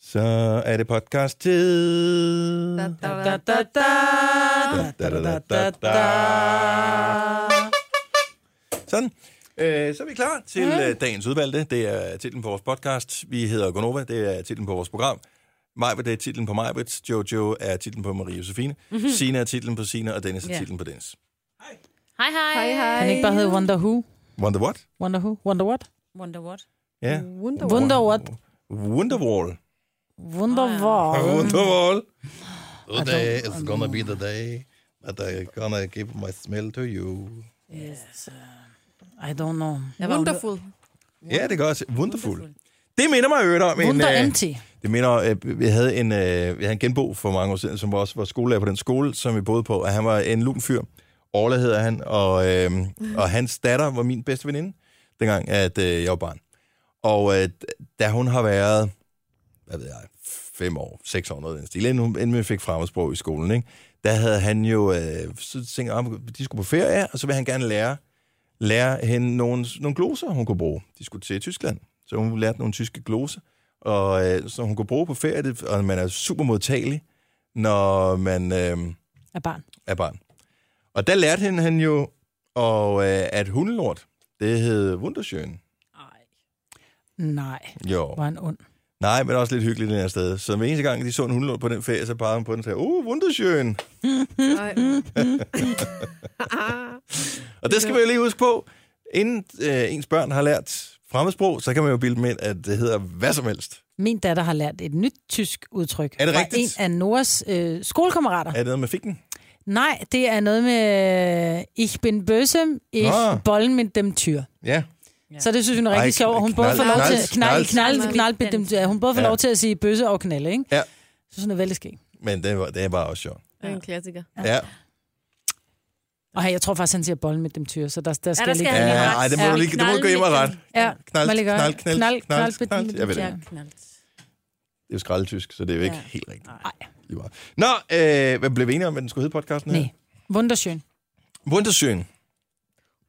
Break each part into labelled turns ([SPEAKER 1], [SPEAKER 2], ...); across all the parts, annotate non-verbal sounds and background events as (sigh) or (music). [SPEAKER 1] Så er det podcast-tid.
[SPEAKER 2] Da, da, da, da.
[SPEAKER 1] Da, da, da, da, da. Sådan. Øh, så er vi klar til
[SPEAKER 3] Mm.
[SPEAKER 1] øh, dagens udvalgte. Det er titlen på vores podcast. Vi hedder Gonova. Det er titlen på vores program. Majbert det er titlen på Majbert. Jojo er titlen på Marie Josefine. Mm-hmm. Sina er titlen på Sina, og Dennis er
[SPEAKER 3] Mhm. Ja.
[SPEAKER 1] titlen på Dennis.
[SPEAKER 3] Hej, hej.
[SPEAKER 2] Hej, hej.
[SPEAKER 3] Kan ikke bare hedde Wonder Who?
[SPEAKER 1] Wonder what?
[SPEAKER 3] Wonder Who? Wonder what?
[SPEAKER 4] Wonder what?
[SPEAKER 1] Ja.
[SPEAKER 2] Wunderwall.
[SPEAKER 3] Wonder what?
[SPEAKER 1] Wonderwall.
[SPEAKER 3] Wonder
[SPEAKER 4] Åh, ja.
[SPEAKER 3] Wall.
[SPEAKER 1] Wonderwall.
[SPEAKER 5] Today is gonna be the day that I gonna give my smell to you.
[SPEAKER 3] Yes. I don't know.
[SPEAKER 4] Jeg
[SPEAKER 2] Wonderful.
[SPEAKER 1] Ja, det er godt. Wonderful. Det minder mig i øvrigt om en...
[SPEAKER 3] Wonder
[SPEAKER 1] øh,
[SPEAKER 3] Empty.
[SPEAKER 1] Det minder, øh, vi havde en, øh, vi havde en genbo for mange år siden, som også var skolelærer på den skole, som vi boede på, og han var en lun fyr. Orla hedder han, og, øh, og hans datter var min bedste veninde, dengang at, øh, jeg var barn. Og øh, da hun har været, hvad ved jeg, fem år, seks år, noget i den stil, inden, hun, inden vi fik fremmedsprog i skolen, ikke? der havde han jo, øh, så tænkte jeg, "Ah, de skulle på ferie, og så vil han gerne lære, lære hende nogle, nogle gloser, hun kunne bruge. De skulle til Tyskland, så hun lærte nogle tyske gloser og øh, som hun kunne bruge på ferie, det, og man er super modtagelig, når man øh,
[SPEAKER 3] Af barn.
[SPEAKER 1] er barn. Og der lærte hende han jo, og, øh, at hundelort, det hed Wunderschön.
[SPEAKER 4] Ej.
[SPEAKER 3] Nej,
[SPEAKER 1] Jo.
[SPEAKER 3] var en ond.
[SPEAKER 1] Nej, men også lidt hyggeligt den her sted. Så hver eneste gang, de så en hundelort på den ferie, så pegede hun på den og sagde, uh, Wunderschön.
[SPEAKER 2] Ej.
[SPEAKER 6] Mm-hmm.
[SPEAKER 1] (laughs) Og det skal man jo lige huske på. Inden øh, ens børn har lært fremmedsprog, så kan man jo bilde dem ind, at det hedder hvad som helst.
[SPEAKER 3] Min datter har lært et nyt tysk udtryk.
[SPEAKER 1] Er det
[SPEAKER 3] fra
[SPEAKER 1] rigtigt?
[SPEAKER 3] en af Noras øh, skolekammerater.
[SPEAKER 1] Er det noget med fikken?
[SPEAKER 3] Nej, det er noget med, ich bin böse, ich
[SPEAKER 1] Nå.
[SPEAKER 3] bollen mit dem tyr.
[SPEAKER 1] Ja.
[SPEAKER 3] Ja. Så det synes hun er
[SPEAKER 1] Ej,
[SPEAKER 3] rigtig sjovt. og Hun både
[SPEAKER 1] knald-
[SPEAKER 3] får lov til
[SPEAKER 1] knald-
[SPEAKER 3] knald,
[SPEAKER 1] knald-
[SPEAKER 3] knald, knald, med dem tyr. Hun både får
[SPEAKER 1] Ja.
[SPEAKER 3] lov til at sige bøsse og knalde, ikke?
[SPEAKER 1] Ja.
[SPEAKER 3] Så synes hun er vældig skæg.
[SPEAKER 1] Men det, var, det er bare også sjovt.
[SPEAKER 2] Det er en klassiker.
[SPEAKER 1] Ja.
[SPEAKER 3] Og hey, jeg tror faktisk, han siger bolden med dem tyr, så der, der skal,
[SPEAKER 4] der skal
[SPEAKER 3] ligge...
[SPEAKER 4] han
[SPEAKER 1] Ja,
[SPEAKER 4] lige ret.
[SPEAKER 1] ej, det må
[SPEAKER 3] Ja.
[SPEAKER 1] du lige, det må du gå hjem og ret.
[SPEAKER 3] Ja,
[SPEAKER 1] Knald,
[SPEAKER 3] man ligger-
[SPEAKER 1] knald, knald, knald, knald,
[SPEAKER 3] knald,
[SPEAKER 1] knald. Jeg ved det
[SPEAKER 3] Ja.
[SPEAKER 1] ikke.
[SPEAKER 4] Ja, knaldt.
[SPEAKER 1] Det er jo skraldetysk, så det er jo ikke ja.
[SPEAKER 4] Ja.
[SPEAKER 1] helt rigtigt.
[SPEAKER 3] Nej.
[SPEAKER 1] Lige meget. Nå, øh, hvad blev vi enige om, hvad den skulle hedde podcasten her?
[SPEAKER 3] Nej. Wunderschön.
[SPEAKER 1] Wunderschön.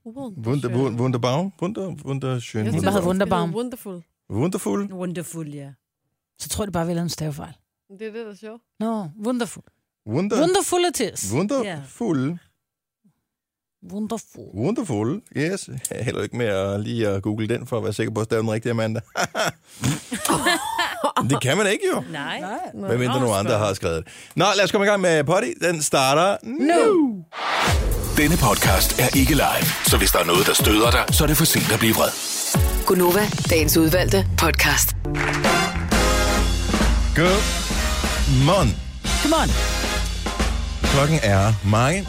[SPEAKER 2] Wunderschön.
[SPEAKER 1] Wunder, wun- wunderbaum. Wunder, wunderschön.
[SPEAKER 2] Jeg
[SPEAKER 3] Vi
[SPEAKER 2] synes,
[SPEAKER 3] bare
[SPEAKER 2] den
[SPEAKER 3] havde
[SPEAKER 2] skal
[SPEAKER 1] Wunder,
[SPEAKER 3] Wunderbaum.
[SPEAKER 2] hedde Wonderful.
[SPEAKER 1] wunderful.
[SPEAKER 4] Wonderful, ja.
[SPEAKER 3] Så tror jeg det bare, vi lavede en stavefejl.
[SPEAKER 2] Det er det, der er sjovt.
[SPEAKER 3] Nå, wonderful.
[SPEAKER 1] Wunder,
[SPEAKER 3] Wonderful it is.
[SPEAKER 1] (laughs) wunderful. (laughs)
[SPEAKER 3] Wonderful.
[SPEAKER 1] Wonderful. Yes. Held og lykke med at lige at google den, for at være sikker på, at stave den rigtige (laughs) Amanda. det kan man ikke jo.
[SPEAKER 4] Nej.
[SPEAKER 1] Hvad mindre nogle andre har skrevet det. Nå, lad os komme i gang med potty. Den starter nu.
[SPEAKER 7] Denne podcast er ikke live, så hvis der er noget, der støder dig, så er det for sent at blive vred.
[SPEAKER 8] Gunova, dagens udvalgte podcast.
[SPEAKER 1] Good morning.
[SPEAKER 3] Come on.
[SPEAKER 1] Klokken er mange,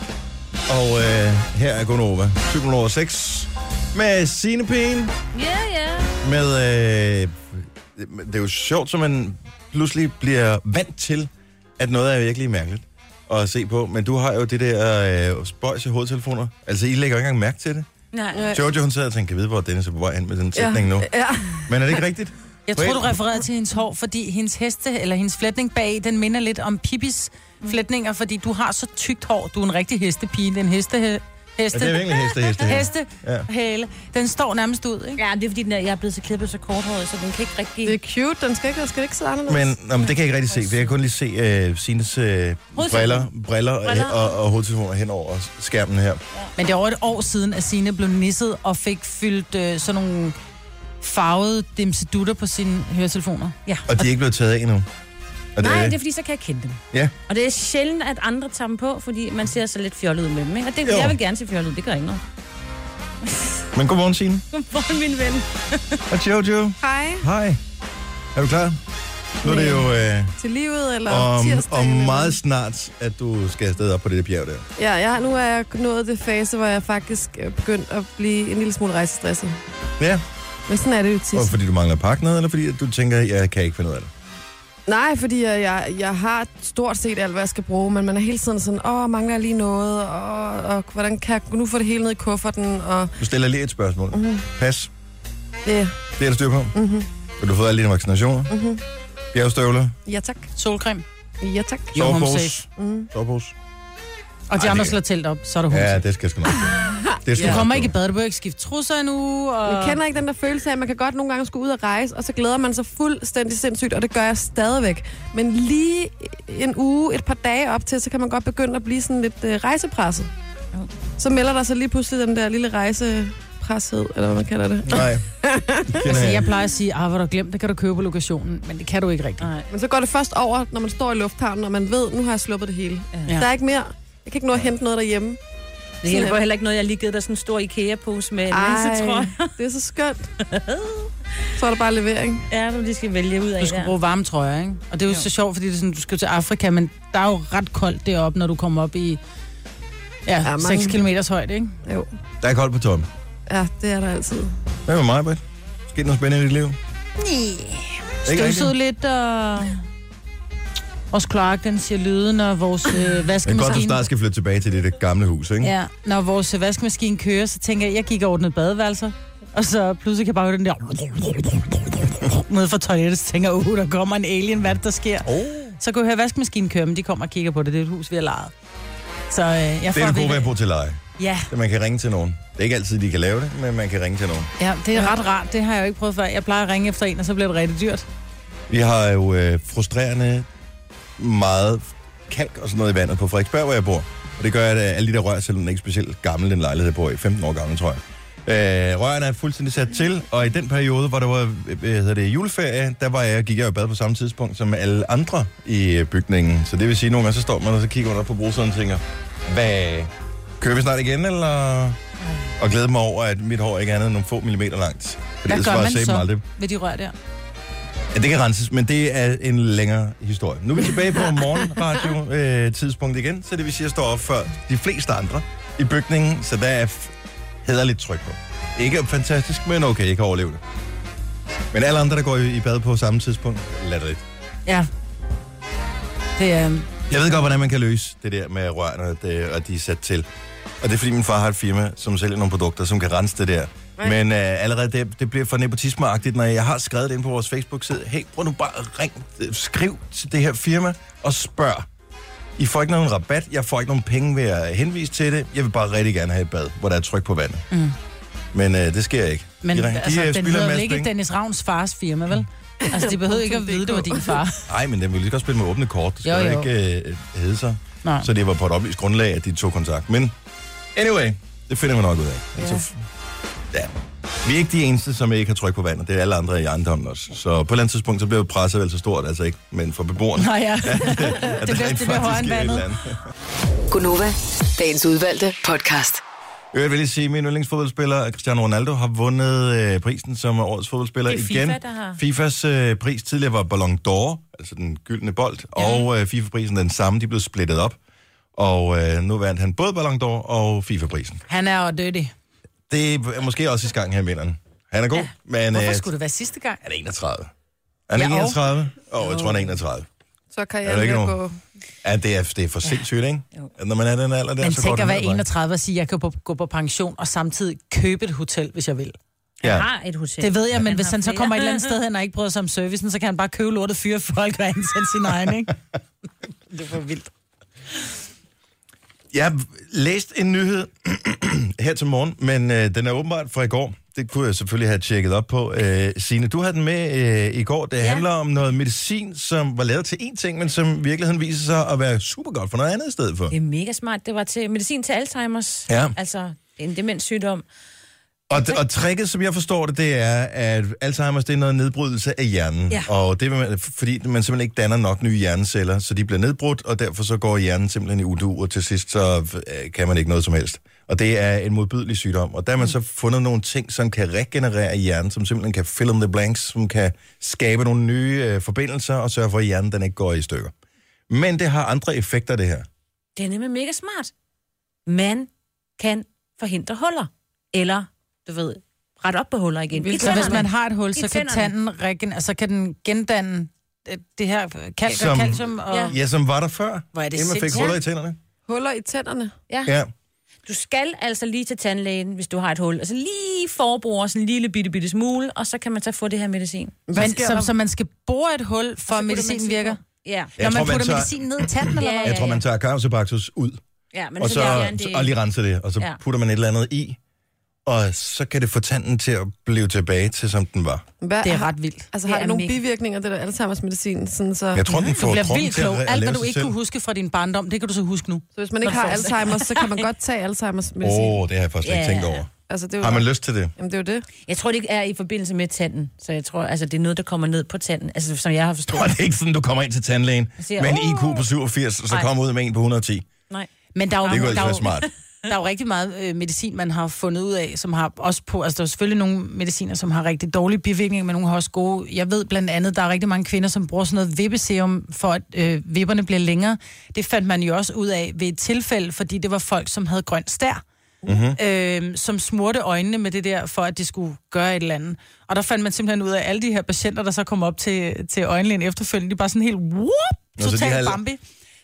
[SPEAKER 1] og øh, her er Gunova, 7 over 6, med Sinepen,
[SPEAKER 4] Ja, ja.
[SPEAKER 1] med... Øh, det er jo sjovt, som man pludselig bliver vant til, at noget er virkelig mærkeligt at se på, men du har jo det der øh, spøjs i hovedtelefoner. Altså, I lægger jo ikke engang mærke til det.
[SPEAKER 3] Nej.
[SPEAKER 1] Jojo, hun sidder og tænker, kan vide, hvor Dennis er på vej hen med den sætning nu.
[SPEAKER 2] Ja.
[SPEAKER 1] Men er det ikke rigtigt?
[SPEAKER 3] Jeg tror, du refererede til hendes hår, fordi hendes heste, eller hendes flætning bag, den minder lidt om Pippis
[SPEAKER 4] Mm.
[SPEAKER 3] flætninger, fordi du har så tykt hår. Du er en rigtig hestepige. Den heste...
[SPEAKER 1] Ja,
[SPEAKER 3] Heste,
[SPEAKER 1] det er virkelig heste, heste. her.
[SPEAKER 3] heste
[SPEAKER 1] Ja.
[SPEAKER 3] hale. Den står nærmest ud, ikke?
[SPEAKER 4] Ja, det er fordi, den er, jeg er blevet så klippet så korthåret, så den kan ikke rigtig...
[SPEAKER 2] Det er cute. Den skal ikke, den skal ikke sidde anderledes.
[SPEAKER 1] Men, nå, men det kan jeg ikke rigtig se. Det kan jeg kun lige se øh, Sines øh, briller, briller og, og, og hovedtelefoner hen over skærmen her.
[SPEAKER 3] Men det er over et år siden, at Sine blev nisset og fik fyldt øh, sådan nogle farvede dimsedutter på sine høretelefoner.
[SPEAKER 4] Ja.
[SPEAKER 1] Og de er ikke blevet taget af endnu. Og
[SPEAKER 4] Nej, det er fordi, så kan jeg kende dem.
[SPEAKER 1] Ja.
[SPEAKER 4] Og det er sjældent, at andre tager dem på, fordi man ser så lidt fjollet ud med dem. Ikke? Og det,
[SPEAKER 1] Jo.
[SPEAKER 4] jeg vil gerne se fjollet ud, det gør ikke (laughs) noget.
[SPEAKER 1] Men godmorgen, Sine.
[SPEAKER 4] Godmorgen, min ven.
[SPEAKER 1] Og Jojo.
[SPEAKER 2] Hej
[SPEAKER 1] Hej. Er du klar? Nu er det jo øh,
[SPEAKER 2] til livet, eller
[SPEAKER 1] om,
[SPEAKER 2] tirsdagen.
[SPEAKER 1] om
[SPEAKER 2] eller-
[SPEAKER 1] meget snart, at du skal afsted op på det der bjerg der.
[SPEAKER 2] Ja, jeg, nu er jeg nået det fase, hvor jeg faktisk er begyndt at blive en lille smule rejsestresset.
[SPEAKER 1] Ja.
[SPEAKER 2] Men sådan er det jo
[SPEAKER 1] Og
[SPEAKER 2] tit.
[SPEAKER 1] fordi du mangler at pakke noget, eller fordi at du tænker, jeg kan ikke finde ud af det?
[SPEAKER 2] Nej, fordi jeg, jeg, jeg har stort set alt, hvad jeg skal bruge, men man er hele tiden sådan, åh, mangler jeg lige noget, og, og hvordan kan jeg nu få det hele ned i kufferten, og
[SPEAKER 1] Du stiller lige et spørgsmål. Mm-hmm. Pas.
[SPEAKER 2] ja, mhm,
[SPEAKER 1] Det er der styr på. Mm-hmm. Og du har fået alle dine vaccinationer. Mm-hmm. Bjergstøvler.
[SPEAKER 2] ja tak,
[SPEAKER 3] Solcreme.
[SPEAKER 2] ja tak. Mm.
[SPEAKER 3] You're home
[SPEAKER 1] Sovepose.
[SPEAKER 3] safe.
[SPEAKER 1] Sovepose.
[SPEAKER 3] Og de
[SPEAKER 1] Ej,
[SPEAKER 3] andre
[SPEAKER 1] det-
[SPEAKER 3] slår telt op, så er du
[SPEAKER 1] Ja,
[SPEAKER 3] ja.
[SPEAKER 1] det skal jeg sgu nok. Det er sgu
[SPEAKER 3] Du
[SPEAKER 1] meget
[SPEAKER 3] kommer ikke i
[SPEAKER 1] dumt.
[SPEAKER 3] bad, du behøver ikke skifte trusser endnu. Og...
[SPEAKER 2] Jeg kender ikke den der følelse af, at man kan godt nogle gange skulle ud og rejse, og så glæder man sig fuldstændig sindssygt, og det gør jeg stadigvæk. Men lige en uge, et par dage op til, så kan man godt begynde at blive sådan lidt øh, rejsepresset. Så melder der sig lige pludselig den der lille rejsepreshed, eller hvad man kalder det.
[SPEAKER 1] Nej.
[SPEAKER 3] Altså, jeg plejer at sige, ah, hvor du glemt, det kan du købe på lokationen. Men det kan du ikke rigtigt.
[SPEAKER 4] Nej.
[SPEAKER 2] (laughs) Men så går det først over, når man står i lufthavnen, og man ved, nu har jeg sluppet det hele. Ja. Der er ikke mere. Jeg kan ikke nå at hente noget derhjemme.
[SPEAKER 4] Det hjælper heller ikke noget, jeg lige givet dig sådan en stor IKEA-pose med en
[SPEAKER 3] Ah. (laughs)
[SPEAKER 4] masse, tror jeg.
[SPEAKER 2] det er så skønt. Så er der bare levering.
[SPEAKER 4] Ja, du lige skal vælge ud af
[SPEAKER 3] Du skal
[SPEAKER 4] der.
[SPEAKER 3] bruge varme trøjer, ikke? Og det er jo,
[SPEAKER 4] Jo.
[SPEAKER 3] så sjovt, fordi det er sådan, du skal til Afrika, men der er jo ret koldt deroppe, når du kommer op i ja,
[SPEAKER 2] mange-
[SPEAKER 3] 6 km højde, ikke?
[SPEAKER 2] Jo,
[SPEAKER 1] Der er koldt på toppen.
[SPEAKER 2] ja, det er der altid.
[SPEAKER 1] Hvad med mig, Britt? Skete noget spændende i dit liv? Ikke rigtigt.
[SPEAKER 3] Støvsud lidt, og... Vores kloak, den siger lyde, når vores øh,
[SPEAKER 1] Det er godt, du
[SPEAKER 3] vaskemaskine...
[SPEAKER 1] snart skal flytte tilbage til det gamle hus, ikke?
[SPEAKER 3] Ja, når vores øh, vaskemaskine kører, så tænker jeg, jeg gik og ordnede badeværelser. Og så pludselig kan jeg bare høre den der... Nede fra toilettet, så tænker jeg, uh, der kommer en alien, hvad er det, der sker?
[SPEAKER 1] Oh.
[SPEAKER 3] Så kunne jeg høre vaskemaskinen køre, men de kommer og kigger på det. Det er et hus, vi har lejet. Så øh, jeg
[SPEAKER 1] Det er
[SPEAKER 3] får
[SPEAKER 1] det gode ved
[SPEAKER 3] at
[SPEAKER 1] at
[SPEAKER 3] vide-
[SPEAKER 1] bo til leje.
[SPEAKER 3] Ja,
[SPEAKER 1] Så man kan ringe til nogen. Det er ikke altid, de kan lave det, men man kan ringe til nogen.
[SPEAKER 3] ja, det er ret rart. Det har jeg jo ikke prøvet før. Jeg plejer at ringe efter en, og så bliver det rigtig dyrt.
[SPEAKER 1] Vi har jo øh, frustrerende meget kalk og sådan noget i vandet på Frederiksberg, hvor jeg bor. Og det gør, at øh, alle de der rør, selvom den er ikke specielt gammel, den lejlighed, jeg bor i, 15 år gammel, tror jeg. Øh, rørene er fuldstændig sat til, og i den periode, hvor der var øh, hvad hedder det, juleferie, der var jeg, gik jeg jo i bad på samme tidspunkt som alle andre i øh, bygningen. Så det vil sige, at nogle gange så står man og så kigger man op på bruseren og tænker, hvad, kører vi snart igen, eller... Og glæder mig over, at mit hår ikke er andet end nogle få millimeter langt. Fordi
[SPEAKER 3] Hvad
[SPEAKER 1] ellers
[SPEAKER 3] gør
[SPEAKER 1] var
[SPEAKER 3] man
[SPEAKER 1] sæben
[SPEAKER 3] så
[SPEAKER 1] aldrig
[SPEAKER 3] ved de rør der?
[SPEAKER 1] Ja, det kan renses, men det er en længere historie. Nu er vi tilbage på morgenradio-tidspunkt igen, så det vil sige, at jeg står op før de fleste andre i bygningen, så der er f- hederligt tryk på. Ikke fantastisk, men okay, jeg kan overleve det. Men alle andre, der går i i bad på samme tidspunkt, lad det lidt.
[SPEAKER 3] Ja. Det er... mm.
[SPEAKER 1] Jeg ved godt, hvordan man kan løse det der med rørene, og det, og de er sat til. Og det er, fordi min far har et firma, som sælger nogle produkter, som kan rense det der. Men øh, allerede det, det bliver for nepotismeagtigt, når jeg har skrevet det ind på vores Facebook-side. Hey, prøv nu bare at ring, øh, skriv til det her firma og spørg. I får ikke nogen rabat, jeg får ikke nogen penge ved at henvise til det. Jeg vil bare rigtig gerne have et bad, hvor der er tryk på vandet. Mm. Men øh, det sker ikke.
[SPEAKER 3] Men
[SPEAKER 1] De
[SPEAKER 3] de,
[SPEAKER 1] ringer- de,
[SPEAKER 3] altså,
[SPEAKER 1] øh,
[SPEAKER 3] den
[SPEAKER 1] spilder en
[SPEAKER 3] hedder vel
[SPEAKER 1] masse
[SPEAKER 3] ikke
[SPEAKER 1] penge.
[SPEAKER 3] Dennis Ravns fars firma,
[SPEAKER 1] (laughs)
[SPEAKER 3] vel? Altså, de behøvede ikke at vide, det var din far.
[SPEAKER 1] Nej, men den ville lige godt spille med åbne kort. Det skal
[SPEAKER 3] Jo,
[SPEAKER 1] jo,
[SPEAKER 3] jo.
[SPEAKER 1] ikke øh, hedde sig.
[SPEAKER 3] Nej.
[SPEAKER 1] Så det var på et oplyst grundlag, at de tog kontakt. Men anyway, det finder man nok ud af. Ja. Altså, ja. Vi er ikke de eneste, som ikke har tryk på vandet. Det er alle andre i ejendommen også. Så på et eller andet tidspunkt, så bliver presset vel så stort, altså ikke, men for beboerne.
[SPEAKER 3] Nå ja,
[SPEAKER 1] (laughs) at
[SPEAKER 3] det
[SPEAKER 1] der
[SPEAKER 3] bliver- det
[SPEAKER 1] rent
[SPEAKER 3] bliver højere end
[SPEAKER 1] faktisk er et
[SPEAKER 3] vandet.
[SPEAKER 1] eller andet.
[SPEAKER 8] Gunova, dagens udvalgte podcast.
[SPEAKER 1] Jeg vil lige sige, at min yndlingsfodboldspiller, Cristiano Ronaldo, har vundet øh, prisen som årets fodboldspiller
[SPEAKER 4] Det er FIFA,
[SPEAKER 1] igen.
[SPEAKER 4] der har-
[SPEAKER 1] FIFAs øh, pris tidligere var Ballon d'Or, altså den gyldne bold, ja. og øh, FIFA-prisen den samme. De blev splittet op, og øh, nu vandt han både Ballon d'Or og FIFA-prisen.
[SPEAKER 3] han er jo dødig.
[SPEAKER 1] Det er måske også i skang her i midten. Han er god, ja. men øh,
[SPEAKER 3] Hvorfor
[SPEAKER 1] han
[SPEAKER 3] skulle det være sidste gang?
[SPEAKER 1] er 31. Han er
[SPEAKER 3] Ja,
[SPEAKER 1] ja,
[SPEAKER 3] og-
[SPEAKER 1] 31? Åh, oh, jeg tror, han er 31.
[SPEAKER 2] Så kan
[SPEAKER 1] Er der
[SPEAKER 2] jeg
[SPEAKER 1] ikke
[SPEAKER 2] lige
[SPEAKER 1] nogen?
[SPEAKER 2] gå...
[SPEAKER 1] Ja, det er, det er for sindssygt, ikke? At Når man er altså den alder der,
[SPEAKER 3] Men
[SPEAKER 1] så
[SPEAKER 3] tænk
[SPEAKER 1] går
[SPEAKER 3] at
[SPEAKER 1] det
[SPEAKER 3] være 31 og sige, at jeg kan på- gå på pension og samtidig købe et hotel, hvis jeg vil.
[SPEAKER 1] Ja.
[SPEAKER 4] Har Ah, et hotel.
[SPEAKER 3] Det ved jeg, men
[SPEAKER 4] Han
[SPEAKER 3] hvis
[SPEAKER 4] har
[SPEAKER 3] han så
[SPEAKER 4] flere.
[SPEAKER 3] kommer
[SPEAKER 4] (laughs)
[SPEAKER 3] et eller andet sted hen og ikke bryder sig om servicen, så kan han bare købe lortet fyre folk og ansætte sin egen,
[SPEAKER 2] (laughs)
[SPEAKER 3] ikke? Det var vildt.
[SPEAKER 1] Jeg læste en nyhed (clears throat) her til morgen, men øh, den er åbenbart fra i går. Det kunne jeg selvfølgelig have tjekket op på. Øh, Signe, du havde den med øh, i går. Det ja. handler om noget medicin, som var lavet til én ting, men som i virkeligheden viser sig at være super godt for noget andet i stedet for.
[SPEAKER 4] Det er mega smart. Det var til medicin til Alzheimer's.
[SPEAKER 1] Ja.
[SPEAKER 4] Altså, en demenssygdom.
[SPEAKER 1] Og, og tricket, som jeg forstår det, det er, at Alzheimer's det er noget nedbrydelse af hjernen.
[SPEAKER 4] Ja.
[SPEAKER 1] Og det er, man- fordi man simpelthen ikke danner nok nye hjerneceller, så de bliver nedbrudt, og derfor så går hjernen simpelthen i udu, og til sidst så øh, kan man ikke noget som helst. Og det er en modbydelig sygdom. Og der har man så fundet nogle ting, som kan regenerere hjernen, som simpelthen kan fill in the blanks, som kan skabe nogle nye øh, forbindelser og sørge for, at hjernen den ikke går i stykker. Men det har andre effekter, det her.
[SPEAKER 4] Det er nemlig mega smart. Man kan forhindre huller. Eller, du ved, ret op på huller igen. I
[SPEAKER 3] Så hvis
[SPEAKER 4] tænderne.
[SPEAKER 3] man har et hul,
[SPEAKER 4] I
[SPEAKER 3] så kan
[SPEAKER 4] tænderne.
[SPEAKER 3] tanden regen, altså kan den gendanne øh, det her kalk og
[SPEAKER 1] Som-
[SPEAKER 3] calcium. Og...
[SPEAKER 4] Ja.
[SPEAKER 1] Ja, som var der før,
[SPEAKER 3] Hvor er det
[SPEAKER 1] inden man fik
[SPEAKER 3] sindssygt.
[SPEAKER 1] huller i tænderne.
[SPEAKER 2] Huller i tænderne.
[SPEAKER 1] Ja.
[SPEAKER 4] Du skal altså lige til tandlægen, hvis du har et hul. Altså lige forbruger sådan en lille bitte, bitte smule, og så kan man så få det her medicin.
[SPEAKER 3] Men, så, så man skal bore et hul, for at medicinen
[SPEAKER 4] medicin
[SPEAKER 3] virker?
[SPEAKER 4] Ja.
[SPEAKER 1] Jeg
[SPEAKER 3] Når man
[SPEAKER 1] tror, man
[SPEAKER 3] putter
[SPEAKER 1] tager-
[SPEAKER 3] medicinen ned i tanden, eller
[SPEAKER 4] Ja,
[SPEAKER 3] hvad?
[SPEAKER 1] Jeg tror, man tager Carbosobactus ud,
[SPEAKER 4] Ja, men
[SPEAKER 1] og,
[SPEAKER 4] så,
[SPEAKER 1] så,
[SPEAKER 4] fjerne
[SPEAKER 1] så, og lige rense det, og så
[SPEAKER 4] Ja.
[SPEAKER 1] putter man et eller andet i, og så kan det få tanden til at blive tilbage til, som den var.
[SPEAKER 2] Hvad,
[SPEAKER 3] Det er
[SPEAKER 2] har-
[SPEAKER 3] ret vildt.
[SPEAKER 2] Altså,
[SPEAKER 4] Det
[SPEAKER 2] har det
[SPEAKER 4] er
[SPEAKER 2] nogle
[SPEAKER 4] mega-
[SPEAKER 2] bivirkninger, det der Alzheimer's medicin? Sådan så,
[SPEAKER 1] Jeg tror, den
[SPEAKER 3] Du
[SPEAKER 1] får
[SPEAKER 3] bliver
[SPEAKER 1] kroppen
[SPEAKER 3] vildt
[SPEAKER 1] til at,
[SPEAKER 3] klog. Alt,
[SPEAKER 1] at
[SPEAKER 3] hvad
[SPEAKER 1] lave
[SPEAKER 3] du
[SPEAKER 1] sig
[SPEAKER 3] ikke
[SPEAKER 1] selv.
[SPEAKER 3] kunne huske fra din barndom, det kan du så huske nu.
[SPEAKER 2] så hvis man ikke har Alzheimer's, så kan
[SPEAKER 3] (laughs)
[SPEAKER 2] man godt tage Alzheimer's medicin.
[SPEAKER 1] Åh, oh, det har jeg faktisk ikke
[SPEAKER 4] Ja.
[SPEAKER 1] tænkt over.
[SPEAKER 2] Altså, det er jo,
[SPEAKER 1] Har man lyst til det?
[SPEAKER 2] jamen, det er jo det.
[SPEAKER 4] Jeg tror, det er i forbindelse med tanden. Så jeg tror, altså, det er noget, der kommer ned på tanden. Altså, som jeg har
[SPEAKER 1] (laughs)
[SPEAKER 4] forstået.
[SPEAKER 1] Og det er ikke sådan, du kommer ind til tandlægen
[SPEAKER 4] siger,
[SPEAKER 1] med en
[SPEAKER 4] "Åh."
[SPEAKER 1] IQ på 87, og så
[SPEAKER 4] Nej.
[SPEAKER 1] kommer ud med en på 110. Det
[SPEAKER 4] Nej.
[SPEAKER 3] Men der er jo,
[SPEAKER 1] kunne
[SPEAKER 3] der
[SPEAKER 1] altså
[SPEAKER 3] er
[SPEAKER 1] være
[SPEAKER 3] jo,
[SPEAKER 1] smart.
[SPEAKER 3] (laughs) der er jo rigtig meget øh, medicin, man har fundet ud af, som har også på... Altså, der er jo selvfølgelig nogle mediciner, som har rigtig dårlige bivirkninger, men nogle har også gode. Jeg ved blandt andet, der er rigtig mange kvinder, som bruger sådan noget vippeserum, for at øh, vipperne bliver længere. Det fandt man jo også ud af ved et tilfælde, fordi det var folk, som havde grøn stær.
[SPEAKER 1] Mhm.
[SPEAKER 3] Mm-hmm. Øh, som smurte øjnene med det der, for at det skulle gøre et eller andet. Og der fandt man simpelthen ud af, at alle de her patienter, der så kom op til, til øjenlægen efterfølgende, de bare sådan helt, whoop,
[SPEAKER 1] så de
[SPEAKER 3] totalt
[SPEAKER 1] havde-
[SPEAKER 3] bambi.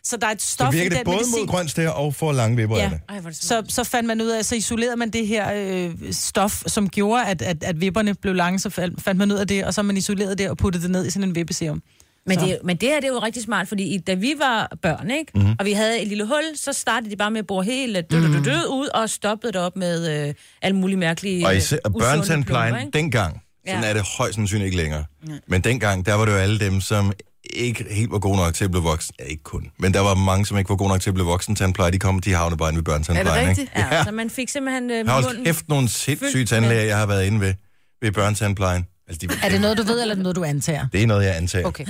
[SPEAKER 3] Så der er et
[SPEAKER 1] Så
[SPEAKER 3] stof i
[SPEAKER 1] virker
[SPEAKER 3] den
[SPEAKER 1] det både
[SPEAKER 3] medicin.
[SPEAKER 1] mod grøn stær og for lange vipper af
[SPEAKER 3] Ja.
[SPEAKER 1] det.
[SPEAKER 4] Ej, hvor er det
[SPEAKER 3] Så, så fandt man ud af, så isolerede man det her øh, stof, som gjorde, at, at, at vipperne blev lange, så fandt fandt man ud af det, og så man isoleret det og puttede det ned i sådan en vippeserum.
[SPEAKER 4] Men,
[SPEAKER 3] Så.
[SPEAKER 4] det, er jo- men det her det er jo rigtig smart, fordi i, da vi var børn, ikke, mm.
[SPEAKER 1] Mhm.
[SPEAKER 4] og vi havde et lille hul, så startede de bare med at bore helt øh, død, død, død, ud og stoppede det op med øh, alle mulige mærkelige
[SPEAKER 1] Mhm. Og
[SPEAKER 4] øh,
[SPEAKER 1] især
[SPEAKER 4] usunde plomber,
[SPEAKER 1] børnetandplejen
[SPEAKER 4] ikke?
[SPEAKER 1] dengang, sådan
[SPEAKER 4] Ja.
[SPEAKER 1] er det højst sandsynligt ikke længere. Men dengang, der var det jo alle dem, som ikke helt var gode nok til at blive voksen. Ja, ikke kun. Men der var mange, som ikke var gode nok til at blive voksen tandpleje. De kom, de havnede bare inde ved børnetandplejen.
[SPEAKER 2] rigtigt?
[SPEAKER 1] Ikke?
[SPEAKER 4] Ja, så man fik simpelthen øh,
[SPEAKER 1] Jeg har
[SPEAKER 4] munden...
[SPEAKER 1] også kæft nogle sindssyge
[SPEAKER 4] fyldt
[SPEAKER 1] tandlæger, jeg har været inde ved, ved børnetandplejen. Altså, de,
[SPEAKER 3] Er det noget, du ved, eller er det noget, du antager?
[SPEAKER 1] Det er noget, jeg antager.
[SPEAKER 3] Okay.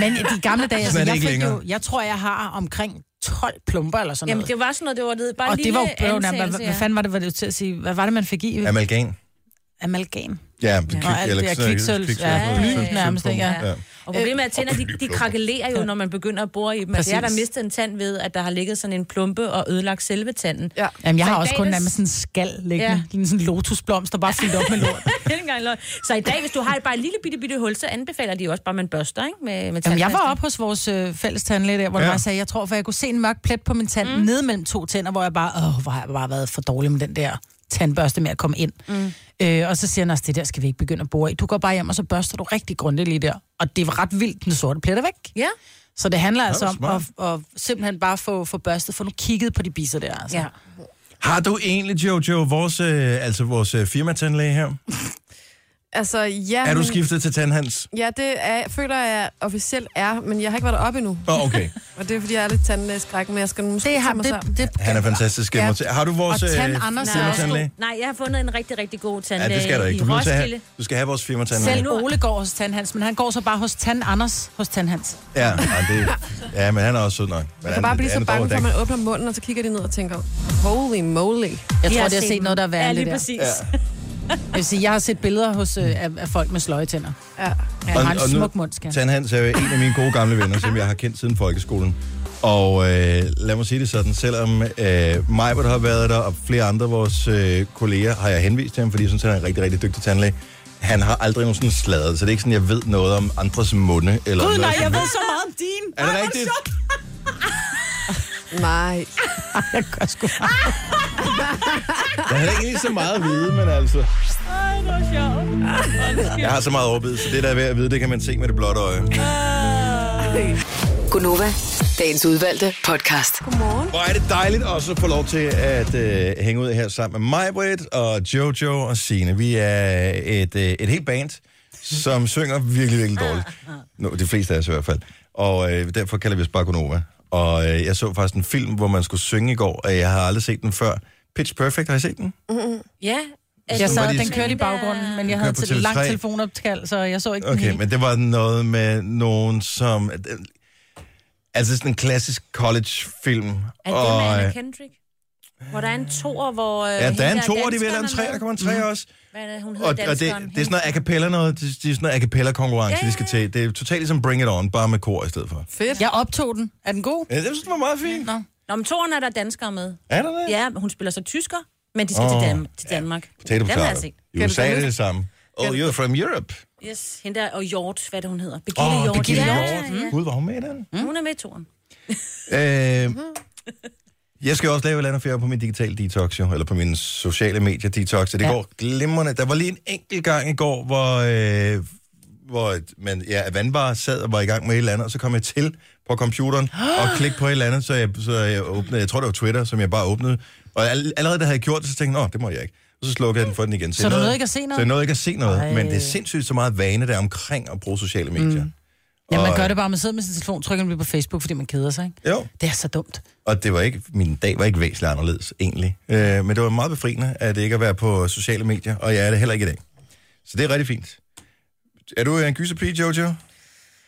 [SPEAKER 3] Men i de gamle (laughs) dage, altså,
[SPEAKER 1] Sådan er det
[SPEAKER 3] jeg,
[SPEAKER 1] ikke
[SPEAKER 3] fik jo,
[SPEAKER 1] længere.
[SPEAKER 3] jeg tror, jeg har omkring 12 plumper eller sådan
[SPEAKER 4] Jamen,
[SPEAKER 3] noget.
[SPEAKER 4] det var sådan noget, det var det, bare
[SPEAKER 3] og
[SPEAKER 4] lille
[SPEAKER 3] det var jo prøven, hvad,
[SPEAKER 4] antagelse,
[SPEAKER 3] hvad, hvad fanden var det, var det til at sige? Hvad var det, man fik i?
[SPEAKER 1] Amalgam.
[SPEAKER 3] Amalgam.
[SPEAKER 1] Ja,
[SPEAKER 3] Ja. Og alt det der kviksøl, ja,
[SPEAKER 4] noget.
[SPEAKER 3] bly nærmest, ikke? Ja.
[SPEAKER 1] Ja.
[SPEAKER 4] Og problemet er, at tænder, de, de krakelerer jo, når man begynder at bore i dem. Altså, jeg har da
[SPEAKER 3] Præcis.
[SPEAKER 4] mistet en tand ved, at der har ligget sådan en plumpe og ødelagt selve tanden.
[SPEAKER 2] Ja.
[SPEAKER 3] Jamen, jeg har
[SPEAKER 4] Så i
[SPEAKER 3] også
[SPEAKER 4] dag,
[SPEAKER 3] kun
[SPEAKER 4] der-
[SPEAKER 3] nærmest (laughs) sådan en skal liggende.
[SPEAKER 4] Ja.
[SPEAKER 3] Ja. Sådan en lotusblomst, der bare er fyldt op med (laughs) lort.
[SPEAKER 4] Det er (laughs) ikke engang løgn. så i dag, hvis du har bare et lille bitte, bitte hul, så anbefaler de jo også bare, at man børster, ikke? Med, med
[SPEAKER 3] Jamen, jeg var
[SPEAKER 4] tandpasta.
[SPEAKER 3] oppe hos vores øh, fælles tandlæge der, hvor ja.
[SPEAKER 1] Ja.
[SPEAKER 3] jeg sagde, jeg tror, for jeg kunne se en mørk plet på min tand mm. nede mellem to tænder, hvor jeg bare, åh, hvor har jeg bare været for dårlig med den der tandbørste med at komme ind. Mm. Øh, og så siger han også, det der skal vi ikke begynde at bore i. Du går bare hjem, og så børster du rigtig grundigt lige der. Og det var ret vildt, den sorte plet er væk.
[SPEAKER 4] Ja.
[SPEAKER 3] Så det handler altså om
[SPEAKER 1] smart.
[SPEAKER 3] at, at, simpelthen bare få, få børstet, få nu kigget på de biser der. Altså.
[SPEAKER 4] ja.
[SPEAKER 1] Har du egentlig, Jojo, vores, øh, altså vores øh, firmatandlæge her?
[SPEAKER 2] Altså, ja,
[SPEAKER 1] Er du
[SPEAKER 2] men-
[SPEAKER 1] skiftet til tandhans?
[SPEAKER 2] ja, det er, føler jeg officielt er, men jeg har ikke været deroppe endnu.
[SPEAKER 1] Åh, oh, okay.
[SPEAKER 2] (laughs) Og det er, fordi jeg er lidt tandlægeskræk, men jeg skal måske
[SPEAKER 3] Det, har,
[SPEAKER 2] tage mig sammen.
[SPEAKER 3] det, det,
[SPEAKER 1] Han er fantastisk.
[SPEAKER 3] Ja.
[SPEAKER 1] Ja. Har du vores
[SPEAKER 3] Og
[SPEAKER 1] øh,
[SPEAKER 3] Tan Andersen er også øh,
[SPEAKER 1] firmatandlæge?
[SPEAKER 4] Nej, jeg har fundet en rigtig, rigtig god
[SPEAKER 1] Ja,
[SPEAKER 4] tandlæge
[SPEAKER 1] det skal du ikke. Du,
[SPEAKER 4] i
[SPEAKER 1] bliver nødt til at
[SPEAKER 4] Roskilde.
[SPEAKER 1] have, du skal have vores firmatandlæge.
[SPEAKER 3] selv Ole går hos Tandhans, men han går så bare hos Tand Anders hos Tandhans.
[SPEAKER 1] Ja, ja, det, ja, men han er også sød nok. Men
[SPEAKER 2] Jeg
[SPEAKER 1] han-
[SPEAKER 2] kan bare blive
[SPEAKER 1] han
[SPEAKER 2] så
[SPEAKER 1] er
[SPEAKER 2] bange
[SPEAKER 1] dårlig,
[SPEAKER 2] for, at
[SPEAKER 1] ikke?
[SPEAKER 2] man åbner munden, og så kigger de ned og tænker, holy moly.
[SPEAKER 3] Jeg
[SPEAKER 4] Vi
[SPEAKER 3] tror, det har set noget, der er værre
[SPEAKER 4] Ja,
[SPEAKER 3] end det
[SPEAKER 4] lige
[SPEAKER 3] der.
[SPEAKER 4] præcis. (laughs) Ja.
[SPEAKER 3] Jeg vil sige, jeg har set billeder hos, øh, af, af folk med sløjetænder.
[SPEAKER 2] Ja.
[SPEAKER 3] Han har en
[SPEAKER 1] nu-
[SPEAKER 3] smuk mund, skal han.
[SPEAKER 1] Tandhans er jo en af mine gode gamle venner, som jeg har kendt siden folkeskolen. Og øh, lad mig sige det sådan, selvom øh, Majbert har været der, og flere andre af vores øh, kolleger har jeg henvist til ham, fordi jeg synes, han er en rigtig, rigtig dygtig tandlæge. Han har aldrig nogensinde sladret, så det er ikke sådan, jeg ved noget om andres munde. Eller
[SPEAKER 3] Gud,
[SPEAKER 1] noget
[SPEAKER 3] nej,
[SPEAKER 1] som
[SPEAKER 3] jeg ved
[SPEAKER 1] helst.
[SPEAKER 3] så meget om din.
[SPEAKER 1] Er det rigtigt?
[SPEAKER 3] (laughs)
[SPEAKER 2] Nej.
[SPEAKER 3] Jeg gør sgu
[SPEAKER 1] Jeg har ikke lige så meget at vide, men altså...
[SPEAKER 4] Ej, det var sjovt.
[SPEAKER 1] Jeg har så meget overbid, så det der er ved at vide, det kan man se med det blotte øje.
[SPEAKER 8] Gunova, dagens udvalgte podcast.
[SPEAKER 2] Godmorgen.
[SPEAKER 1] Hvor er det dejligt også at få lov til at øh, hænge ud her sammen med mig, Britt, og Jojo og Sine. Vi er et, øh, et helt band, som synger virkelig, virkelig dårligt. No, de fleste af os i hvert fald. Og øh, derfor kalder vi os bare Gunova. Og øh, jeg så faktisk en film, hvor man skulle synge i går, og jeg har aldrig set den før. Pitch Perfect, har I set den?
[SPEAKER 4] Ja.
[SPEAKER 3] Jeg
[SPEAKER 1] var
[SPEAKER 3] sad,
[SPEAKER 1] de-
[SPEAKER 3] den
[SPEAKER 4] øh,
[SPEAKER 3] kørte i baggrunden, men jeg
[SPEAKER 1] Den
[SPEAKER 3] havde
[SPEAKER 1] kører på
[SPEAKER 3] til et langt
[SPEAKER 1] TV3.
[SPEAKER 3] telefonopkald, så jeg så ikke den
[SPEAKER 1] Okay,
[SPEAKER 3] hele.
[SPEAKER 1] men det var noget med nogen, som... Altså sådan en klassisk
[SPEAKER 4] Er
[SPEAKER 1] college-film.
[SPEAKER 4] det med
[SPEAKER 1] øh,
[SPEAKER 4] Anna Kendrick? Hvor der er en toer, hvor... øh,
[SPEAKER 1] Ja,
[SPEAKER 4] hende
[SPEAKER 1] der er en
[SPEAKER 4] danskeren
[SPEAKER 1] toer, de vil have en træer, der kommer en træer også.
[SPEAKER 4] Hvad er det, hun hedder
[SPEAKER 1] Og, og det, det er
[SPEAKER 4] danskeren?
[SPEAKER 1] sådan noget a cappella noget, det, det er sådan noget a cappella konkurrence,
[SPEAKER 4] Ja,
[SPEAKER 1] yeah.
[SPEAKER 4] ja,
[SPEAKER 1] de skal til. Det er totalt ligesom Bring It On, bare med kor i stedet for.
[SPEAKER 2] Fedt.
[SPEAKER 3] Jeg optog den. Er den god?
[SPEAKER 1] Ja, det synes jeg var meget fint.
[SPEAKER 3] Nå.
[SPEAKER 4] Nå, men toeren er der danskere med.
[SPEAKER 1] Er der det?
[SPEAKER 4] Ja, men hun spiller så tysker, men de skal
[SPEAKER 1] Åh,
[SPEAKER 4] til, Dan- til Danmark.
[SPEAKER 1] Potato,
[SPEAKER 4] Den har jeg
[SPEAKER 1] potato.
[SPEAKER 4] set.
[SPEAKER 1] Jo, sagde det det samme. Oh, you're from Europe.
[SPEAKER 4] Yes, hende der, og Hjort, hvad er det, hun hedder. Birgitte
[SPEAKER 1] Åh,
[SPEAKER 4] Hjort.
[SPEAKER 1] oh, Birgitte
[SPEAKER 4] ja,
[SPEAKER 1] Hjort. Mm.
[SPEAKER 4] Ja,
[SPEAKER 1] Gud, var hun med i den?
[SPEAKER 4] ja. Hun er med i toren.
[SPEAKER 1] Øh, jeg skal jo også lave et eller andet ferie på min digital detox, jo, eller på min sociale medier detox, og det ja.
[SPEAKER 3] Ja.
[SPEAKER 1] går glimrende. Der var lige en enkelt gang i går, hvor øh, hvor et- man ja, er vandbar sad og var i gang med et eller andet, og så kom jeg til på computeren
[SPEAKER 3] (gasps)
[SPEAKER 1] og klikkede på et eller andet, så jeg, så jeg åbnede, jeg tror det var Twitter, som jeg bare åbnede. Og al- allerede da havde jeg gjort det, så tænkte jeg, "Nå, det må jeg ikke. Og så slukkede jeg den for den igen.
[SPEAKER 3] Så
[SPEAKER 1] jeg
[SPEAKER 3] du nåede ikke at se noget?
[SPEAKER 1] Så jeg nåede ikke at se noget,
[SPEAKER 3] Ej.
[SPEAKER 1] Ej. men det er sindssygt så meget vane der er omkring at bruge sociale medier. Mm.
[SPEAKER 3] Ja, man
[SPEAKER 1] Og-
[SPEAKER 3] gør det bare, man sidder med sin telefon, trykker den på Facebook, fordi man keder sig, ikke?
[SPEAKER 1] Jo,
[SPEAKER 3] Det er så dumt.
[SPEAKER 1] og det var ikke, min dag var ikke væsentligt anderledes egentlig. Øh, men det var meget befriende, at ikke at være på sociale medier, og jeg er det heller ikke i dag. Så det er rigtig fint. Er du en gyserpige, Jojo?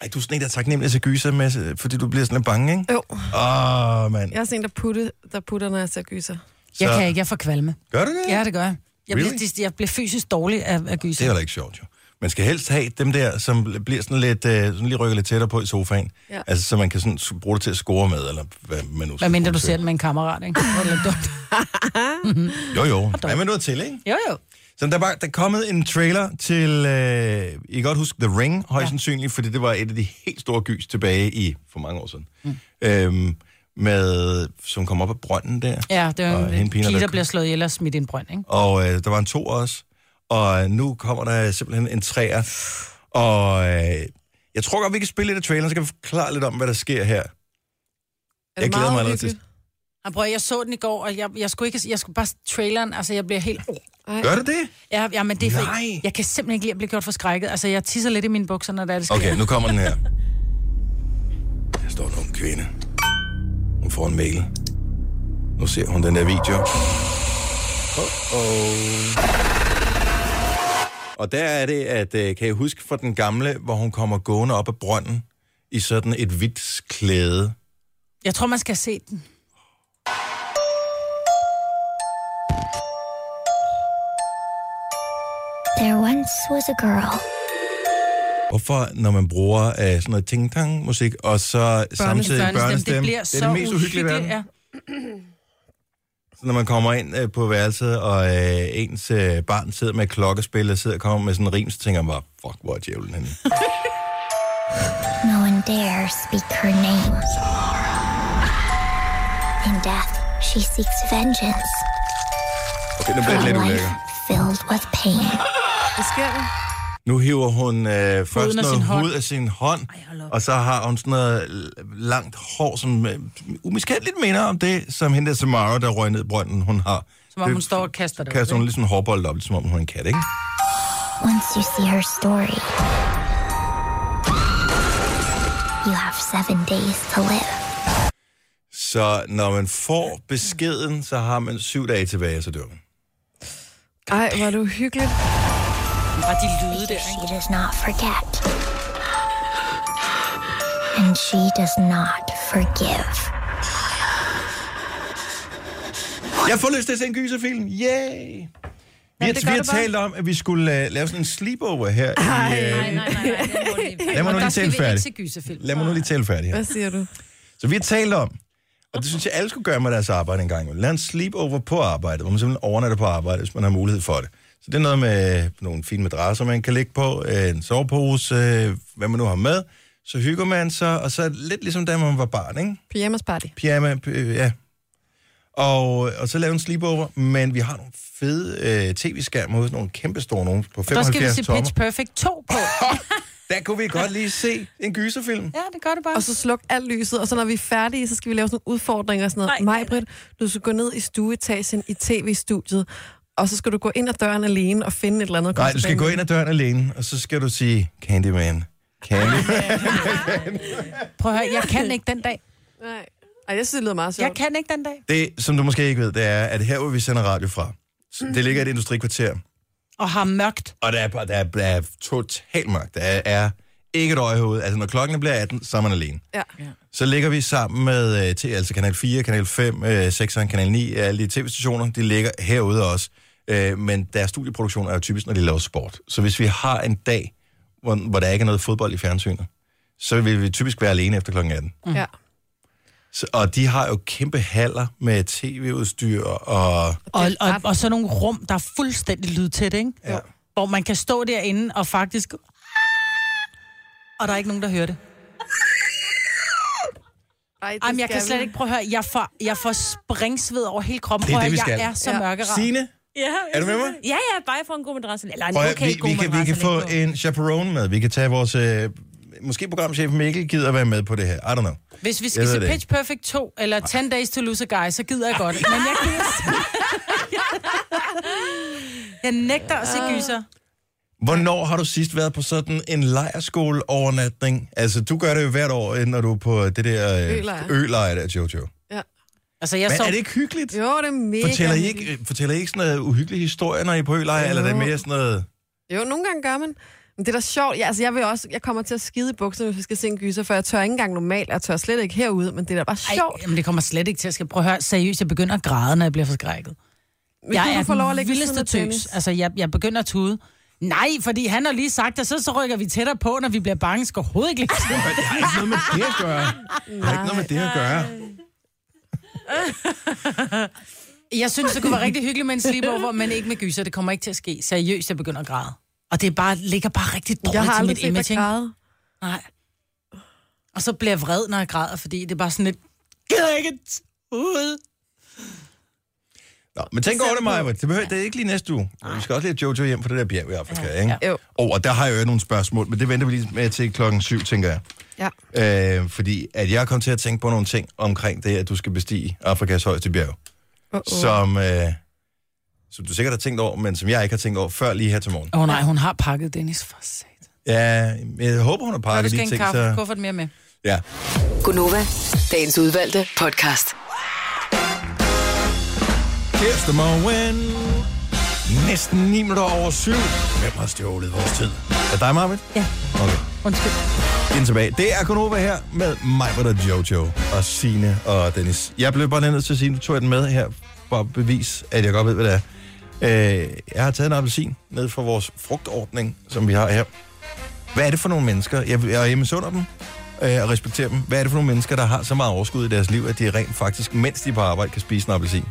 [SPEAKER 1] Ej, du er sådan en, der er taknemmelig til gyser, med, fordi du bliver sådan lidt bange, ikke?
[SPEAKER 2] Jo,
[SPEAKER 1] Åh, oh,
[SPEAKER 2] (laughs)
[SPEAKER 1] mand.
[SPEAKER 2] jeg er sådan en, der, putte, der putter, når jeg ser gyser.
[SPEAKER 3] Jeg
[SPEAKER 1] Så-
[SPEAKER 3] kan ikke, jeg får kvalme.
[SPEAKER 1] Gør du det?
[SPEAKER 3] Ja, det gør jeg. Jeg, really?
[SPEAKER 1] Really?
[SPEAKER 3] bliver, jeg bliver fysisk dårlig af, af
[SPEAKER 1] Det er
[SPEAKER 3] gyser.
[SPEAKER 1] heller ikke sjovt, jo. Man skal helst have dem der, som bliver sådan lidt, øh, sådan lige rykker lidt tættere på i sofaen.
[SPEAKER 2] Ja.
[SPEAKER 1] Altså, så man kan sådan s- bruge det til at score med, eller hvad man nu
[SPEAKER 3] Hvad mindre
[SPEAKER 1] bruge
[SPEAKER 3] du
[SPEAKER 1] til.
[SPEAKER 3] ser den med en kammerat, ikke? Hvor er det lidt
[SPEAKER 1] (laughs)
[SPEAKER 3] dumt.
[SPEAKER 1] Jo, jo. Hvad med noget til, ikke?
[SPEAKER 3] Jo, jo.
[SPEAKER 1] Så der, var, der er kommet en trailer til, øh, I kan godt huske, The Ring, højst ja. sandsynligt, fordi det var et af de helt store gys tilbage i, for mange år siden, mm. øhm, med, som kom op af brønden der.
[SPEAKER 3] Ja, det er
[SPEAKER 1] Og
[SPEAKER 3] jo en
[SPEAKER 1] hende pigen,
[SPEAKER 3] pige,
[SPEAKER 1] der-
[SPEAKER 3] der bliver slået ihjel og smidt i en brønd, ikke?
[SPEAKER 1] Og øh, der var en to også, og øh, nu kommer der simpelthen en træer. Og øh, jeg tror godt, vi kan spille lidt af traileren, så kan vi forklare lidt om, hvad der sker her.
[SPEAKER 2] Er
[SPEAKER 1] Jeg
[SPEAKER 2] det
[SPEAKER 1] glæder
[SPEAKER 2] meget
[SPEAKER 1] mig allerede til-
[SPEAKER 2] uhyggeligt?
[SPEAKER 3] Jeg, prøv, jeg så den i går, og jeg, jeg skulle ikke, jeg skulle bare traileren, altså jeg bliver helt...
[SPEAKER 2] Ej.
[SPEAKER 1] Gør det det?
[SPEAKER 3] Ja, ja men det er fordi,
[SPEAKER 1] Nej.
[SPEAKER 3] jeg kan simpelthen ikke lide at blive gjort for skrækket. Altså, jeg tisser lidt i mine bukser, når det er, det sker.
[SPEAKER 1] Okay, nu kommer den her. Der står en ung kvinde. Hun får en mail. Nu ser hun den der video. Uh-oh. Og der er det, at øh, kan jeg huske fra den gamle, hvor hun kommer gående op ad brønden i sådan et hvidt klæde.
[SPEAKER 3] Jeg tror, man skal se den.
[SPEAKER 9] There once was a girl.
[SPEAKER 1] Hvorfor, når man bruger øh, sådan noget ting-tang-musik, og så samtidig børnestemme,
[SPEAKER 3] Det bliver
[SPEAKER 1] det
[SPEAKER 3] så
[SPEAKER 1] er det mest uhyggelige i
[SPEAKER 3] uhyggeligt,
[SPEAKER 1] verden.
[SPEAKER 3] ja.
[SPEAKER 1] Så når man kommer ind øh, på værelset, og øh, ens øh, barn sidder med et klokkespil, og sidder og kommer med sådan en rim, så tænker man bare, fuck, hvor er djævlen henne?
[SPEAKER 9] No one dare speak her name. In death, she seeks vengeance
[SPEAKER 1] Okay, nu
[SPEAKER 9] for
[SPEAKER 1] bliver
[SPEAKER 9] a
[SPEAKER 1] det lidt
[SPEAKER 9] life
[SPEAKER 1] ulækker.
[SPEAKER 9] filled with pain.
[SPEAKER 2] Hvad sker der?
[SPEAKER 1] Nu hiver hun øh, først
[SPEAKER 3] af sin
[SPEAKER 1] noget
[SPEAKER 3] hånd.
[SPEAKER 1] hud af sin hånd, og så har hun sådan noget l- langt hår, som øh, umiskendeligt minder om det, som hende der Samara, der røg ned i brønden, hun har.
[SPEAKER 3] Som om
[SPEAKER 1] Det
[SPEAKER 3] hun står og kaster det.
[SPEAKER 1] Kaster
[SPEAKER 3] op,
[SPEAKER 1] hun lidt sådan en hårbold op, som om hun er en kat, ikke?
[SPEAKER 9] Once you see her story, you have seven days to live.
[SPEAKER 1] Så når man får beskeden, så har man syv dage tilbage, så dør man.
[SPEAKER 2] Ej, hvor er det uhyggeligt.
[SPEAKER 3] ikke? Bare de lyde der, ikke?
[SPEAKER 9] She does not forget. And she does not forgive.
[SPEAKER 1] Jeg får lyst til at se en gyserfilm. Yay! Vi, har,
[SPEAKER 2] det
[SPEAKER 1] vi
[SPEAKER 2] gør
[SPEAKER 1] har
[SPEAKER 2] du bare.
[SPEAKER 1] talt om, at vi skulle uh, lave sådan en sleepover her. Ej, i, uh,
[SPEAKER 4] Nej, nej, nej, nej, det må det ikke.
[SPEAKER 3] (laughs)
[SPEAKER 1] lad mig nu
[SPEAKER 3] Og der
[SPEAKER 1] lige
[SPEAKER 3] skal
[SPEAKER 1] tale
[SPEAKER 3] vi ikke
[SPEAKER 1] færdig.
[SPEAKER 3] se gyserfilm.
[SPEAKER 1] Lad mig nu lige tale færdig her.
[SPEAKER 2] Hvad siger du?
[SPEAKER 1] Så vi har talt om, og det synes jeg, alle skulle gøre med deres arbejde en gang. imellem. Lad en sleepover på arbejdet, hvor man simpelthen overnatter på arbejde, hvis man har mulighed for det. Så det er noget med nogle fine madrasser, man kan ligge på, øh, en sovepose, øh, hvad man nu har med. Så hygger man sig, og så er det lidt ligesom da man var barn, ikke?
[SPEAKER 2] Pyjamas party.
[SPEAKER 1] pyjama, p- øh, ja. Og, og så lave en sleepover, men vi har nogle fede øh, tv-skærme ude, sådan nogle kæmpe store nogle på
[SPEAKER 3] Der skal vi
[SPEAKER 1] 75
[SPEAKER 3] se
[SPEAKER 1] tommer.
[SPEAKER 3] Pitch Perfect 2 på.
[SPEAKER 1] Der kunne vi godt lige se en gyserfilm.
[SPEAKER 3] Ja, det gør det bare.
[SPEAKER 2] Og så sluk alt lyset, og så når vi er færdige, så skal vi lave sådan nogle udfordringer og sådan noget.
[SPEAKER 4] Nej.
[SPEAKER 2] Maj, Britt, du skal gå ned i stueetagen i tv-studiet, og så skal du gå ind ad døren alene og finde et eller andet. og komme
[SPEAKER 1] Nej, du skal
[SPEAKER 2] tilbage
[SPEAKER 1] gå
[SPEAKER 2] med.
[SPEAKER 1] ind ad døren alene, og så skal du sige Candyman. Candy.
[SPEAKER 3] Prøv at høre, jeg kan ikke den dag.
[SPEAKER 2] Nej. Ej, jeg synes, det lyder meget sjovt.
[SPEAKER 3] Jeg kan ikke den dag.
[SPEAKER 1] Det, som du måske ikke ved, det er, at her, hvor vi sender radio fra, så- det
[SPEAKER 2] Mhm.
[SPEAKER 1] ligger i et industrikvarter,
[SPEAKER 3] Og har mørkt.
[SPEAKER 1] og der er, bare- der er, der er total mørkt. Der er, er ikke et øje herude. Altså, når klokken bliver 18, så er man alene.
[SPEAKER 2] Ja.
[SPEAKER 1] Så ligger vi sammen med øh, til, altså Kanal 4, Kanal 5, øh, 6, Kanal 9, alle de tv-stationer, de ligger herude også. Øh, men deres studieproduktion er jo typisk, når de laver sport. Så hvis vi har en dag, hvor, hvor der ikke er noget fodbold i fjernsynet, så vil vi typisk være alene efter kl. 18.
[SPEAKER 2] ja.
[SPEAKER 1] Så, og de har jo kæmpe haller med tv-udstyr, og
[SPEAKER 3] Og, og, og så nogle rum, der er fuldstændig lydtæt, ikke? Ja. Hvor man kan stå derinde og faktisk... Og der er ikke nogen, der hører det.
[SPEAKER 2] Ej, det
[SPEAKER 3] Jamen, jeg
[SPEAKER 2] skal
[SPEAKER 3] kan
[SPEAKER 2] vi.
[SPEAKER 3] slet ikke prøve at høre. Jeg får, jeg får springsved over hele kroppen.
[SPEAKER 1] Det er
[SPEAKER 3] Prøv at
[SPEAKER 1] det, vi
[SPEAKER 3] høre,
[SPEAKER 1] skal.
[SPEAKER 3] Jeg er så
[SPEAKER 2] Ja.
[SPEAKER 3] mørkeret.
[SPEAKER 1] Signe,
[SPEAKER 4] Ja,
[SPEAKER 1] Er du med mig?
[SPEAKER 4] Ja, ja, bare for en god madras. Eller en
[SPEAKER 1] Prøv,
[SPEAKER 4] okay
[SPEAKER 1] okay, vi,
[SPEAKER 4] god
[SPEAKER 1] vi, kan, vi
[SPEAKER 4] madras,
[SPEAKER 1] kan
[SPEAKER 4] eller
[SPEAKER 1] få
[SPEAKER 4] en god.
[SPEAKER 1] en chaperone med. Vi kan tage vores... Øh, måske programchef Mikkel gider være med på det her. I don't know.
[SPEAKER 3] Hvis vi
[SPEAKER 1] Jeg
[SPEAKER 3] skal
[SPEAKER 1] ved
[SPEAKER 3] se
[SPEAKER 1] det
[SPEAKER 3] Pitch Perfect 2 eller 10 Days to Lose a Guy, så gider jeg
[SPEAKER 1] (laughs)
[SPEAKER 3] godt. Men jeg gider (laughs) Jeg nægter at se gyser.
[SPEAKER 1] Hvornår har du sidst været på sådan en lejerskoleovernatning? Altså, du gør det jo hvert år, øh, når du er på det der øh,
[SPEAKER 2] Ølejr.
[SPEAKER 1] ølejr der, Jojo.
[SPEAKER 2] Ja.
[SPEAKER 3] Altså, jeg
[SPEAKER 1] Men
[SPEAKER 3] sov...
[SPEAKER 1] er det ikke
[SPEAKER 2] Jo,
[SPEAKER 1] hyggeligt?
[SPEAKER 2] det er mega
[SPEAKER 1] Fortæller I,
[SPEAKER 2] hyggeligt.
[SPEAKER 1] ikke, øh, fortæller I ikke sådan noget uhyggelige historier, når I er på ølejr, eller er det mere sådan noget...
[SPEAKER 2] Jo, nogle gange gør man. Men det er da sjovt. Ja, altså, jeg, vil også, jeg kommer til at skide i bukserne, hvis jeg skal se en gyser, for jeg tør ikke engang normalt. Jeg tør slet ikke herude, men det er da bare sjovt.
[SPEAKER 3] Ej, jamen, det kommer slet ikke til. Jeg skal prøve at høre seriøst. Jeg begynder at græde, når jeg bliver forskrækket.
[SPEAKER 2] Hvis
[SPEAKER 3] jeg
[SPEAKER 2] du
[SPEAKER 3] er
[SPEAKER 2] kunne få lov at
[SPEAKER 3] den
[SPEAKER 2] ligge ved
[SPEAKER 3] vildeste
[SPEAKER 2] siden af
[SPEAKER 3] tøs.
[SPEAKER 2] Dennis.
[SPEAKER 3] Altså, jeg, jeg begynder at tude. Nej, fordi han har lige sagt det, så, så rykker vi tættere på, når vi bliver bange. Skal overhovedet ikke ligge sådan.
[SPEAKER 1] Det har ikke noget med det at gøre. Det har ikke noget med det at gøre.
[SPEAKER 3] Jeg synes, det kunne være rigtig hyggeligt med en sleepover, men ikke med gyser. Det kommer ikke til at ske. Seriøst, jeg begynder at græde. Og det er bare, ligger bare rigtig dårligt
[SPEAKER 2] Jeg har
[SPEAKER 3] til
[SPEAKER 2] aldrig
[SPEAKER 3] mit
[SPEAKER 2] set dig
[SPEAKER 3] imaging.
[SPEAKER 2] græde.
[SPEAKER 3] Nej. Og så bliver jeg vred, når jeg græder, fordi det er bare sådan lidt... Gider ikke ud.
[SPEAKER 1] Nå, men tænk over det, Maja. Det, behøver, det er ikke lige næste uge. Vi skal også lige have Jojo hjem fra det der bjerg i Afrika, ikke?
[SPEAKER 2] Jo.
[SPEAKER 1] Oh, og der har jeg jo nogle spørgsmål, men det venter vi lige med til klokken syv, tænker jeg.
[SPEAKER 2] Ja.
[SPEAKER 1] Øh, fordi at jeg kom til at tænke på nogle ting omkring det, at du skal bestige Afrikas højeste bjerg, uh-uh.
[SPEAKER 2] Uh-oh.
[SPEAKER 1] som, øh, som du sikkert har tænkt over, men som jeg ikke har tænkt over før lige her til morgen.
[SPEAKER 3] Åh oh, nej, hun har pakket Dennis for sat.
[SPEAKER 1] Ja, jeg håber, hun har
[SPEAKER 3] Og du
[SPEAKER 1] pakket
[SPEAKER 3] skal
[SPEAKER 1] de
[SPEAKER 3] en
[SPEAKER 1] ting.
[SPEAKER 3] kaffe,
[SPEAKER 1] Så,
[SPEAKER 3] kuffert mere med.
[SPEAKER 1] ja.
[SPEAKER 8] Gunova, dagens udvalgte podcast.
[SPEAKER 1] Here's the morgen. Næsten 9 minutter over syv. Hvem har stjålet vores tid? Er det dig, Marvind?
[SPEAKER 3] Ja.
[SPEAKER 1] Okay.
[SPEAKER 3] Undskyld.
[SPEAKER 1] Ind tilbage. Det er Konoba her med mig, hvor der Jojo og Sine og Dennis. Jeg blev bare lige nødt til at sige, nu tog jeg den med her for at bevise, at jeg godt ved, hvad det er. Øh, jeg har taget en appelsin ned fra vores frugtordning, som vi har her. Hvad er det for nogle mennesker? Jeg, jeg er misunder dem øh, og respekterer dem. Hvad er det for nogle mennesker, der har så meget overskud i deres liv, at de rent faktisk, mens de er på arbejde, kan spise en appelsin?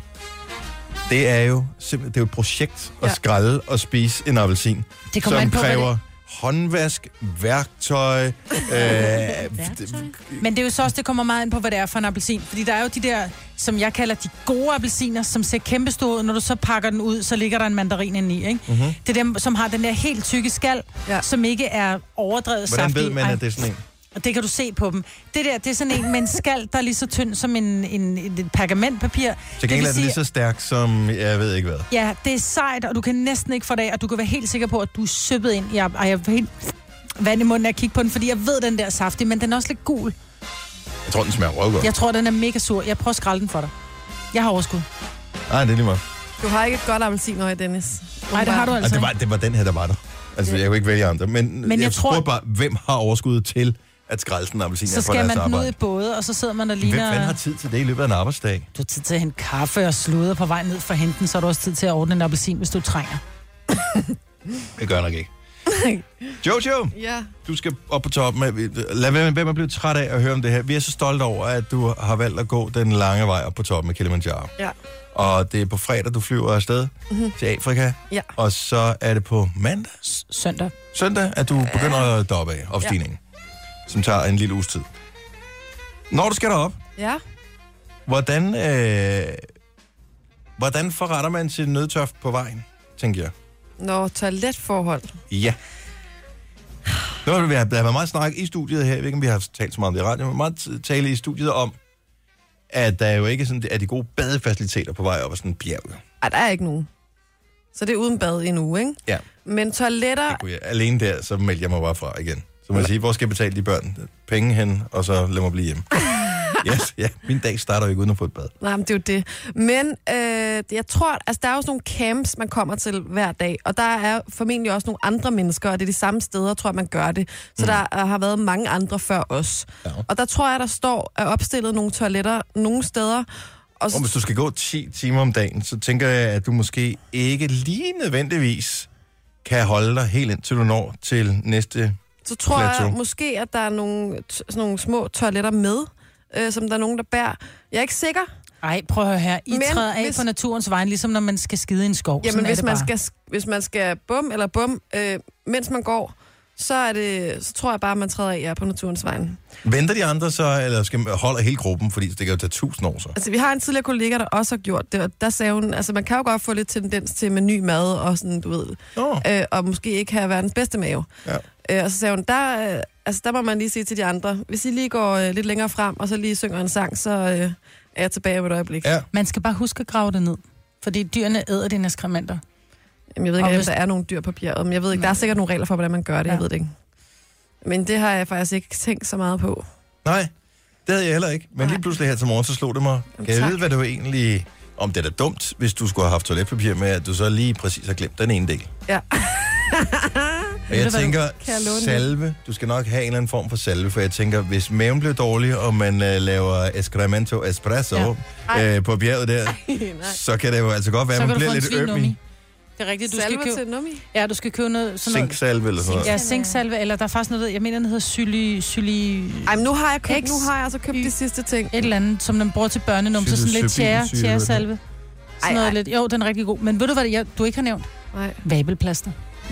[SPEAKER 1] Det er jo simpelthen det er jo et projekt at
[SPEAKER 2] Ja.
[SPEAKER 1] skrælle og spise en appelsin
[SPEAKER 3] Det kommer
[SPEAKER 1] som
[SPEAKER 3] an på, hvad det-
[SPEAKER 1] kræver håndvask, værktøj,
[SPEAKER 3] (laughs)
[SPEAKER 1] øh, værktøj?
[SPEAKER 3] Men det er jo så også, det kommer meget ind på, hvad det er for en appelsin. Fordi der er jo de der, som jeg kalder de gode appelsiner, som ser kæmpestore ud. Når du så pakker den ud, så ligger der en mandarin indeni, ikke?
[SPEAKER 1] Mhm.
[SPEAKER 3] Mm-hmm. Det er dem, som har den der helt tykke skal,
[SPEAKER 2] Ja.
[SPEAKER 3] ja. som ikke er overdrevet
[SPEAKER 1] Hvordan
[SPEAKER 3] saftig.
[SPEAKER 1] ved man,
[SPEAKER 3] Ej,
[SPEAKER 1] at det er sådan en?
[SPEAKER 3] Og det kan du se på dem. Det der, det er sådan en med en skal, der er lige så tynd som en, en, en et pergamentpapir.
[SPEAKER 1] Til
[SPEAKER 3] vil
[SPEAKER 1] gengæld er den
[SPEAKER 3] sige-
[SPEAKER 1] lige så stærk som, jeg ved ikke hvad.
[SPEAKER 3] Ja, det er sejt, og du kan næsten ikke få det af, og du kan være helt sikker på, at du er søppet ind. Jeg, ej, jeg får helt vand i munden af at kigge på den, fordi jeg ved, den der er saftig, men den er også lidt gul.
[SPEAKER 1] Jeg tror, den smager røvgodt.
[SPEAKER 3] Jeg tror, den er mega sur. Jeg prøver at skralde den for dig. Jeg har overskud.
[SPEAKER 1] Nej, det er lige meget.
[SPEAKER 2] Du har ikke et godt appelsinøje, Dennis.
[SPEAKER 3] Nej, det har du
[SPEAKER 1] Altså,
[SPEAKER 3] altså
[SPEAKER 1] det,
[SPEAKER 3] ikke.
[SPEAKER 1] var, det var den her, der var der. Altså, jeg kunne ikke vælge andre. Men, men jeg,
[SPEAKER 3] jeg tror-
[SPEAKER 1] tror bare, hvem har overskud til at skrælle sådan en appelsin
[SPEAKER 3] Så
[SPEAKER 1] af fra
[SPEAKER 3] skal
[SPEAKER 1] deres
[SPEAKER 3] man den ud
[SPEAKER 1] arbejde?
[SPEAKER 3] i både, og så sidder man og
[SPEAKER 1] Hvem
[SPEAKER 3] ligner...
[SPEAKER 1] fanden har tid til det i løbet af en arbejdsdag?
[SPEAKER 3] Du har tid til at hente kaffe og sluder på vej ned for at hente den, så har du også tid til at ordne en appelsin, hvis du trænger.
[SPEAKER 1] Det gør jeg nok ikke. Jojo,
[SPEAKER 2] Ja.
[SPEAKER 1] du skal op på toppen. af- Lad være med, hvem er blevet træt af at høre om det her. Vi er så stolte over, at du har valgt at gå den lange vej op på toppen af Kilimanjaro.
[SPEAKER 2] Ja.
[SPEAKER 1] Og det er på fredag, du flyver afsted
[SPEAKER 2] Mhm.
[SPEAKER 1] mm-hmm. til Afrika.
[SPEAKER 2] Mm. Ja.
[SPEAKER 1] Og så er det på mandag,
[SPEAKER 3] S- Søndag.
[SPEAKER 1] søndag, at du begynder at doppe af opstigningen. Ja. Som tager en lille uges tid. Når du skal derop,
[SPEAKER 2] Ja.
[SPEAKER 1] hvordan, øh, hvordan forretter man sin nødtørft på vejen, tænker jeg?
[SPEAKER 2] Nå, toiletforhold.
[SPEAKER 1] Ja. Nu har vi haft- der har været meget snak i studiet her. Jeg ved ikke, om vi har talt så meget om det i radioen, men meget tale i studiet om, at der jo ikke sådan, er de gode badefaciliteter på vej op ad sådan en bjerg.
[SPEAKER 2] Ej, der er ikke nogen. Så det er uden bad endnu, ikke?
[SPEAKER 1] Ja.
[SPEAKER 2] Men toiletter...
[SPEAKER 1] Det kunne jeg, alene der, så melder jeg mig bare fra igen. Så må jeg sige, hvor skal jeg betale de børn penge hen, og så lad mig blive
[SPEAKER 2] (laughs)
[SPEAKER 1] hjemme. Yes, ja. Min dag starter jo ikke uden at få et bad.
[SPEAKER 2] Nej, men det er jo det. Men øh, jeg tror, altså der er jo sådan nogle camps, man kommer til hver dag, og der er formentlig også nogle andre mennesker, og det er de samme steder, tror jeg, man gør det. Så mm. der øh, har været mange andre før os. Ja. Og der tror jeg, der står er opstillet nogle toiletter nogle steder, og
[SPEAKER 1] Og
[SPEAKER 2] så,
[SPEAKER 1] hvis du skal gå 10 timer om dagen, så tænker jeg, at du måske ikke lige nødvendigvis kan holde dig helt indtil du når til næste...
[SPEAKER 2] så tror jeg
[SPEAKER 1] plateau.
[SPEAKER 2] måske, at der er nogle, t- sådan nogle små toiletter med, øh, som der er nogen, der bærer. Jeg er ikke sikker,
[SPEAKER 3] Ej, prøv at høre her. I
[SPEAKER 2] Men
[SPEAKER 3] men træder af
[SPEAKER 2] hvis-
[SPEAKER 3] hvis... på naturens vejen, ligesom når man skal skide i en skov.
[SPEAKER 2] Jamen, (laughs)
[SPEAKER 3] Sådan er
[SPEAKER 2] hvis
[SPEAKER 3] det
[SPEAKER 2] man,
[SPEAKER 3] bare.
[SPEAKER 2] skal, hvis man skal bum eller bum, øh, mens man går, så, er det, så tror jeg bare, at man træder af jer på naturens vej.
[SPEAKER 1] Venter de andre så, eller skal, holder hele gruppen, fordi det kan jo tage tusind år så?
[SPEAKER 2] (laughs) Altså, vi har en tidligere kollega, der også har gjort det, og der sagde hun, altså man kan jo godt få lidt tendens til med ny mad og sådan, du ved,
[SPEAKER 1] Nå.
[SPEAKER 2] øh, og måske ikke have verdens bedste mave.
[SPEAKER 1] Ja.
[SPEAKER 2] Øh, og så sagde hun, der, øh, altså, der må man lige sige til de andre, hvis I lige går øh, lidt længere frem, og så lige synger en sang, så øh, er jeg tilbage om et øjeblik.
[SPEAKER 1] Ja.
[SPEAKER 3] Man skal bare huske at grave det ned. Fordi dyrene æder dine skrementer.
[SPEAKER 2] Jamen, jeg ved
[SPEAKER 3] Og
[SPEAKER 2] ikke, om
[SPEAKER 3] hvis-
[SPEAKER 2] der er nogle dyr på bjerget, men jeg ved ikke, der er sikkert nogle regler for, hvordan man gør det, jeg
[SPEAKER 3] Ja.
[SPEAKER 2] ved det ikke. Men det har jeg faktisk ikke tænkt så meget på.
[SPEAKER 1] Nej, det havde jeg heller ikke. Men lige pludselig her til morgen, så slog det mig. Kan jeg
[SPEAKER 2] tak.
[SPEAKER 1] vide, hvad det var egentlig... Om det er da dumt, hvis du skulle have haft toiletpapir med, at du så lige præcis har glemt den ene del.
[SPEAKER 2] Ja.
[SPEAKER 1] Og jeg
[SPEAKER 3] du, hvad du-
[SPEAKER 1] tænker,
[SPEAKER 2] jeg låne den?
[SPEAKER 1] salve, du skal nok have en eller anden form for salve, for jeg tænker, hvis maven bliver dårlig, og man øh, laver Escramento Espresso ja.
[SPEAKER 2] Ej.
[SPEAKER 1] øh, på bjerget der, så kan det jo altså godt være,
[SPEAKER 3] så
[SPEAKER 1] at
[SPEAKER 3] kan
[SPEAKER 1] man
[SPEAKER 3] du
[SPEAKER 1] bliver
[SPEAKER 3] få en
[SPEAKER 1] lidt øm
[SPEAKER 3] svinummi.
[SPEAKER 1] i
[SPEAKER 3] Det er rigtigt, du
[SPEAKER 2] Salver
[SPEAKER 3] skal
[SPEAKER 2] til
[SPEAKER 3] købe...
[SPEAKER 2] nummi.
[SPEAKER 3] Ja, du skal købe noget... Sådan noget
[SPEAKER 1] zinksalve eller sådan noget.
[SPEAKER 3] Ja, zinksalve, eller der er faktisk noget, jeg mener, den hedder syli, syli,
[SPEAKER 2] Ej, men nu har jeg købt,
[SPEAKER 3] X.
[SPEAKER 2] nu har jeg altså købt
[SPEAKER 3] Y.
[SPEAKER 2] de sidste ting.
[SPEAKER 3] et eller andet, som man bruger til børnenum, så sådan lidt
[SPEAKER 1] Psilocybin
[SPEAKER 3] tjære,
[SPEAKER 1] syre,
[SPEAKER 3] tjæresalve.
[SPEAKER 2] Ej,
[SPEAKER 3] Sådan noget
[SPEAKER 2] ej.
[SPEAKER 3] lidt. Jo, den er rigtig god. Men ved du, hvad det, jeg, du ikke har nævnt?
[SPEAKER 2] Nej.
[SPEAKER 3] Vabelplaster.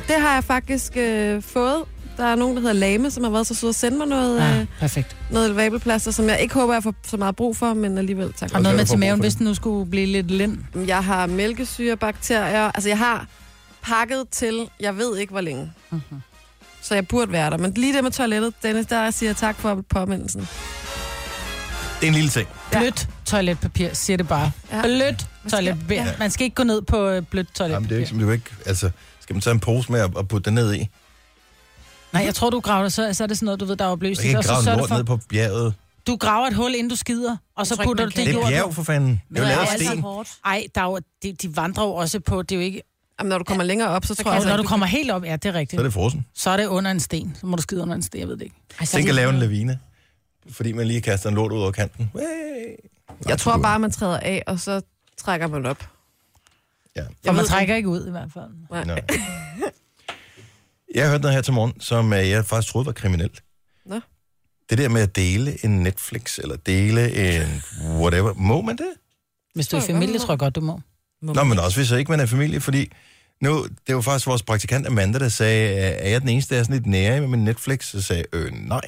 [SPEAKER 2] Det har jeg faktisk øh, fået. Der er nogen, der hedder Lame, som har været så sød at sende mig noget,
[SPEAKER 3] Ja,
[SPEAKER 2] øh,
[SPEAKER 3] Ah, perfekt.
[SPEAKER 2] noget valbeplaster, som jeg ikke håber, jeg får så meget brug for, men alligevel tak.
[SPEAKER 3] Har du noget
[SPEAKER 1] hvad
[SPEAKER 3] med
[SPEAKER 1] får
[SPEAKER 3] til
[SPEAKER 1] brug for
[SPEAKER 3] maven,
[SPEAKER 1] det?
[SPEAKER 3] hvis den nu skulle blive lidt lind?
[SPEAKER 2] Jeg har mælkesyrebakterier. Altså, jeg har pakket til, jeg ved ikke, hvor længe.
[SPEAKER 3] Mhm.
[SPEAKER 2] Så jeg burde være der. Men lige det med toilettet, Dennis, der siger jeg tak for påmindelsen.
[SPEAKER 1] Det er en lille ting.
[SPEAKER 3] Blødt toiletpapir, siger det bare.
[SPEAKER 2] Ja.
[SPEAKER 3] Blødt toiletpapir.
[SPEAKER 2] Ja.
[SPEAKER 3] Man skal ikke gå ned på øh, blødt
[SPEAKER 1] Jamen, det er
[SPEAKER 3] toiletpapir.
[SPEAKER 1] jo ikke, som det er jo ikke, altså, skal man tage en pose med og- og putte den ned i?
[SPEAKER 3] Nej, jeg tror, du graver det, så, så er det sådan noget, du ved, der er
[SPEAKER 1] Man
[SPEAKER 3] opløst.
[SPEAKER 1] kan ikke
[SPEAKER 3] Og så
[SPEAKER 1] grave en
[SPEAKER 3] sørger du
[SPEAKER 1] lort ned på bjerget.
[SPEAKER 3] Du graver et hul, inden du skider, og så
[SPEAKER 4] tror ikke,
[SPEAKER 3] putter
[SPEAKER 4] man
[SPEAKER 3] du
[SPEAKER 4] kan.
[SPEAKER 3] det i
[SPEAKER 1] Det er
[SPEAKER 3] jorden.
[SPEAKER 1] bjerg for fanden. Det er
[SPEAKER 3] Men
[SPEAKER 1] jo lavet af
[SPEAKER 3] altså-
[SPEAKER 1] sten.
[SPEAKER 4] hårdt.
[SPEAKER 3] Ej, der er jo, de, de vandrer jo også på, det er jo ikke...
[SPEAKER 2] Jamen, når du kommer længere op, så, så tror jeg...
[SPEAKER 3] Altså, når
[SPEAKER 2] altså,
[SPEAKER 3] du kommer helt op, ja, det er
[SPEAKER 1] Så er
[SPEAKER 3] rigtigt.
[SPEAKER 1] det frossen.
[SPEAKER 3] Så er det under en sten. Så må du skide under en sten, jeg ved det ikke.
[SPEAKER 4] Altså,
[SPEAKER 1] Tænk at lave en lavine, fordi man lige kaster en lort ud over kanten. Hey.
[SPEAKER 2] Jeg tror bare, man træder af, og så trækker man op.
[SPEAKER 1] Ja.
[SPEAKER 3] For man
[SPEAKER 2] ved det.
[SPEAKER 3] trækker ikke ud i hvert fald.
[SPEAKER 1] Nå. Jeg hørte noget her til morgen, som øh, jeg faktisk troede var kriminelt.
[SPEAKER 2] Nå.
[SPEAKER 1] Det der med at dele en Netflix, eller dele en whatever. Må man det?
[SPEAKER 3] Hvis du er i familie, tror jeg godt, du må.
[SPEAKER 1] Nå, men også hvis så ikke man er familie, fordi nu, det var faktisk vores praktikant Amanda, der sagde, øh, er jeg den eneste, der er sådan lidt nære med min Netflix? Så sagde jeg, øh, nej.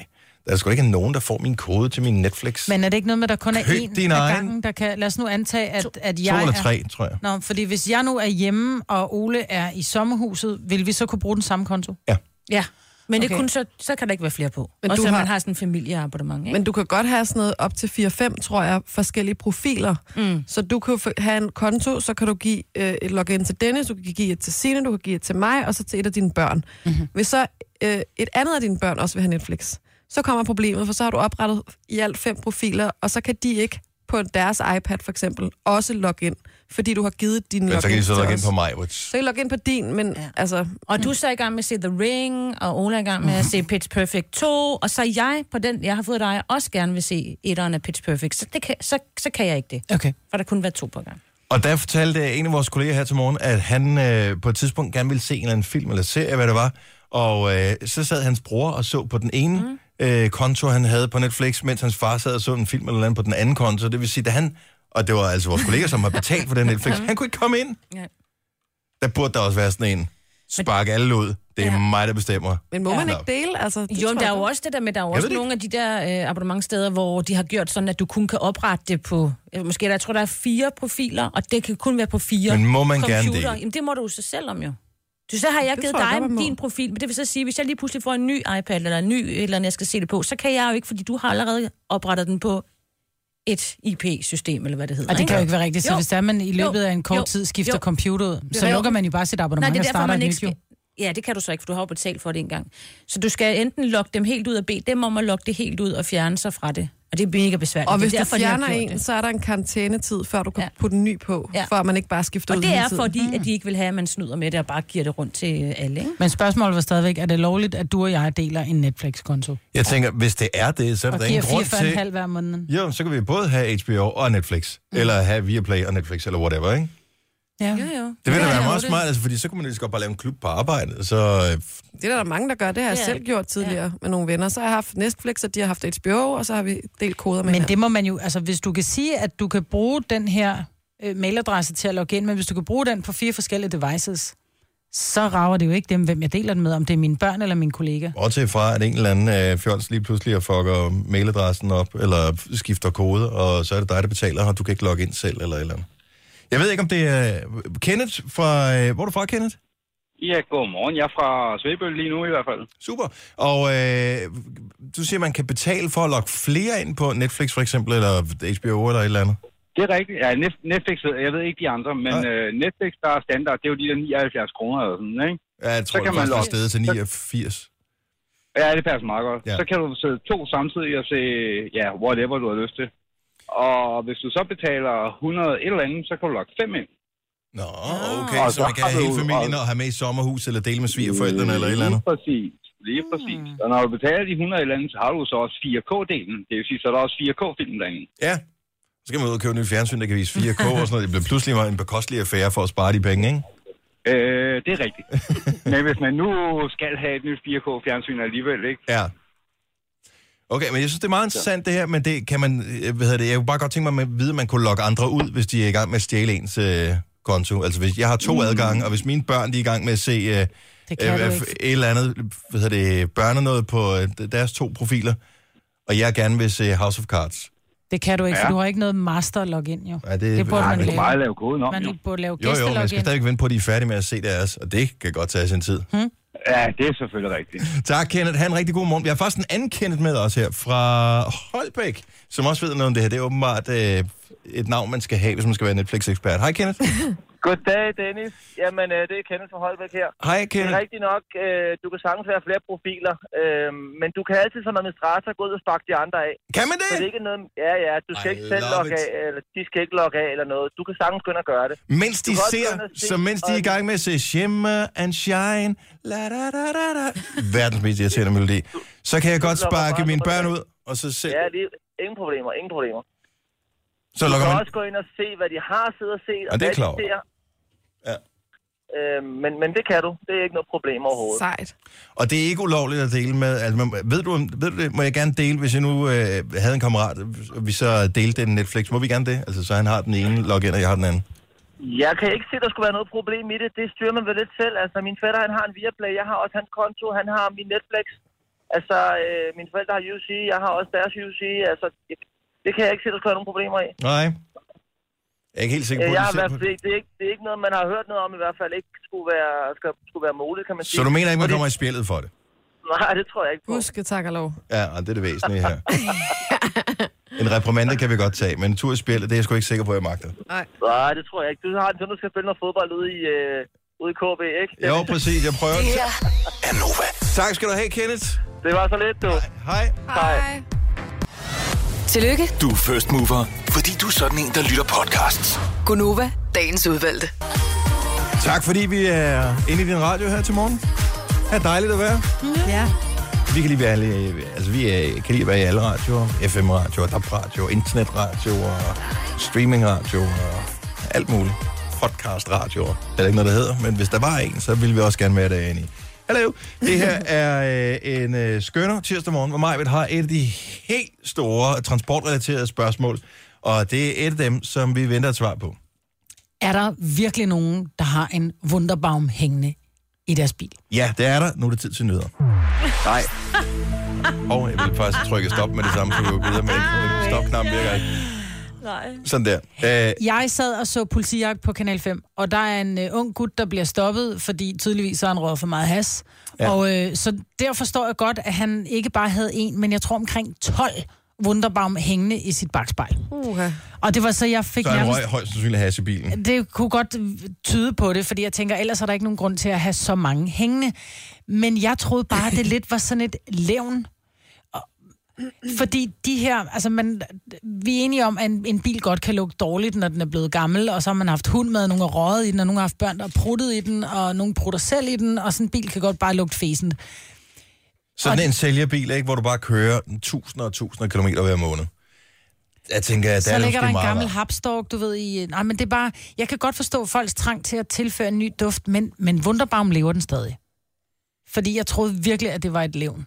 [SPEAKER 1] Der er sgu da ikke nogen, der får min kode til min Netflix.
[SPEAKER 3] Men er det ikke noget med, at der kun er
[SPEAKER 1] Køb
[SPEAKER 3] én
[SPEAKER 1] din
[SPEAKER 3] af
[SPEAKER 1] egen.
[SPEAKER 3] gangen, der kan... Lad os nu antage, at, at
[SPEAKER 1] to
[SPEAKER 3] jeg
[SPEAKER 1] eller
[SPEAKER 3] er...
[SPEAKER 1] tre, tror jeg.
[SPEAKER 3] Nå, fordi hvis jeg nu er hjemme, og Ole er i sommerhuset, vil vi så kunne bruge den samme konto?
[SPEAKER 4] Ja, men okay. det
[SPEAKER 3] Okay.
[SPEAKER 4] er kun så, så kan der ikke være flere på.
[SPEAKER 2] Men
[SPEAKER 4] Men Også
[SPEAKER 2] du
[SPEAKER 4] når
[SPEAKER 2] har-
[SPEAKER 4] man har sådan en familieabonnement, ikke?
[SPEAKER 2] Men du kan godt have sådan noget op til 4-5, tror jeg, forskellige profiler. Mm. Så du kan jo f- have en konto, så kan du give øh, et login til Dennis, du kan give et til Signe, du kan give et til mig, og så til et af dine børn. Mm-hmm. Hvis så øh, et andet af dine børn også vil have Netflix, så kommer problemet, for så har du oprettet i alt fem profiler, og så kan de ikke på deres iPad for eksempel også logge ind, fordi du har givet din
[SPEAKER 1] Men
[SPEAKER 2] login
[SPEAKER 1] så kan de så
[SPEAKER 2] til
[SPEAKER 1] logge ind
[SPEAKER 2] os.
[SPEAKER 1] på mig, which...
[SPEAKER 2] Så kan de logge ind på din, men ja. altså...
[SPEAKER 4] Og du er så i gang med at se The Ring, og Ola er i gang med at se Pitch Perfect 2, og så er jeg på den, jeg har fået dig, også gerne vil se etteren af Pitch Perfect. Så, det kan, så, så kan jeg ikke det,
[SPEAKER 3] Okay.
[SPEAKER 4] for der kunne være to på gang.
[SPEAKER 1] Og der fortalte en af vores kolleger her til morgen, at han øh, på et tidspunkt gerne ville se en eller anden film eller serie, hvad det var. Og øh, så sad hans bror og så på den ene mm. øh, konto, han havde på Netflix, mens hans far sad og så en film eller andet på den anden konto. Det vil sige, da han, og det var altså vores kollega, som har betalt for den (laughs) Netflix, han kunne ikke komme ind.
[SPEAKER 4] Ja.
[SPEAKER 1] Der burde der også være sådan en, spark alle ud, det er ja. mig, der bestemmer.
[SPEAKER 2] Men må
[SPEAKER 1] Ja.
[SPEAKER 2] ja. man ikke dele? Altså, det
[SPEAKER 4] Jo,
[SPEAKER 2] tror
[SPEAKER 4] men der er
[SPEAKER 2] jeg
[SPEAKER 4] jo
[SPEAKER 2] godt.
[SPEAKER 4] også det der med, der er jo
[SPEAKER 1] Jeg ved
[SPEAKER 4] også
[SPEAKER 1] det
[SPEAKER 4] nogle af de der øh, abonnementsteder, hvor de har gjort sådan, at du kun kan oprette det på, øh, måske der, jeg tror, der er fire profiler, og det kan kun være på fire
[SPEAKER 1] Men må man
[SPEAKER 4] computer.
[SPEAKER 1] gerne dele?
[SPEAKER 4] Jamen, det må du jo så selv om jo. Du, så har jeg
[SPEAKER 2] Det
[SPEAKER 4] givet
[SPEAKER 2] tror jeg
[SPEAKER 4] dig
[SPEAKER 2] godt, man må.
[SPEAKER 4] din profil, men det vil så sige, hvis jeg lige pludselig får en ny iPad eller en ny et eller andet, jeg skal se det på, så kan jeg jo ikke, fordi du har allerede oprettet den på et IP-system, eller hvad det hedder.
[SPEAKER 3] Og det
[SPEAKER 4] ikke?
[SPEAKER 3] kan jo ikke være rigtigt. Så
[SPEAKER 4] Jo.
[SPEAKER 3] hvis det er, man i løbet af en kort
[SPEAKER 4] Jo.
[SPEAKER 3] tid skifter
[SPEAKER 4] Jo.
[SPEAKER 3] computer ud, så
[SPEAKER 4] er jo-
[SPEAKER 3] lukker man jo bare sit
[SPEAKER 4] Nej,
[SPEAKER 3] abonnement
[SPEAKER 4] det er
[SPEAKER 3] og
[SPEAKER 4] derfor,
[SPEAKER 3] starter
[SPEAKER 4] man
[SPEAKER 3] et
[SPEAKER 4] ikke
[SPEAKER 3] nyt jo.
[SPEAKER 4] skal... Ja, det kan du så ikke, for du har jo betalt for det engang. Så du skal enten logge dem helt ud og bede dem om at logge det helt ud og fjerne sig fra det. Og det er mega besværligt.
[SPEAKER 2] Og hvis
[SPEAKER 4] det er
[SPEAKER 2] du
[SPEAKER 4] de har
[SPEAKER 2] fjerner
[SPEAKER 4] gjort
[SPEAKER 2] en,
[SPEAKER 4] det.
[SPEAKER 2] så er der en karantænetid, før du kan
[SPEAKER 4] Ja.
[SPEAKER 2] ja. putte en ny på,
[SPEAKER 4] Ja.
[SPEAKER 2] ja. for at man ikke bare skifter
[SPEAKER 4] Og
[SPEAKER 2] ud
[SPEAKER 4] det
[SPEAKER 2] hele
[SPEAKER 4] er
[SPEAKER 2] tiden. Mm.
[SPEAKER 4] fordi, at de ikke vil have, at man snyder med det og bare giver det rundt til øh, alle, ikke?
[SPEAKER 3] Men spørgsmålet var stadigvæk, er det lovligt, at du og jeg deler en Netflix-konto?
[SPEAKER 1] Jeg tænker, hvis det er det, så er
[SPEAKER 3] Og
[SPEAKER 1] der
[SPEAKER 3] giver
[SPEAKER 1] ingen grund
[SPEAKER 3] 44,5
[SPEAKER 1] til...
[SPEAKER 3] hver måned.
[SPEAKER 1] Jo, så kan vi både have HBO og Netflix, mm. eller have Viaplay og Netflix, eller whatever, ikke?
[SPEAKER 3] Ja.
[SPEAKER 4] jo.
[SPEAKER 1] Det ville da
[SPEAKER 4] Ja,
[SPEAKER 1] være
[SPEAKER 4] jo,
[SPEAKER 1] meget
[SPEAKER 4] det-
[SPEAKER 1] smart, altså, fordi så kunne man jo lige så godt bare lave en klub på arbejdet. Så, øh,
[SPEAKER 2] Det er der, der mange, der gør. Det har jeg
[SPEAKER 4] Det er
[SPEAKER 2] selv
[SPEAKER 4] det.
[SPEAKER 2] gjort tidligere med nogle venner. Så har jeg haft Netflix, og de har haft HBO, og så har vi delt koder med
[SPEAKER 3] Men
[SPEAKER 2] hinanden.
[SPEAKER 3] det må man jo, altså hvis du kan sige, at du kan bruge den her øh, mailadresse til at logge ind, men hvis du kan bruge den på fire forskellige devices, så rager det jo ikke dem, hvem jeg deler den med, om det er mine børn eller mine kolleger.
[SPEAKER 1] Bortset fra, at en eller anden øh, fjols lige pludselig fucker mailadressen op, eller skifter kode, og så er det dig, der betaler, og du kan ikke logge ind selv, eller et eller andet. Jeg ved ikke, om det er øh, Kenneth fra... Øh, hvor er du fra, Kenneth?
[SPEAKER 6] Ja, godmorgen. Jeg er fra Svebøl lige nu i hvert fald.
[SPEAKER 1] Super. Og øh, du siger, man kan betale for at logge flere ind på Netflix for eksempel, eller HBO eller et eller andet.
[SPEAKER 6] Det er rigtigt. Ja, Nef- Netflix, jeg ved ikke de andre, men
[SPEAKER 1] Nej.
[SPEAKER 6] øh, Netflix, der er standard, det er jo de der 79 kroner eller sådan, ikke?
[SPEAKER 1] Ja, jeg tror,
[SPEAKER 6] kan
[SPEAKER 1] det
[SPEAKER 6] man
[SPEAKER 1] faktisk er
[SPEAKER 6] logge-
[SPEAKER 1] stedet til 89.
[SPEAKER 6] Ja, det passer meget godt.
[SPEAKER 1] Ja.
[SPEAKER 6] Ja. Så kan du sidde to samtidig og se, ja, whatever du har lyst til. Og hvis du så betaler 100 et eller andet, så kan du logge fem ind. Ah.
[SPEAKER 1] Nå, okay,
[SPEAKER 6] Og
[SPEAKER 1] så
[SPEAKER 6] så
[SPEAKER 1] man kan
[SPEAKER 6] har
[SPEAKER 1] have hele
[SPEAKER 6] du- Mm.
[SPEAKER 1] familien
[SPEAKER 6] og-
[SPEAKER 1] og have med i sommerhus, eller dele med svigerforældrene, eller et eller andet.
[SPEAKER 6] Lige præcis. Lige præcis. Og når du betaler de 100 et eller andet, så har du så også 4K-delen. Det vil sige, så er der også 4K-film derinde.
[SPEAKER 1] Ja. Så skal man ud og købe et nyt fjernsyn, der kan vise 4K og sådan noget. Det bliver pludselig meget en bekostelig affære for at spare de penge, ikke?
[SPEAKER 6] Øh, det er rigtigt. Men hvis man nu skal have et nyt 4K-fjernsyn alligevel, ikke?
[SPEAKER 1] Ja. Okay, men jeg synes, det er meget interessant det her, men det kan man, øh, hvad hedder det, jeg kunne bare godt tænke mig at vide, at man kunne lokke andre ud, hvis de er i gang med at stjæle ens øh, konto. Altså, hvis jeg har to mm. adgange, og hvis mine børn de er i gang med at se øh,
[SPEAKER 3] Det kan
[SPEAKER 1] øh,
[SPEAKER 3] øh,
[SPEAKER 1] øh,
[SPEAKER 3] du ikke.
[SPEAKER 1] et eller andet, hvad hedder det, børnenød på øh, deres to profiler, og jeg gerne vil se House of Cards.
[SPEAKER 3] Det kan du ikke, for
[SPEAKER 6] Ja.
[SPEAKER 3] du har ikke noget master login jo.
[SPEAKER 1] Ja, det-
[SPEAKER 3] det burde
[SPEAKER 1] Nej,
[SPEAKER 3] man
[SPEAKER 6] Man kan
[SPEAKER 3] lave.
[SPEAKER 6] bare lave koden om, jo.
[SPEAKER 3] Man burde lave
[SPEAKER 1] Jo, jo, men jeg skal
[SPEAKER 3] gæstelogin.
[SPEAKER 1] stadigvæk vente på, at de er færdige med at se deres, og det kan godt tage sin tid.
[SPEAKER 10] Hmm?
[SPEAKER 6] Ja, det er selvfølgelig rigtigt.
[SPEAKER 1] (laughs) Tak, Kenneth. Ha' en rigtig god morgen. Vi har faktisk en anden Kenneth med os her fra Holbæk, som også ved noget om det her. Det er åbenbart øh, et navn, man skal have, hvis man skal være Netflix-ekspert. Hej,
[SPEAKER 10] (laughs)
[SPEAKER 1] Kenneth.
[SPEAKER 10] Goddag, Dennis. Jamen, øh, det er Kenneth fra Holbæk her.
[SPEAKER 1] Hej,
[SPEAKER 10] Det er
[SPEAKER 1] Kenneth.
[SPEAKER 10] rigtigt nok, øh, du kan sagtens være flere profiler, øh, men du kan altid som administrator gå ud og sparke de andre af.
[SPEAKER 1] Kan man
[SPEAKER 10] Så det
[SPEAKER 1] det?
[SPEAKER 10] er ikke noget... Ja, ja, du skal
[SPEAKER 1] I
[SPEAKER 10] ikke selv
[SPEAKER 1] love
[SPEAKER 10] logge
[SPEAKER 1] it.
[SPEAKER 10] af, eller de skal ikke logge af eller noget. Du kan sagtens gå ind og gøre det.
[SPEAKER 1] Mens de
[SPEAKER 10] Du kan også gå ind og
[SPEAKER 1] ser,
[SPEAKER 10] se-
[SPEAKER 1] så mens de er i gang med at se Shimmer and Shine, la da da da da, verdens mest irriterende melodi, så kan jeg godt
[SPEAKER 10] logger
[SPEAKER 1] sparke
[SPEAKER 10] bare
[SPEAKER 1] mine
[SPEAKER 10] på
[SPEAKER 1] børn
[SPEAKER 10] det.
[SPEAKER 1] ud, og så, se,
[SPEAKER 10] Ja, lige... Ingen problemer, ingen problemer.
[SPEAKER 1] så
[SPEAKER 10] Du
[SPEAKER 1] lukker
[SPEAKER 10] kan
[SPEAKER 1] man...
[SPEAKER 10] også gå ind og se, hvad de har siddet og set, og,
[SPEAKER 1] Og det er
[SPEAKER 10] hvad
[SPEAKER 1] klar
[SPEAKER 10] de
[SPEAKER 1] over.
[SPEAKER 10] ser.
[SPEAKER 1] Ja.
[SPEAKER 10] Øh, men, men det kan du. Det er ikke noget problem overhovedet.
[SPEAKER 2] Sejt.
[SPEAKER 1] Og det er ikke ulovligt at dele med. Altså, man, ved, du, ved du det? Må jeg gerne dele, hvis jeg nu øh, havde en kammerat, og vi så delte den Netflix. Må vi gerne det? Altså, så han har den ene login, og jeg har den anden.
[SPEAKER 10] Jeg kan ikke se, at der skulle være noget problem i det. Det styrer man vel lidt selv. Altså, min fætter, han har en Viaplay. Jeg har også hans konto. Han har min Netflix. Altså, øh, mine forældre har UC. Jeg har også deres UC. Altså, jeg- det kan jeg ikke se, at der skulle være nogen problemer i.
[SPEAKER 1] Nej. Jeg er ikke helt sikker
[SPEAKER 10] Øh,
[SPEAKER 1] på,
[SPEAKER 10] Jeg
[SPEAKER 1] at
[SPEAKER 10] har
[SPEAKER 1] de
[SPEAKER 10] i hvert
[SPEAKER 1] selv...
[SPEAKER 10] fald, det, er ikke, det er ikke noget, man har hørt noget om i hvert fald. Ikke skulle være, skal, skulle være muligt, kan man sige.
[SPEAKER 1] Så du mener ikke, man
[SPEAKER 10] Fordi-
[SPEAKER 1] kommer i spjældet for det?
[SPEAKER 10] Nej, det tror jeg ikke på.
[SPEAKER 2] Husk, tak og lov.
[SPEAKER 1] Ja, og det er det væsentlige her. En reprimande kan vi godt tage, men en tur i spjældet, det er jeg sgu ikke sikker på, at jeg magter.
[SPEAKER 10] Nej, det tror jeg ikke. Du har den, så nu skal spille noget fodbold ude i, øh, ude i KB, ikke?
[SPEAKER 1] Jo, præcis. Jeg prøver.
[SPEAKER 7] Er Nova.
[SPEAKER 1] Tak skal du have, Kenneth.
[SPEAKER 10] Det var så lidt, du.
[SPEAKER 1] Hej.
[SPEAKER 2] Hej.
[SPEAKER 8] Tillykke,
[SPEAKER 7] Du er first mover, fordi du er sådan en, der lytter podcasts.
[SPEAKER 8] Gunova, dagens udvalgte.
[SPEAKER 1] Tak fordi vi er inde i din radio her til morgen. Det er dejligt at være.
[SPEAKER 3] Ja.
[SPEAKER 1] Vi kan lige være alle, altså vi er, kan lige være i alle radioer. FM-radioer, DAB-radioer, internetradioer, streamingradioer, alt muligt. Podcast-radioer. Det er ikke noget, der hedder, men hvis der var en, så ville vi også gerne være derinde i. Hallo, det her er øh, en øh, skønner tirsdag morgen, hvor Majved har et af de helt store transportrelaterede spørgsmål. Og det er et af dem, som vi venter et svar på.
[SPEAKER 3] Er der virkelig nogen, der har en wunderbaum hængende i deres bil?
[SPEAKER 1] Ja, det er der. Nu er det tid til nyheder. Nej. Og jeg vil faktisk trykke stop med det samme, så vi går videre med det. Stop-knappen virker ikke.
[SPEAKER 4] Nej.
[SPEAKER 1] Sådan der. Øh,
[SPEAKER 3] Jeg sad og så politijagt på Kanal 5, og der er en uh, ung gut, der bliver stoppet, fordi tydeligvis har han røget for meget has.
[SPEAKER 1] Ja.
[SPEAKER 3] Ja. Og uh, så der forstår jeg godt, at han ikke bare havde en, men jeg tror omkring 12 wunderbaum hængende i sit bagspejl.
[SPEAKER 2] Uha.
[SPEAKER 3] Og det var så, jeg fik
[SPEAKER 1] Øh, så er en
[SPEAKER 3] nærmest... Øhm,
[SPEAKER 1] røg højst sandsynligt has i bilen.
[SPEAKER 3] Det kunne godt tyde på det, fordi jeg tænker, ellers er der ikke nogen grund til at have så mange hængende. Men jeg troede bare, at det lidt var sådan et levn. Og- Fordi de her, altså man, vi er enige om, at en, en bil godt kan lugte dårligt, når den er blevet gammel, og så har man haft hund med, og nogen har røget i den, og nogen har haft børn, der har pruttet i den, og nogen prutter selv i den, og sådan en bil kan godt bare lugte fæsent.
[SPEAKER 1] Sådan en sælgerbil, ikke, hvor du bare kører tusinder og tusinder af kilometer hver måned. Jeg tænker, at der
[SPEAKER 3] Så
[SPEAKER 1] er
[SPEAKER 3] ligger der en
[SPEAKER 1] meget
[SPEAKER 3] gammel
[SPEAKER 1] larm.
[SPEAKER 3] hapstork, du ved, i... øh, Nej, men det er bare... Jeg kan godt forstå folks trang til at tilføre en ny duft, men, men Wunderbaum lever den stadig. Fordi jeg troede virkelig, at det var et levn.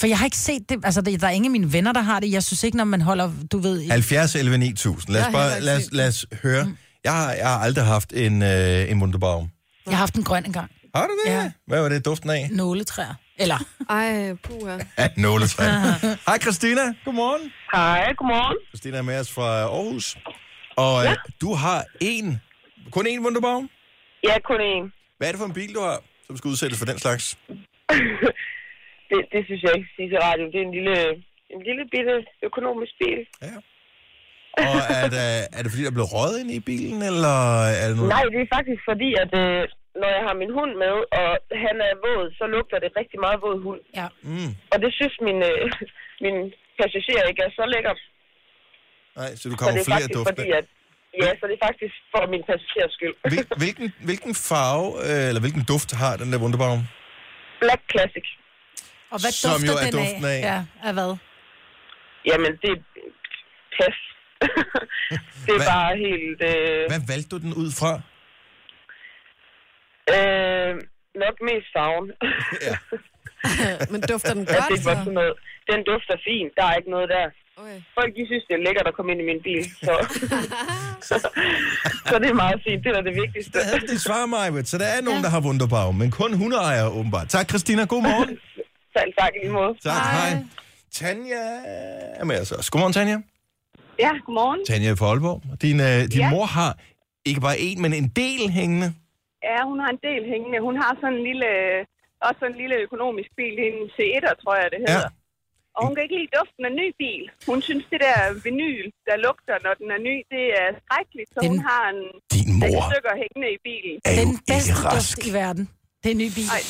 [SPEAKER 3] For jeg har ikke set det... Altså, der der er ingen af mine venner, der har det. Jeg synes ikke, når man holder... Du ved... i-
[SPEAKER 1] 70 11 9000. Lad os,
[SPEAKER 2] Jeg har
[SPEAKER 1] bare,
[SPEAKER 2] heller ikke
[SPEAKER 1] lad os,
[SPEAKER 3] Mm.
[SPEAKER 2] set
[SPEAKER 1] lad os høre. Jeg har, jeg har aldrig haft en, øh, en Wunderbaum.
[SPEAKER 3] Jeg har haft en grøn engang.
[SPEAKER 1] Har du det? Ja. Hvad var det duften af?
[SPEAKER 3] Nåletræer. Eller...
[SPEAKER 2] Ej, puha.
[SPEAKER 1] Ja, nåletræ. Hej Christina, godmorgen.
[SPEAKER 11] Hej, godmorgen.
[SPEAKER 1] Christina er med os fra Aarhus. Og ja. du har en, kun én Wunderbaum?
[SPEAKER 11] Ja, kun én.
[SPEAKER 1] Hvad er det for en bil, du har, som skal udsættes for den slags?
[SPEAKER 11] det, det synes jeg ikke skal sige til radio. Det er en lille, en lille bitte økonomisk bil.
[SPEAKER 1] Ja. Og er det, er det fordi, der er blevet røget ind i bilen, eller er det noget?
[SPEAKER 11] Nej, det er faktisk fordi, at øh, når jeg har min hund med, og han er våd, så lugter det rigtig meget våd hund.
[SPEAKER 3] Ja.
[SPEAKER 1] Mm.
[SPEAKER 11] Og det synes min, øh, (laughs) min passager ikke er så lækkert.
[SPEAKER 1] Nej, så du kommer
[SPEAKER 11] så det er
[SPEAKER 1] flere
[SPEAKER 11] faktisk
[SPEAKER 1] dufte.
[SPEAKER 11] fordi, at Ja, så det er faktisk for min passagers skyld.
[SPEAKER 1] Hvil, hvilken, hvilken farve, øh, eller hvilken duft har den der Wunderbaum?
[SPEAKER 11] Black Classic.
[SPEAKER 3] Og hvad
[SPEAKER 1] Som
[SPEAKER 3] dufter
[SPEAKER 1] jo er
[SPEAKER 3] den
[SPEAKER 1] duften af.
[SPEAKER 3] af? Ja, af hvad?
[SPEAKER 11] Jamen, det er
[SPEAKER 1] (laughs)
[SPEAKER 11] pas. det er
[SPEAKER 1] Hvad-
[SPEAKER 11] bare helt... Øh,
[SPEAKER 1] Hvad valgte du den ud fra?
[SPEAKER 11] øh, nok mest farven.
[SPEAKER 1] (laughs)
[SPEAKER 3] (laughs)
[SPEAKER 1] ja.
[SPEAKER 2] Men dufter den
[SPEAKER 11] godt? Det
[SPEAKER 2] godt,
[SPEAKER 11] er godt sådan noget. Den dufter fint. Der er ikke noget der.
[SPEAKER 2] Okay.
[SPEAKER 11] Folk, de synes, det er lækkert at komme ind i min bil. Så,
[SPEAKER 3] (laughs)
[SPEAKER 11] (laughs) så det er meget fint. Det er da det vigtigste.
[SPEAKER 1] Der havde de svar, Majbet, så der er nogen, ja. der har Wunderbaum, men kun hundeejere åbenbart. Tak, Christina. God morgen.
[SPEAKER 11] Selv tak i lige måde.
[SPEAKER 1] Tak, hej. hej. Tanja er med os også. Godmorgen, Tanja.
[SPEAKER 12] Ja, godmorgen.
[SPEAKER 1] Tanja fra Aalborg. Din, øh, din ja.
[SPEAKER 12] Ja.
[SPEAKER 1] mor har ikke bare en, men en del hængende.
[SPEAKER 12] Ja, hun har en del hængende. Hun har sådan en lille, øh, også sådan en lille økonomisk bil, det er en C1'er, tror jeg, det hedder. Ja. Og hun kan ikke lide duften af ny bil. Hun synes, det der vinyl, der lugter, når den er ny, det er skrækkeligt. Så den, hun har en Altså,
[SPEAKER 1] din
[SPEAKER 12] mor stykker hængende i bilen.
[SPEAKER 3] Den bedste duft i verden. Det er en ny bil.
[SPEAKER 12] Ej,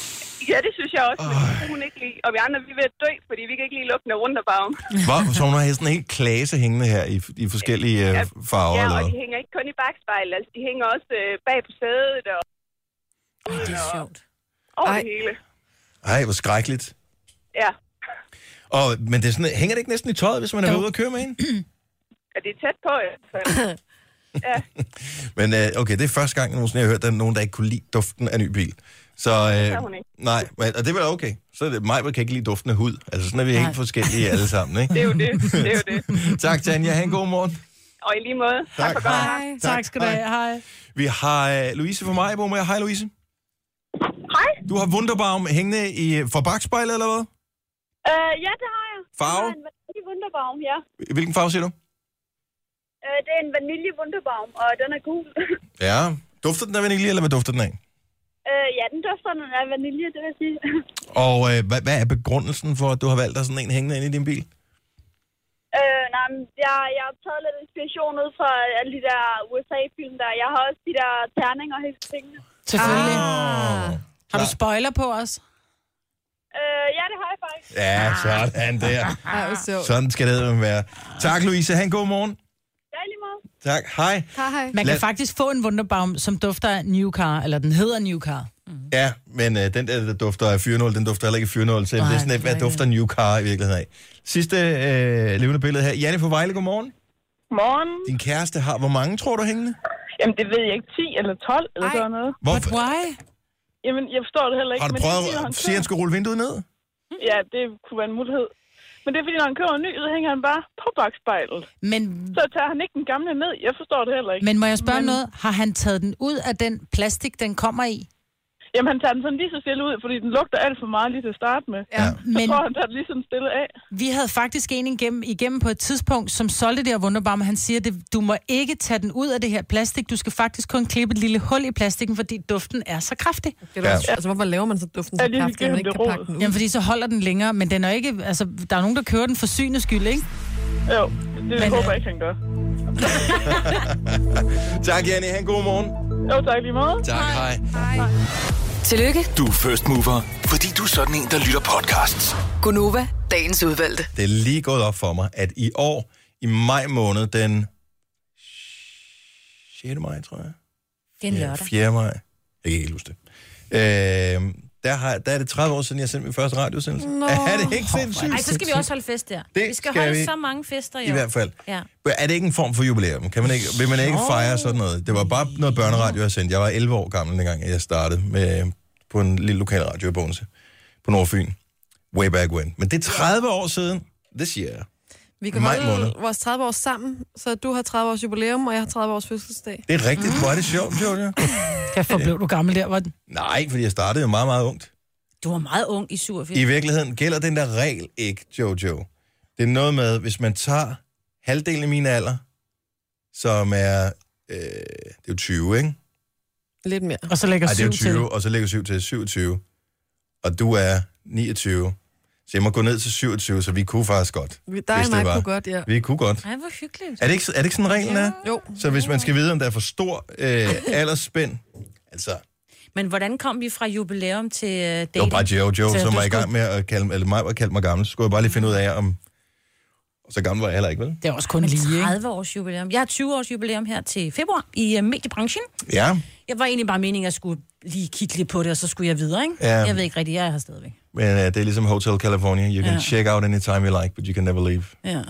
[SPEAKER 12] ja, det synes jeg også, men det kan hun ikke lide. Og vi andre, vi er ved at dø, fordi vi kan ikke lide lugten af runderbaum.
[SPEAKER 1] Hvor, så hun har sådan en hel klasse hængende her i, i forskellige øh, farver.
[SPEAKER 12] Ja,
[SPEAKER 1] eller
[SPEAKER 12] og
[SPEAKER 1] hvad?
[SPEAKER 12] de hænger ikke kun i bagspejlet, altså de hænger også øh, bag på sædet og...
[SPEAKER 3] Ej, det er sjovt.
[SPEAKER 12] Over det hele.
[SPEAKER 1] Ej, hvor skrækkeligt.
[SPEAKER 13] (clears throat)
[SPEAKER 12] Ja.
[SPEAKER 1] Og, men det er sådan, hænger det ikke næsten i tøjet, hvis man er ude og køre med en?
[SPEAKER 12] Og det er tæt på, ja.
[SPEAKER 3] (clears throat)
[SPEAKER 12] Så- ja.
[SPEAKER 1] Men øh, okay, det er første gang, jeg nogensinde har hørt, at der er nogen, der ikke kunne lide duften af ny bil. Så,
[SPEAKER 12] Det
[SPEAKER 1] øh,
[SPEAKER 12] kan hun ikke.
[SPEAKER 1] nej, men, og det er vel okay. Så er det mig, kan ikke lide duften af hud. Altså, sådan er vi helt forskellige alle sammen, ikke?
[SPEAKER 12] Det er jo det. Det er jo det.
[SPEAKER 1] (laughs) tak, Tanja. Ha' en god morgen.
[SPEAKER 12] Og i lige måde. Tak,
[SPEAKER 1] Tak.
[SPEAKER 12] for godt.
[SPEAKER 1] Hej. Tak. Tak skal du have.
[SPEAKER 3] Hej.
[SPEAKER 1] Vi har øh, Louise fra Majbo med. Hej, Louise.
[SPEAKER 12] Hej.
[SPEAKER 1] Du har Wunderbaum hængende i, for bagspejlet, eller hvad?
[SPEAKER 14] Øh, ja, det har jeg.
[SPEAKER 1] Farve?
[SPEAKER 14] Jeg har en vanilje Wunderbaum, ja.
[SPEAKER 1] Hvilken farve siger du?
[SPEAKER 14] Øh, det er en vanilje Wunderbaum, og den er gul.
[SPEAKER 1] Ja. Dufter den af vanilje, eller hvad dufter den af?
[SPEAKER 14] øh, ja, den dufter den af vanilje, det vil jeg sige. (laughs)
[SPEAKER 1] Og øh, hvad, hvad er begrundelsen for, at du har valgt dig sådan en hængende inde i din bil?
[SPEAKER 14] øh, nej, men jeg, jeg har taget lidt inspiration ud fra alle de der USA-film der. Jeg har også de der terninger og hele tingene.
[SPEAKER 3] (laughs) Selvfølgelig.
[SPEAKER 1] Ah.
[SPEAKER 3] Har du spoiler på os?
[SPEAKER 14] Øh, ja, det har jeg faktisk.
[SPEAKER 1] Ja, sådan der.
[SPEAKER 14] Ej, hvor sjovt.
[SPEAKER 1] Sådan skal det være. Tak, Louise. Ha' en god morgen.
[SPEAKER 14] Ja, i lige måde.
[SPEAKER 1] Tak. Hej.
[SPEAKER 2] Hej.
[SPEAKER 3] Man
[SPEAKER 1] Lad-
[SPEAKER 3] kan faktisk få en Wunderbaum, som dufter af new car, eller den hedder new car.
[SPEAKER 1] Ja, men øh, den der, der dufter af 4.0, den dufter heller ikke af 4.0, så det er sådan, lidt, hvad dufter New Car i virkeligheden af? Sidste øh, levende billede her. Janne fra Vejle, godmorgen.
[SPEAKER 13] Morgen.
[SPEAKER 1] Din kæreste har, hvor mange tror du hængende?
[SPEAKER 13] Jamen, det ved jeg ikke. 10 eller 12 eller sådan noget.
[SPEAKER 1] Hvorfor?
[SPEAKER 3] why?
[SPEAKER 13] Jamen, jeg forstår det heller ikke.
[SPEAKER 1] Har du
[SPEAKER 13] men det er, fordi, når
[SPEAKER 1] prøvet,
[SPEAKER 13] han
[SPEAKER 1] siger han skulle rulle vinduet ned?
[SPEAKER 13] køber- Ja, det kunne være en mulighed. Men det er fordi, når han køber en ny, så hænger han bare på bagspejlet.
[SPEAKER 3] Men...
[SPEAKER 13] Så tager han ikke den gamle ned. Jeg forstår det heller ikke.
[SPEAKER 3] Men må jeg spørge Men... noget? Har han taget den ud af den plastik, den kommer i?
[SPEAKER 13] Jamen, han tager den sådan lige så stille ud, fordi den lugter alt for meget lige til at starte med.
[SPEAKER 3] Ja.
[SPEAKER 13] Så
[SPEAKER 3] Men-
[SPEAKER 13] tror jeg, han tager den lige sådan stille af.
[SPEAKER 3] Vi havde faktisk en igennem, igennem på et tidspunkt, som solgte det her Wunderbaum. Han siger, det, du må ikke tage den ud af det her plastik. Du skal faktisk kun klippe et lille hul i plastikken, fordi duften er så kraftig.
[SPEAKER 2] Det er da også- altså, hvorfor laver man så duften så kraftigt, at man ikke kan pakke den ud?
[SPEAKER 3] Jamen, fordi så holder den længere, men den er ikke, altså, der er nogen, der kører den for synes skyld, ikke?
[SPEAKER 13] Jo, det
[SPEAKER 3] Men-
[SPEAKER 13] men, håber jeg ikke, han gør.
[SPEAKER 1] (laughs) Tak, Janne. Ha' en god morgen.
[SPEAKER 13] Jo, tak lige meget.
[SPEAKER 1] Tak, hej.
[SPEAKER 8] Tillykke,
[SPEAKER 7] Du er first mover, fordi du er sådan en, der lytter podcasts.
[SPEAKER 8] Gunova, dagens udvalgte.
[SPEAKER 1] Det er lige gået op for mig, at i år, i maj måned, den 6. maj, tror jeg.
[SPEAKER 4] Det er en
[SPEAKER 1] Ja,
[SPEAKER 4] lørdag.
[SPEAKER 1] 4. maj. Jeg kan ikke helt huske det. Øh, der, har, der er det 30 år siden, jeg sendte min første radiosendelse. Er det ikke sindssygt?
[SPEAKER 4] Ej, så skal vi også holde fest der.
[SPEAKER 1] Det
[SPEAKER 4] vi skal,
[SPEAKER 1] skal
[SPEAKER 4] holde
[SPEAKER 1] vi.
[SPEAKER 4] så mange fester i,
[SPEAKER 1] I
[SPEAKER 4] år.
[SPEAKER 1] hvert fald.
[SPEAKER 4] Ja.
[SPEAKER 1] Er det ikke en form for jubilæum? Kan man ikke, vil man ikke
[SPEAKER 4] Jo.
[SPEAKER 1] fejre sådan noget? Det var bare noget børneradio, jeg sendte. Jeg var 11 år gammel, dengang jeg startede med, øh, på en lille lokal radio i Bogense, på Nordfyn. Way back when. Men det er 30 år siden. Det siger jeg.
[SPEAKER 2] Vi kan
[SPEAKER 1] Maj
[SPEAKER 2] holde
[SPEAKER 1] måned.
[SPEAKER 2] vores 30 år sammen, så du har 30 års jubilæum, og jeg har 30 års fødselsdag.
[SPEAKER 3] (laughs)
[SPEAKER 1] Det er rigtigt. Hvor er det sjovt, Jojo.
[SPEAKER 3] Derfor blev du gammel der, var den.
[SPEAKER 1] Nej, fordi jeg startede jo meget, meget ungt.
[SPEAKER 4] Du var meget ung i 87.
[SPEAKER 1] I virkeligheden gælder den der regel ikke, Jojo. Det er noget med, hvis man tager halvdelen af min alder, som er, øh, det er jo 20, ikke?
[SPEAKER 2] Lidt mere.
[SPEAKER 3] Og så lægger
[SPEAKER 1] Ej, det er jo
[SPEAKER 3] syv
[SPEAKER 1] 20,
[SPEAKER 3] til.
[SPEAKER 1] og så lægger 7 til 27. Og du er 29. Så jeg må gå ned til 27, så vi kunne faktisk godt.
[SPEAKER 2] Vi- dig og
[SPEAKER 1] hvis det
[SPEAKER 2] mig
[SPEAKER 1] var.
[SPEAKER 2] kunne godt, ja.
[SPEAKER 1] Vi kunne godt.
[SPEAKER 4] Ej, hvor hyggeligt.
[SPEAKER 1] Er det ikke, er det ikke sådan, reglen er?
[SPEAKER 2] Jo.
[SPEAKER 1] Så hvis man skal vide, om der er for stor øh, aldersspænd, altså,
[SPEAKER 4] Men hvordan kom vi fra jubilæum til øh, dating?
[SPEAKER 1] det var bare Jojo,
[SPEAKER 4] Så
[SPEAKER 1] som
[SPEAKER 4] du
[SPEAKER 1] var i gang
[SPEAKER 4] skulle-
[SPEAKER 1] med at kalde, eller mig var kaldt mig gammel, så skulle jeg bare lige finde ud af, om... Og så gammel var jeg heller ikke, vel?
[SPEAKER 3] Det er også kun lige, ikke?
[SPEAKER 4] 30 års jubilæum. Jeg har 20 års jubilæum her til februar i uh, mediebranchen.
[SPEAKER 1] Ja,
[SPEAKER 4] Jeg var egentlig bare meningen, at jeg skulle lige kigge lidt på det, og så skulle jeg videre, ikke?
[SPEAKER 1] Ja.
[SPEAKER 4] Jeg ved ikke rigtigt, jeg er her
[SPEAKER 3] (laughs)
[SPEAKER 4] stadigvæk.
[SPEAKER 1] men øh, det er ligesom Hotel California. You can
[SPEAKER 4] Ja.
[SPEAKER 1] ja. check out anytime you like, but you can never leave.
[SPEAKER 3] Ja.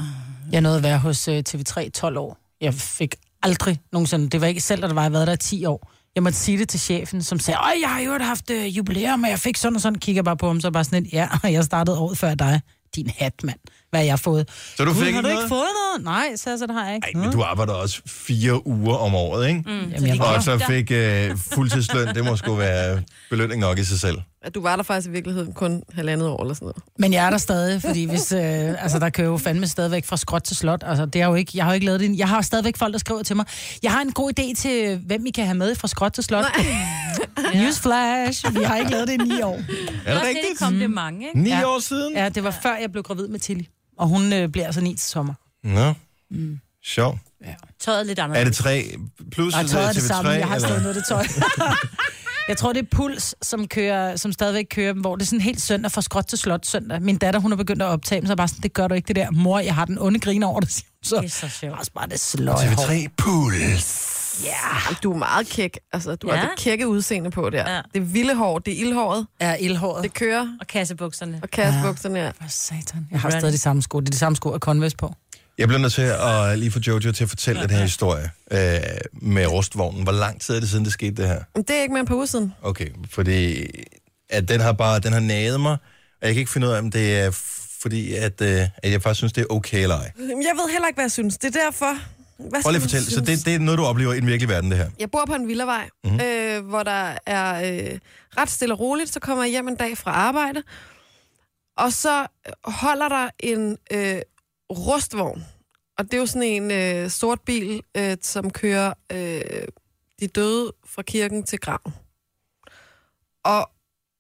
[SPEAKER 3] Jeg nåede at være hos øh, TV3 12 år. Jeg fik aldrig nogensinde... Det var ikke selv, at der var, jeg havde været der i 10 år. Jeg måtte sige det til chefen, som sagde, Øj, jeg har jo haft øh, jubilæum, og jeg fik sådan og sådan. Kigger bare på ham, så bare sådan lidt, ja, (laughs) og jeg startede året før dig. Din hat, mand. Hvad har jeg fået?
[SPEAKER 1] Så du
[SPEAKER 3] "Gud,
[SPEAKER 1] fik
[SPEAKER 3] har
[SPEAKER 1] ikke
[SPEAKER 3] du ikke
[SPEAKER 1] noget?"
[SPEAKER 3] fået noget? Nej, så, så det har jeg ikke. Ej,
[SPEAKER 1] Men du arbejder også fire uger om året, ikke?
[SPEAKER 3] Mm,
[SPEAKER 1] Mm,
[SPEAKER 3] Jamen, jeg var
[SPEAKER 1] og så
[SPEAKER 3] der.
[SPEAKER 1] fik øh, fuldtidsløn, det må sgu være belønning nok i sig selv.
[SPEAKER 2] At du var der faktisk i virkeligheden kun halvandet år eller sådan noget.
[SPEAKER 3] Men jeg er der stadig, fordi hvis, øh, altså, der kører jo fandme stadigvæk fra skråt til slot. Altså, det er jo ikke, jeg har jo ikke lavet det. endnu. Jeg har stadigvæk folk, der skriver til mig, jeg har en god idé til, hvem I kan have med fra skråt til slot. Newsflash, vi har ikke lavet det i ni år.
[SPEAKER 4] Er det rigtigt? Det kom det mange, ikke?
[SPEAKER 1] Ni år siden?
[SPEAKER 3] Ja, det var før jeg blev gravid med Tilly. Og hun øh, bliver altså ni til sommer.
[SPEAKER 1] Nå, sjov.
[SPEAKER 4] Mm. Tøjet er lidt anderledes.
[SPEAKER 1] Er det tre plus
[SPEAKER 3] Nej,
[SPEAKER 1] eller
[SPEAKER 3] tøjet er
[SPEAKER 1] TV3?
[SPEAKER 3] det samme. Jeg har stadig
[SPEAKER 1] eller?
[SPEAKER 3] noget af det tøj. (laughs) Jeg tror, det er Puls, som, kører, som stadigvæk kører dem, hvor det er sådan helt søndag fra skråt til slot søndag. Min datter, hun har begyndt at optage dem, så er jeg bare sådan, det gør du ikke det der. Mor, jeg har den onde grin over det, siger hun så. Det er så sjovt. Også bare det sløje
[SPEAKER 1] TV3 Puls.
[SPEAKER 2] Ja. Du er meget kæk. Altså, du ja.
[SPEAKER 3] Ja.
[SPEAKER 2] har det kække udseende på der. Ja. Det er vilde hår, det er ildhåret.
[SPEAKER 3] Ja, ildhåret.
[SPEAKER 2] Det kører.
[SPEAKER 4] Og kassebukserne.
[SPEAKER 2] Og kassebukserne, ja.
[SPEAKER 3] For satan. Jeg har stadig de samme sko. Det er de samme sko og Converse på.
[SPEAKER 1] Jeg bliver nødt til at øh, lige få Jojo til at fortælle den her historie øh, med rustvognen. Hvor lang tid er det siden, det skete det her?
[SPEAKER 2] Men det er ikke mere end et par uger siden.
[SPEAKER 1] Okay, fordi at den har bare den har naget mig, og jeg kan ikke finde ud af, om det er fordi, at, øh, at jeg faktisk synes, det er okay eller ej.
[SPEAKER 2] Jamen, Jeg ved heller ikke, hvad jeg synes. Det er derfor... Hvad
[SPEAKER 1] Prøv lige
[SPEAKER 2] skal
[SPEAKER 1] at fortælle.
[SPEAKER 2] man
[SPEAKER 1] Så
[SPEAKER 2] synes?
[SPEAKER 1] det, det er noget, du oplever i den virkelige verden, det her.
[SPEAKER 2] Jeg bor på en villavej, mm-hmm.
[SPEAKER 1] Mhm.
[SPEAKER 2] øh, hvor der er øh, ret stille og roligt. Så kommer jeg hjem en dag fra arbejde, og så holder der en øh, rustvogn. Og det er jo sådan en øh, sort bil, øh, som kører øh, de døde fra kirken til graven. Og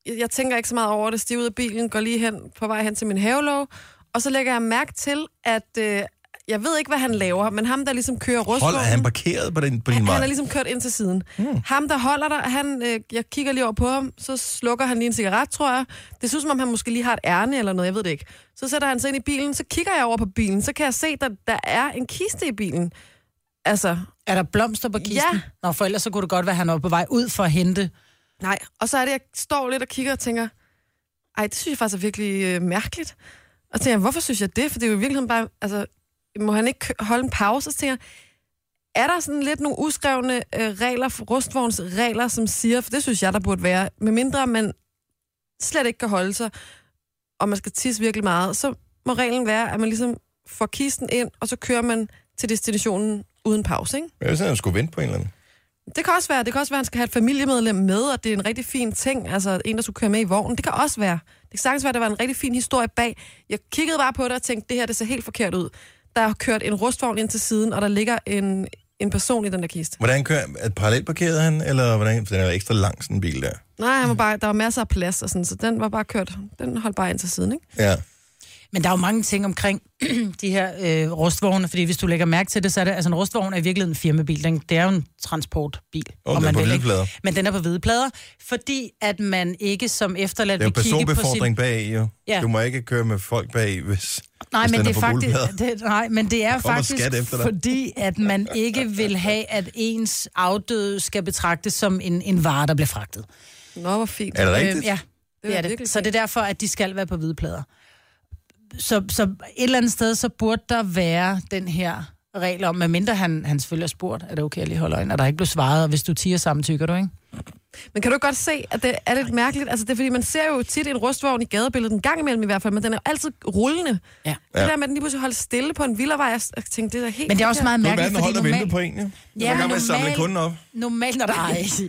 [SPEAKER 2] jeg, jeg tænker ikke så meget over det. Stiger ud af bilen, går lige hen på vej hen til min havelov, og så lægger jeg mærke til, at øh, jeg ved ikke, hvad han laver, men ham, der ligesom kører rustvognen...
[SPEAKER 1] Hold, er han parkeret på din, på din
[SPEAKER 2] Han er
[SPEAKER 1] vej?
[SPEAKER 2] ligesom kørt ind til siden. Mm. Ham, der holder der, han, øh, jeg kigger lige over på ham, så slukker han lige en cigaret, tror jeg. Det synes som om, han måske lige har et ærne eller noget, jeg ved det ikke. Så sætter han sig ind i bilen, så kigger jeg over på bilen, så kan jeg se, at der, der er en kiste i bilen. Altså,
[SPEAKER 3] Er der blomster på kisten?
[SPEAKER 2] Ja.
[SPEAKER 3] Nå, for ellers så kunne det godt være, at han var på vej ud for at hente.
[SPEAKER 2] nej. Og så er det, jeg står lidt og kigger og tænker, ej, det synes jeg faktisk er virkelig øh, mærkeligt. Og så tænker jeg, hvorfor synes jeg det? For det er jo i virkeligheden bare, altså, må han ikke kø- holde en pause? Så tænker jeg, er der sådan lidt nogle uskrevne øh, regler, rustvognsregler, som siger, for det synes jeg, der burde være, medmindre man slet ikke kan holde sig, og man skal tisse virkelig meget, så må reglen være, at man ligesom får kisten ind, og så kører man til destinationen uden pause, ikke?
[SPEAKER 1] Jeg ved sådan, at han skulle vente på en eller anden.
[SPEAKER 2] Det kan også være, det kan også være, at han skal have et familiemedlem med, og det er en rigtig fin ting, altså en, der skulle køre med i vognen. Det kan også være. Det kan sagtens være, at der var en rigtig fin historie bag. Jeg kiggede bare på det og tænkte, det her det ser helt forkert ud. Der er kørt en rustvogn ind til siden, og der ligger en, en person i den der kiste.
[SPEAKER 1] Hvordan kører Er parallelt parkeret han, eller hvordan? For den er jo ekstra lang, sådan en bil der.
[SPEAKER 2] Nej, han var bare, der var masser af plads, og sådan, så den var bare kørt. Den holdt bare ind til siden, ikke?
[SPEAKER 1] Ja.
[SPEAKER 3] Men der er jo mange ting omkring de her øh, rustvogne, fordi hvis du lægger mærke til det, så er det, altså en rustvogn er i virkeligheden en firmabil. Den, det er jo en transportbil.
[SPEAKER 1] Og
[SPEAKER 3] om
[SPEAKER 1] den er
[SPEAKER 3] man
[SPEAKER 1] på
[SPEAKER 3] vil,
[SPEAKER 1] hvide
[SPEAKER 3] ikke?
[SPEAKER 1] plader.
[SPEAKER 3] Men den er på hvide plader, fordi at man ikke som efterladt
[SPEAKER 1] Det er jo
[SPEAKER 3] vil kigge på sin...
[SPEAKER 1] personbefordring bag jo.
[SPEAKER 3] Ja.
[SPEAKER 1] Ja. Du må ikke køre med folk bag, hvis,
[SPEAKER 3] Nej,
[SPEAKER 1] hvis
[SPEAKER 3] men
[SPEAKER 1] den
[SPEAKER 3] det er
[SPEAKER 1] på
[SPEAKER 3] faktisk,
[SPEAKER 1] gule
[SPEAKER 3] (laughs)
[SPEAKER 1] plader.
[SPEAKER 3] det, nej, men det er
[SPEAKER 1] Der kommer
[SPEAKER 3] faktisk
[SPEAKER 1] skat efter dig.
[SPEAKER 3] fordi, at man ikke vil have, at ens afdøde skal betragtes som en, en vare, der bliver fragtet.
[SPEAKER 2] Nå, hvor fint. Øh,
[SPEAKER 1] Er det rigtigt?
[SPEAKER 3] ja,
[SPEAKER 2] er
[SPEAKER 3] det er
[SPEAKER 2] virkelig
[SPEAKER 3] det. Så det er derfor, at de skal være på hvide plader. Så, så et eller andet sted, så burde der være den her regel om, medmindre han, han selvfølgelig har spurgt, er det okay, jeg lige holder øjnene, og der ikke blev svaret, og hvis du tiger samtykker du, ikke?
[SPEAKER 2] (clears throat) Men kan du ikke godt se, at det er lidt mærkeligt? Altså, det er fordi, man ser jo tit en rustvogn i gadebilledet, en gang imellem i hvert fald, men den er jo altid rullende.
[SPEAKER 3] Ja.
[SPEAKER 2] Det der med, at den lige pludselig holder stille på en villavej, jeg s- jeg tænkte, det er da helt
[SPEAKER 3] Men det er også
[SPEAKER 2] forkert.
[SPEAKER 3] meget
[SPEAKER 1] Du er
[SPEAKER 3] mærkeligt,
[SPEAKER 1] verden holdt og
[SPEAKER 3] fordi
[SPEAKER 1] ventet på en, jo.
[SPEAKER 3] Ja,
[SPEAKER 1] Ja,
[SPEAKER 3] men
[SPEAKER 1] man samle
[SPEAKER 3] normalt-
[SPEAKER 1] kunden op.
[SPEAKER 3] Normalt, når der er...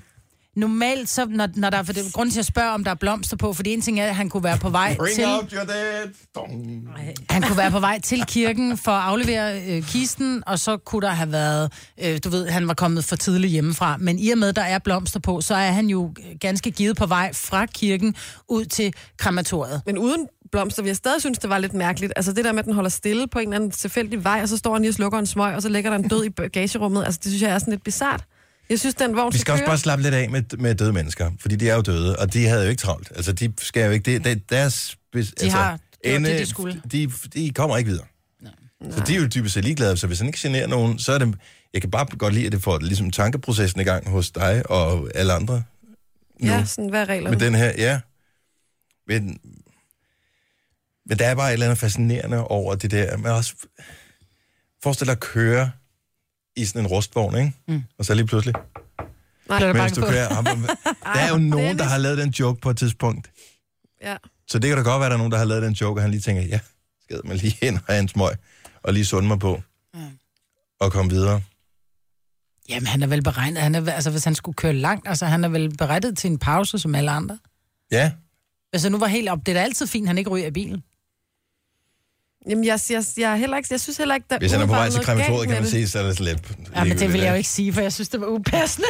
[SPEAKER 3] normalt, så, når, når der er, for det er grund til at spørge, om der er blomster på, for det ene ting er, at han kunne være på vej
[SPEAKER 1] Bring
[SPEAKER 3] til...
[SPEAKER 1] out your dead. Dong.
[SPEAKER 3] Han kunne være på vej til kirken for at aflevere øh, kisten, og så kunne der have været, øh, du ved, han var kommet for tidligt hjemmefra. Men i og med, der er blomster på, så er han jo ganske givet på vej fra kirken ud til krematoriet.
[SPEAKER 2] Men uden blomster, vi har stadig synes, det var lidt mærkeligt. Altså det der med, at den holder stille på en eller anden tilfældig vej, og så står han lige og slukker en smøg, og så ligger der en død i bagagerummet. Altså det synes jeg er sådan lidt bizart. Jeg synes, den vogn
[SPEAKER 1] Vi skal også bare slappe lidt af med, med døde mennesker, fordi de er jo døde, og de havde jo ikke travlt. Altså, de skal jo ikke... Det, det, deres, de altså,
[SPEAKER 3] har gjort det, de skulle.
[SPEAKER 1] De, de kommer ikke videre. Nej. Så de er jo typisk set ligeglade, så hvis han ikke generer nogen, så er det... Jeg kan bare godt lide, at det får ligesom tankeprocessen i gang hos dig og alle andre. Nu.
[SPEAKER 2] Ja, sådan, hvad er reglerne?
[SPEAKER 1] Men den her, ja. Men, men der er bare et eller andet fascinerende over det der. Men også, forestil dig at køre i sådan en rustvogn, ikke? Mm. Og så lige pludselig.
[SPEAKER 2] Nej, det er
[SPEAKER 1] Mens du
[SPEAKER 2] (laughs)
[SPEAKER 1] kører, ham, der er jo nogen, der
[SPEAKER 2] Dennis.
[SPEAKER 1] har lavet den joke på et tidspunkt.
[SPEAKER 2] Ja.
[SPEAKER 1] Så det kan da godt være, at der er nogen, der har lavet den joke, og han lige tænker, ja, skad mig lige ind og have en smøg, og lige sunde mig på,
[SPEAKER 2] Mm.
[SPEAKER 1] og komme videre.
[SPEAKER 3] Jamen, han er vel beregnet, han er, altså hvis han skulle køre langt, altså han er vel berettet til en pause som alle andre.
[SPEAKER 1] Ja,
[SPEAKER 3] Altså nu var helt op, det er da altid fint, han ikke ryger af bilen.
[SPEAKER 2] Jamen, jeg, Altså, jeg, jeg, er heller ikke, jeg synes heller ikke, der
[SPEAKER 1] hvis han er på
[SPEAKER 2] umiddelbart
[SPEAKER 1] vej til
[SPEAKER 2] noget galt
[SPEAKER 1] krematoriet, kan
[SPEAKER 2] med
[SPEAKER 1] man
[SPEAKER 2] det.
[SPEAKER 1] sige, så er det slet.
[SPEAKER 3] Ja, men det vil jeg jo ikke sige, for jeg synes, det var
[SPEAKER 2] (laughs)
[SPEAKER 3] upassende.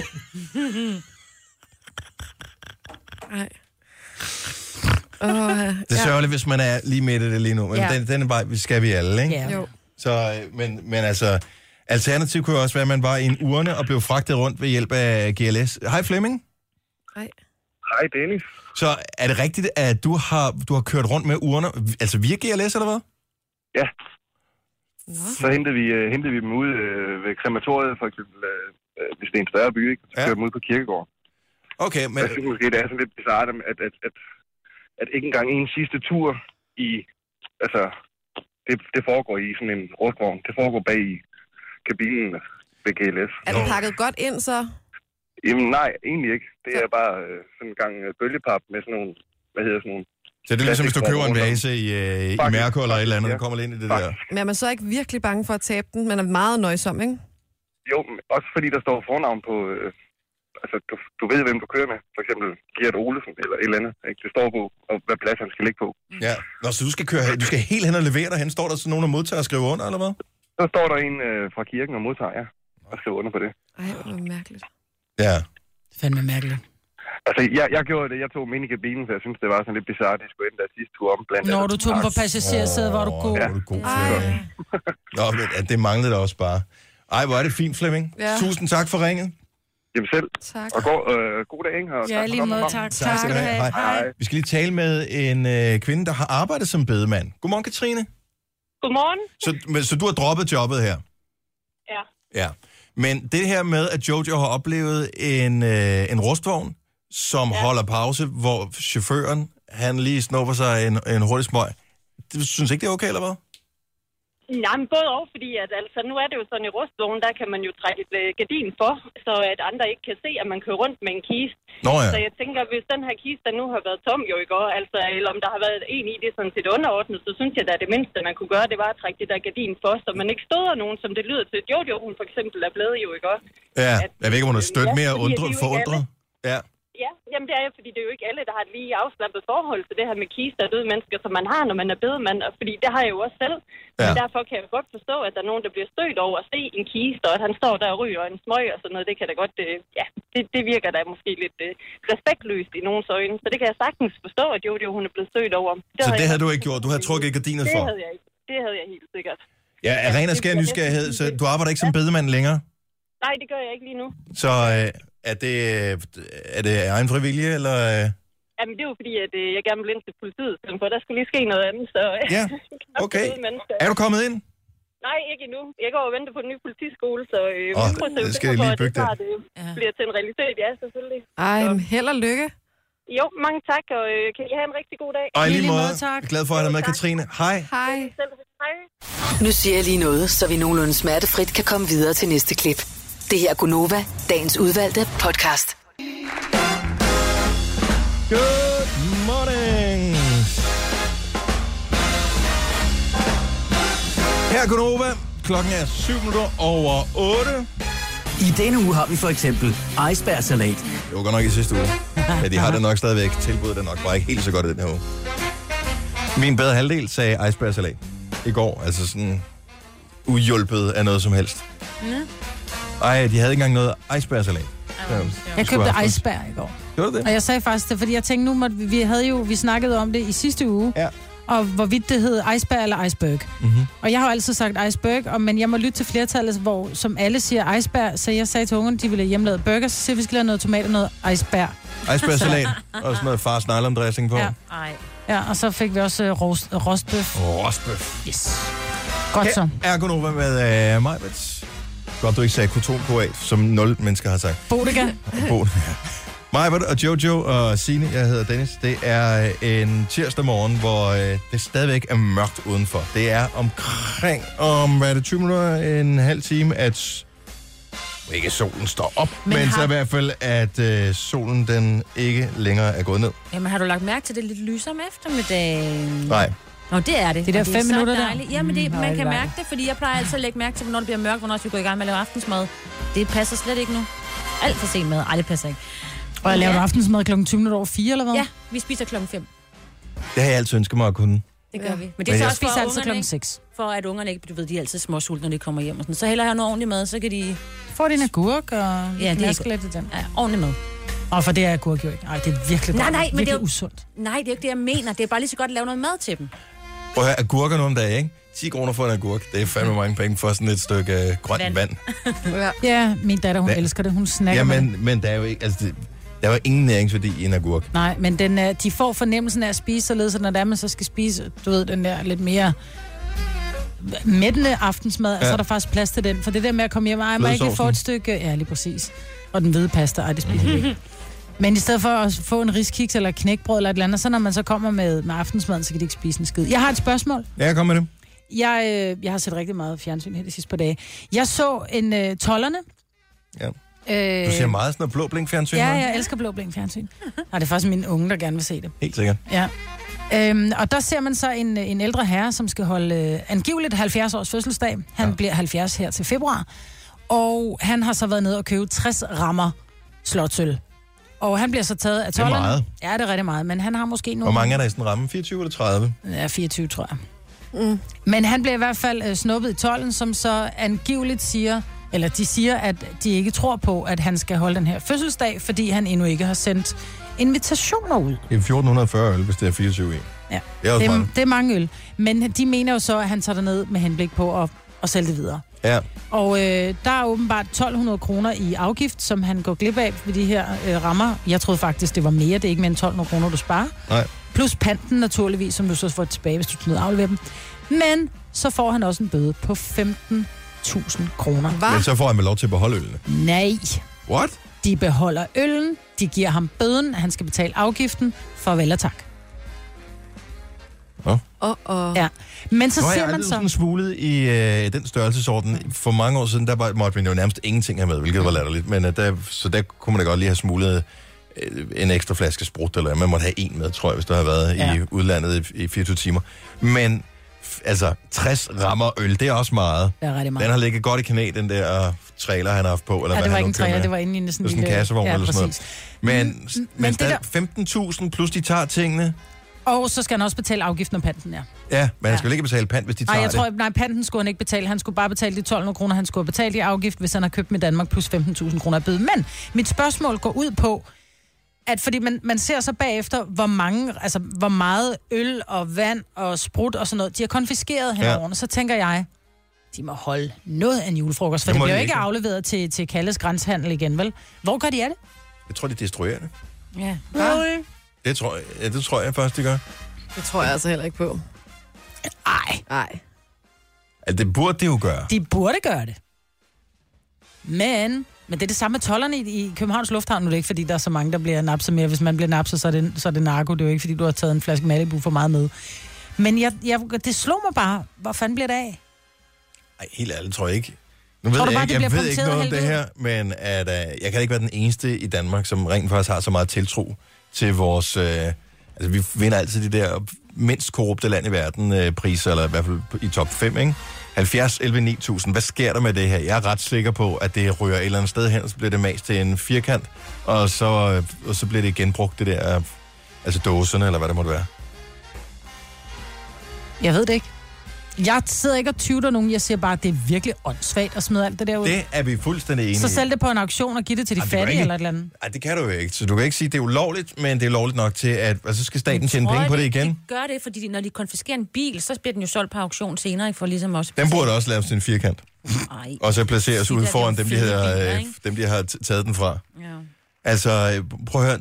[SPEAKER 2] Nej. Åh,
[SPEAKER 1] Det er
[SPEAKER 2] ja.
[SPEAKER 1] sørgeligt, hvis man er lige midt i det lige nu, men
[SPEAKER 2] Ja.
[SPEAKER 1] ja. den, den vej vi skal vi alle, ikke?
[SPEAKER 2] Ja. Jo.
[SPEAKER 1] Så, øh, men, men altså, alternativ kunne jo også være, at man var i en urne og blev fragtet rundt ved hjælp af GLS. Hej Flemming.
[SPEAKER 2] Hej.
[SPEAKER 1] Hej Dennis. Så er det rigtigt, at du har, du har kørt rundt med urner, altså via GLS eller hvad?
[SPEAKER 15] Ja. Så hentede vi, øh, hentede vi dem ud øh, ved krematoriet, for eksempel, øh, øh, hvis det er en større by, ikke? så kører ja. dem ud på kirkegården.
[SPEAKER 1] Okay, men...
[SPEAKER 15] Jeg synes måske, det er sådan lidt bizarrt, at, at, at, at ikke engang en sidste tur i... Altså, det, det foregår i sådan en rustvogn. Det foregår bag i kabinen ved GLS.
[SPEAKER 2] Er den pakket godt ind, så?
[SPEAKER 15] Jamen nej, egentlig ikke. Det er bare øh, sådan en gang øh, bølgepap med sådan nogle... Hvad hedder sådan nogle...
[SPEAKER 1] Så det er ligesom, hvis du køber en
[SPEAKER 15] plastikformer.
[SPEAKER 1] vase i, øh, i
[SPEAKER 15] Faktisk,
[SPEAKER 1] Mærko eller et eller andet,
[SPEAKER 15] ja.
[SPEAKER 1] der kommer lidt ind i det der.
[SPEAKER 2] Men er man så ikke virkelig bange for at tabe den? Man er meget nøjsom, ikke?
[SPEAKER 15] Jo, men også fordi der står fornavn på... Øh, altså, du, du ved, hvem du kører med. For eksempel Gert Olesen eller et eller andet. Ikke? Det står på, og hvad plads han skal ligge på.
[SPEAKER 1] Ja. Nå, så du skal, køre, hen- du skal helt hen og levere dig hen. Står der så nogen, der modtager og skriver under, eller hvad?
[SPEAKER 15] Så står der en øh, fra kirken og modtager, ja. Og skriver under på det.
[SPEAKER 2] Ej, hvor mærkeligt.
[SPEAKER 1] Ja.
[SPEAKER 3] Det er fandme mærkeligt.
[SPEAKER 15] Altså, jeg, jeg gjorde det. Jeg tog dem ind i kabinen, for jeg synes, det var sådan lidt bizarrt, at de skulle ind der sidste tur om. Blandt
[SPEAKER 3] Når
[SPEAKER 15] andet.
[SPEAKER 3] du tog den på passagersædet, var du god.
[SPEAKER 1] Ja. God Flemming. Nå, men ja, det manglede da også bare. Ej, hvor er det fint, Flemming.
[SPEAKER 15] Ja.
[SPEAKER 1] Ja. Tusind tak for ringet.
[SPEAKER 15] Jamen selv.
[SPEAKER 2] Tak.
[SPEAKER 15] Og god, øh, god dag, ikke? Og
[SPEAKER 3] Ja,
[SPEAKER 15] tak for
[SPEAKER 3] lige
[SPEAKER 15] programmet.
[SPEAKER 3] måde, tak.
[SPEAKER 1] Tak skal du have. Hej. Hej. Vi skal lige tale med en øh, kvinde, der har arbejdet som bedemand. Godmorgen, Katrine.
[SPEAKER 12] Godmorgen.
[SPEAKER 1] Så, men, så du har droppet jobbet her?
[SPEAKER 12] Ja.
[SPEAKER 1] Ja. Men det her med, at Jojo har oplevet en, øh, en rustvogn, som ja. holder pause, hvor chaufføren, han lige snupper sig en, en hurtig smøg. Du synes ikke, det er okay, eller hvad?
[SPEAKER 12] Nej, men både og, fordi at, altså, nu er det jo sådan i rustvognen, der kan man jo trække et øh, gardin for, så at andre ikke kan se, at man kører rundt med en kiste.
[SPEAKER 1] Nå ja.
[SPEAKER 12] Så jeg tænker, hvis den her kiste, der nu har været tom jo i går, altså, eller om der har været en i det er sådan set underordnet, så synes jeg da, at det mindste, man kunne gøre, det var at trække det der gardin for, så man ikke støder nogen, som det lyder til. Jojo, hun for eksempel, er blevet jo i går.
[SPEAKER 1] Ja, jeg ved ikke, om hun er stødt
[SPEAKER 12] Ja,
[SPEAKER 1] mere
[SPEAKER 12] fordi at de er jo
[SPEAKER 1] undret,
[SPEAKER 12] ikke
[SPEAKER 1] forundret.
[SPEAKER 12] alle.
[SPEAKER 1] Ja.
[SPEAKER 12] Ja, jamen det er jo, fordi det er jo ikke alle, der har et lige afslappet forhold til det her med kister og døde mennesker, som man har, når man er bedemand. Og fordi det har jeg jo også selv. Ja. Men
[SPEAKER 1] Ja.
[SPEAKER 12] derfor kan jeg jo godt forstå, at der er nogen, der bliver stødt over at se en kiste, og at han står der og ryger en smøg og sådan noget. Det kan da godt, øh, ja, det, det virker da måske lidt øh, respektløst i nogens øjne. Så det kan jeg sagtens forstå, at jo, det hun er blevet stødt over.
[SPEAKER 1] Så
[SPEAKER 12] har
[SPEAKER 1] det
[SPEAKER 12] jeg-
[SPEAKER 1] havde du ikke gjort. Du havde trukket gardinet
[SPEAKER 12] Det
[SPEAKER 1] for.
[SPEAKER 12] havde jeg ikke. Det havde jeg helt sikkert.
[SPEAKER 1] Ja, af ren og skær nysgerrighed, så du arbejder ikke som bedemand længere.
[SPEAKER 12] Nej, det gør jeg ikke lige nu.
[SPEAKER 1] Så øh, er det, øh, er det egen frivillige, eller... Øh?
[SPEAKER 12] Jamen, det er jo fordi, at øh, jeg gerne vil ind til politiet, for der skulle lige ske noget andet. Så, øh, (laughs)
[SPEAKER 1] Ja, okay. Er du kommet ind?
[SPEAKER 12] Nej, ikke endnu. Jeg går og venter på den nye politiskole, så øh,
[SPEAKER 1] Åh,
[SPEAKER 12] vi prøver at se,
[SPEAKER 1] det
[SPEAKER 12] om
[SPEAKER 1] skal jeg
[SPEAKER 12] kommer,
[SPEAKER 1] lige
[SPEAKER 12] at
[SPEAKER 1] bygge
[SPEAKER 12] det, snart, øh, bliver til en realitet, ja, selvfølgelig.
[SPEAKER 2] Ej, men held og lykke.
[SPEAKER 12] Jo, mange tak, og øh, kan I have en rigtig god dag.
[SPEAKER 1] Og i lige måde, glad for at have med, Katrine. Hej.
[SPEAKER 2] Hej.
[SPEAKER 12] Hej.
[SPEAKER 8] Nu siger jeg lige noget, så vi nogenlunde smertefrit kan komme videre til næste klip. Det her er Gunova, dagens udvalgte podcast.
[SPEAKER 1] Good morning. Her er Gunova. Klokken er 7 minutter over 8.
[SPEAKER 16] I denne uge har vi for eksempel icebergsalat.
[SPEAKER 1] Det var godt nok i sidste uge. Ja, de har det nok stadigvæk. Tilbuddet er nok bare ikke helt så godt i den her uge. Min bedre halvdel sagde icebergsalat i går. Altså sådan uhjulpet af noget som helst. Ej, de havde ikke engang noget icebergsalat. Ja,
[SPEAKER 3] Jeg købte iceberg i går.
[SPEAKER 1] Gjorde du det?
[SPEAKER 3] Og jeg sagde faktisk det, fordi jeg tænkte nu, måtte vi, vi havde jo, vi snakkede om det i sidste uge.
[SPEAKER 1] Ja.
[SPEAKER 3] Og hvorvidt det hed iceberg eller iceberg. Og jeg har jo altid sagt iceberg, og, men jeg må lytte til flertallet, hvor som alle siger iceberg, så jeg sagde til ungerne, de ville have hjemmelavet burger, så siger jeg, vi skal lave noget tomat og noget iceberg.
[SPEAKER 4] (laughs)
[SPEAKER 1] (laughs) Icebergsalat og sådan noget fars nylon dressing på.
[SPEAKER 3] Ja. Ja, og så fik vi også øh, rost, rostbøf.
[SPEAKER 1] Rostbøf.
[SPEAKER 3] Yes. Godt så.
[SPEAKER 1] Her er Gunova med øh, Majbets. Godt, du ikke sagde koton på af, som nul mennesker har sagt. (laughs)
[SPEAKER 3] Bodega.
[SPEAKER 1] Bo. Majbert og Jojo og Sine, jeg hedder Dennis. Det er øh, en tirsdag morgen, hvor øh, det stadigvæk er mørkt udenfor. Det er omkring, om hvad er det, 20 minutter, en halv time, at ikke solen står op, men,
[SPEAKER 4] Men
[SPEAKER 1] men
[SPEAKER 4] har-
[SPEAKER 1] så i hvert fald, at øh, solen den ikke længere er gået ned.
[SPEAKER 4] Jamen, har du lagt mærke til det er lidt lysere om eftermiddagen?
[SPEAKER 1] Nej.
[SPEAKER 4] Nå, det er det.
[SPEAKER 3] Det der
[SPEAKER 4] Og
[SPEAKER 3] fem
[SPEAKER 4] så
[SPEAKER 3] minutter der.
[SPEAKER 4] dejligt. Jamen, det,
[SPEAKER 3] Mm,
[SPEAKER 4] man
[SPEAKER 3] dejligt,
[SPEAKER 4] kan mærke
[SPEAKER 3] dejligt.
[SPEAKER 4] det, fordi jeg plejer altid at lægge mærke til, hvornår det bliver mørkt, hvornår vi går i gang med at lave aftensmad. Det passer slet ikke nu. Alt for sent mad. Ej, det passer ikke.
[SPEAKER 3] Og jeg laver
[SPEAKER 4] Ja.
[SPEAKER 3] aftensmad kl. 20 over 4, eller hvad?
[SPEAKER 4] Ja, vi spiser klokken 5.
[SPEAKER 1] Det har jeg altid ønsket mig at kunne.
[SPEAKER 4] Det gør vi.
[SPEAKER 1] Men
[SPEAKER 4] Men det er så
[SPEAKER 1] jeg-
[SPEAKER 4] også for, at
[SPEAKER 1] Spiser altid
[SPEAKER 4] ungerne
[SPEAKER 1] klokken
[SPEAKER 4] ikke-
[SPEAKER 3] seks.
[SPEAKER 4] for at ungerne ikke, du ved, de er altid småsultne, når de kommer hjem og sådan. Så heller have noget ordentligt mad, så kan de...
[SPEAKER 3] Får din agurk og
[SPEAKER 4] Ja,
[SPEAKER 3] ja,
[SPEAKER 4] det er
[SPEAKER 3] det
[SPEAKER 4] ikke-
[SPEAKER 3] lidt i den.
[SPEAKER 4] Ja, ordentlig mad.
[SPEAKER 3] Og for det er agurk jo ikke. Nej, det er virkelig
[SPEAKER 4] Nej,
[SPEAKER 3] dårligt.
[SPEAKER 4] nej, men det er
[SPEAKER 3] virkelig
[SPEAKER 4] jo-
[SPEAKER 3] usundt.
[SPEAKER 4] Nej, det er jo ikke det, jeg mener. Det er bare lige så godt at lave noget mad til dem.
[SPEAKER 1] Prøv at høre, agurker nu om dagen, ikke? 10 kroner for en agurk, det er fandme mange penge for sådan et stykke øh, grønt vand. vand.
[SPEAKER 3] Ja. ja, min datter, hun
[SPEAKER 1] Hvad?
[SPEAKER 3] elsker det. Hun snakker med det.
[SPEAKER 1] Jamen, men der er jo ikke, altså, det, der er jo ingen næringsværdi i en agurk.
[SPEAKER 3] Nej, men den, er- de får fornemmelsen af at spise således, at når det er, man så skal spise, du ved, den der lidt mere mættende aftensmad, ja.
[SPEAKER 1] Ja.
[SPEAKER 3] så er der faktisk plads til den. For det der med at komme hjem, ej, jeg må ikke lige få
[SPEAKER 1] Blødsovsen.
[SPEAKER 3] et stykke, ja, lige præcis. Og den hvide pasta, ej, det spiser jeg
[SPEAKER 1] (laughs)
[SPEAKER 3] ikke. Men i stedet for at få en riskiks eller et knækbrød eller et eller andet, så når man så kommer med, med aftensmaden, så kan de ikke spise en skid. Jeg har et spørgsmål.
[SPEAKER 1] Ja, kom med det.
[SPEAKER 3] Jeg, øh, jeg har set rigtig meget fjernsyn her de sidste par dage. Jeg så en øh, tollerne.
[SPEAKER 1] Ja.
[SPEAKER 3] Øh,
[SPEAKER 1] Du ser meget sådan noget blå blink fjernsyn.
[SPEAKER 3] Ja, jeg elsker blå blink fjernsyn. Nej, det er faktisk min unge, der gerne vil se det.
[SPEAKER 1] Helt sikkert.
[SPEAKER 3] Ja. Øhm, og der ser man så en, en ældre herre, som skal holde øh, angiveligt 70 års fødselsdag. Han ja. bliver 70 her til februar. Og han har så været nede og købe 60 rammer slotsøl. Og han bliver så taget af
[SPEAKER 1] Det er
[SPEAKER 3] 12'erne.
[SPEAKER 1] meget.
[SPEAKER 3] Ja, det er rigtig meget, men han har måske nogle...
[SPEAKER 1] Hvor mange er der i sådan en ramme? 24 eller 30?
[SPEAKER 3] Ja, 24, tror jeg. Mm. Men han bliver i hvert fald øh, snuppet i tolden, som så angiveligt siger, eller de siger, at de ikke tror på, at han skal holde den her fødselsdag, fordi han endnu ikke har sendt invitationer ud.
[SPEAKER 1] Det er 1440 øl, hvis det er 24 i.
[SPEAKER 3] Ja.
[SPEAKER 1] Det er også
[SPEAKER 3] det, er,
[SPEAKER 1] mange.
[SPEAKER 3] det er mange øl. Men de mener jo så, at han tager ned med henblik på at, at sælge det videre.
[SPEAKER 1] Ja.
[SPEAKER 3] Og øh, der er åbenbart 1200 kroner i afgift, som han går glip af ved de her øh, rammer. Jeg troede faktisk, det var mere. Det er ikke mere end 1200 kroner, du sparer.
[SPEAKER 1] Nej.
[SPEAKER 3] Plus panten naturligvis, som du så får tilbage, hvis du smider afleverer dem. Men så får han også en bøde på 15.000 kroner.
[SPEAKER 1] Men så får han vel lov til at beholde ølene.
[SPEAKER 3] Nej.
[SPEAKER 1] What?
[SPEAKER 3] De beholder øllen, de giver ham bøden, han skal betale afgiften. Farvel og tak.
[SPEAKER 1] Nå.
[SPEAKER 3] Oh, oh. Ja. Men så
[SPEAKER 1] Nå, jeg
[SPEAKER 3] ser
[SPEAKER 1] har
[SPEAKER 3] man
[SPEAKER 1] aldrig
[SPEAKER 3] så...
[SPEAKER 1] sådan svuglet i øh, den størrelsesorden. For mange år siden, der var- måtte man jo nærmest ingenting have med, hvilket var latterligt. Men øh, der, så der kunne man da godt lige have smuglet øh, en ekstra flaske sprut, eller man måtte have en med, tror jeg, hvis der har været ja. i udlandet i, i 24 timer. Men f- altså, 60 rammer øl, det er også meget.
[SPEAKER 3] Det er rigtig meget.
[SPEAKER 1] Den har ligget godt i knæ, den der øh, trailer, han har haft på. Eller
[SPEAKER 3] Ja,
[SPEAKER 1] hvad
[SPEAKER 3] det var
[SPEAKER 1] han
[SPEAKER 3] ikke
[SPEAKER 1] nu
[SPEAKER 3] en
[SPEAKER 1] kører
[SPEAKER 3] trailer,
[SPEAKER 1] med.
[SPEAKER 3] det var inde i sådan en
[SPEAKER 1] sådan en
[SPEAKER 3] lille-
[SPEAKER 1] kassevogn
[SPEAKER 3] Ja,
[SPEAKER 1] eller sådan noget.
[SPEAKER 3] præcis.
[SPEAKER 1] Men, mm, men,
[SPEAKER 3] men
[SPEAKER 1] men
[SPEAKER 3] det
[SPEAKER 1] stadig 15.000 plus de tager tingene.
[SPEAKER 3] Og så skal han også betale afgiften og panten, ja.
[SPEAKER 1] Ja, men han skal vel ikke betale pant, hvis de tager
[SPEAKER 3] Nej, jeg
[SPEAKER 1] det.
[SPEAKER 3] tror, nej, panten skulle han ikke betale. Han skulle bare betale de 1200 kroner, han skulle have betalt i afgift, hvis han har købt dem i Danmark, plus 15.000 kroner i bøde. Men mit spørgsmål går ud på, at fordi man, man ser så bagefter, hvor mange, altså hvor meget øl og vand og sprut og sådan noget, de har konfiskeret hen
[SPEAKER 1] Ja.
[SPEAKER 3] ja. årene, så tænker jeg, de må holde noget af en julefrokost, for
[SPEAKER 1] Det
[SPEAKER 3] det,
[SPEAKER 1] må
[SPEAKER 3] det bliver
[SPEAKER 1] de
[SPEAKER 3] jo ikke
[SPEAKER 1] ikke.
[SPEAKER 3] afleveret til, til Kalles grænshandel igen, vel? Hvor gør de af det?
[SPEAKER 1] Jeg tror, de destruerer det.
[SPEAKER 3] Ja.
[SPEAKER 1] Det tror jeg, ja, det tror jeg først, de gør.
[SPEAKER 2] Det tror jeg altså heller ikke på.
[SPEAKER 3] Ej.
[SPEAKER 2] Nej.
[SPEAKER 1] Altså, det burde de jo gøre.
[SPEAKER 3] De burde gøre det. Men, men det er det samme med tollerne i, i Københavns Lufthavn. Nu er det ikke, fordi der er så mange, der bliver napset mere. Hvis man bliver napset, så er det, så er det narko. Det er jo ikke, fordi du har taget en flaske Malibu for meget med. Men jeg, jeg, det slog mig bare. Hvor fanden bliver det af?
[SPEAKER 1] Nej, helt ærligt, tror jeg ikke. Nu ved
[SPEAKER 3] Tror du
[SPEAKER 1] jeg,
[SPEAKER 3] bare,
[SPEAKER 1] ikke,
[SPEAKER 3] det
[SPEAKER 1] jeg
[SPEAKER 3] bliver
[SPEAKER 1] ved ikke
[SPEAKER 3] punkteret
[SPEAKER 1] noget om det
[SPEAKER 3] helt
[SPEAKER 1] her, men at, uh, jeg kan ikke være den eneste i Danmark, som rent faktisk har så meget tiltro til vores... Uh, altså, øh, vi vinder altid de der mindst korrupte land i verden uh, priser, eller i hvert fald i top 5, ikke? 70 11 9000. Hvad sker der med det her? Jeg er ret sikker på, at det rører et eller andet sted hen, og så bliver det mas til en firkant, og så, øh, og så bliver det genbrugt, det der, altså dåserne, eller hvad det måtte være.
[SPEAKER 3] Jeg ved det ikke. Jeg sidder ikke og tyvter nogen. Jeg siger bare, at det er virkelig åndssvagt at smide alt det der ud.
[SPEAKER 1] Det er vi fuldstændig enige
[SPEAKER 3] så
[SPEAKER 1] i.
[SPEAKER 3] sælg det på en auktion og giv det til de
[SPEAKER 1] Ej, det går
[SPEAKER 3] fattige
[SPEAKER 1] ikke.
[SPEAKER 3] eller et eller andet.
[SPEAKER 1] Ej, det kan du jo ikke. Så du kan ikke sige, at det er ulovligt, men det er lovligt nok til, at altså, så skal staten tjene
[SPEAKER 4] Tror
[SPEAKER 1] penge
[SPEAKER 4] jeg,
[SPEAKER 1] på det
[SPEAKER 4] de-
[SPEAKER 1] igen.
[SPEAKER 4] De gør det, fordi de- når de konfiskerer en bil, så bliver den jo solgt på auktion senere, ikke? For ligesom også...
[SPEAKER 1] Den burde også laves til en firkant.
[SPEAKER 4] Ej.
[SPEAKER 1] Og så placeres
[SPEAKER 4] Sig
[SPEAKER 1] ude
[SPEAKER 4] da,
[SPEAKER 1] foran
[SPEAKER 4] det er
[SPEAKER 1] dem, de,
[SPEAKER 4] fede
[SPEAKER 1] havde,
[SPEAKER 4] biler,
[SPEAKER 1] øh,
[SPEAKER 4] ikke?
[SPEAKER 1] dem, de har t- taget den fra.
[SPEAKER 4] Ja.
[SPEAKER 1] Altså, øh, prøv at høre,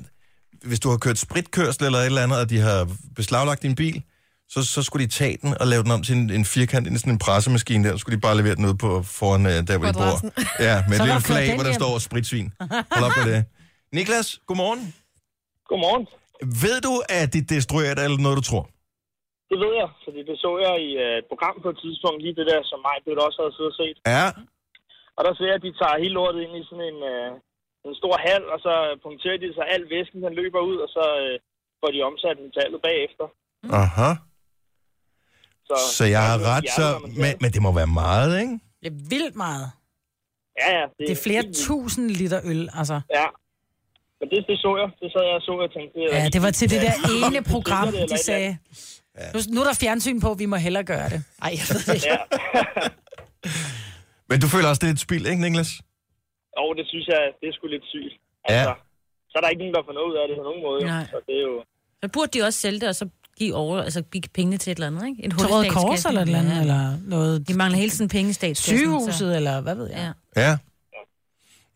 [SPEAKER 1] hvis du har kørt spritkørsel eller et eller andet, og de har beslaglagt din bil, så, så skulle de tage den og lave den om til en, en firkant, en sådan en pressemaskine der, så skulle de bare levere den ud på foran øh, der, hvor de
[SPEAKER 7] adressen.
[SPEAKER 1] bor. Ja, med
[SPEAKER 7] Så
[SPEAKER 1] et
[SPEAKER 7] var
[SPEAKER 1] lille
[SPEAKER 7] du kørt
[SPEAKER 1] flag,
[SPEAKER 7] den
[SPEAKER 1] hvor der
[SPEAKER 7] hjem.
[SPEAKER 1] står spritsvin. Hold op med det. Niklas, godmorgen.
[SPEAKER 17] Godmorgen.
[SPEAKER 1] Ved du, at de destruerer det, eller noget, du tror?
[SPEAKER 17] Det ved jeg, fordi det så jeg i øh, et program på et tidspunkt, lige det der, som mig blev også havde siddet og set.
[SPEAKER 1] Ja.
[SPEAKER 17] Og der ser jeg, at de tager hele lortet ind i sådan en, øh, en stor hal, og så punkterer de så al væsken, den løber ud, og så øh, får de omsat metallet bagefter.
[SPEAKER 1] Aha.
[SPEAKER 17] Så,
[SPEAKER 1] Så jeg har
[SPEAKER 17] det er
[SPEAKER 1] ret,
[SPEAKER 17] hjertet,
[SPEAKER 1] så...
[SPEAKER 17] når man ser
[SPEAKER 1] Men, men det må være meget, ikke?
[SPEAKER 3] Det er vildt meget.
[SPEAKER 17] Ja, ja. Det,
[SPEAKER 3] Det er flere
[SPEAKER 17] helt vildt.
[SPEAKER 3] tusind liter øl, altså.
[SPEAKER 17] Ja. Men det, det så jeg. Det sad jeg og så, og jeg tænkte... er
[SPEAKER 3] Ja, det var til det
[SPEAKER 17] Ja.
[SPEAKER 3] der
[SPEAKER 18] (laughs)
[SPEAKER 17] (laughs)
[SPEAKER 3] ene program,
[SPEAKER 17] Eller et
[SPEAKER 3] de
[SPEAKER 17] eller
[SPEAKER 3] sagde.
[SPEAKER 17] andet.
[SPEAKER 3] Nu, nu er der fjernsyn på, vi må hellere gøre det. Ej, jeg ved det ikke.
[SPEAKER 1] Men du føler også, det er et spild, ikke, Niklas?
[SPEAKER 17] Jo, det synes jeg, det er sgu lidt sygt. Altså,
[SPEAKER 1] Ja.
[SPEAKER 17] Så er der ikke nogen, der får noget ud af det på nogen måde. jo.
[SPEAKER 4] Nej.
[SPEAKER 17] Så det er jo...
[SPEAKER 4] Så burde de også sælge det, og så give, over, altså give pengene til et eller andet, ikke? En
[SPEAKER 3] Til Røde Kors eller et eller andet, eller noget.
[SPEAKER 4] De mangler hele tiden penge i statskassen.
[SPEAKER 3] Sygehuset, eller hvad ved jeg.
[SPEAKER 4] Ja.
[SPEAKER 1] Ja.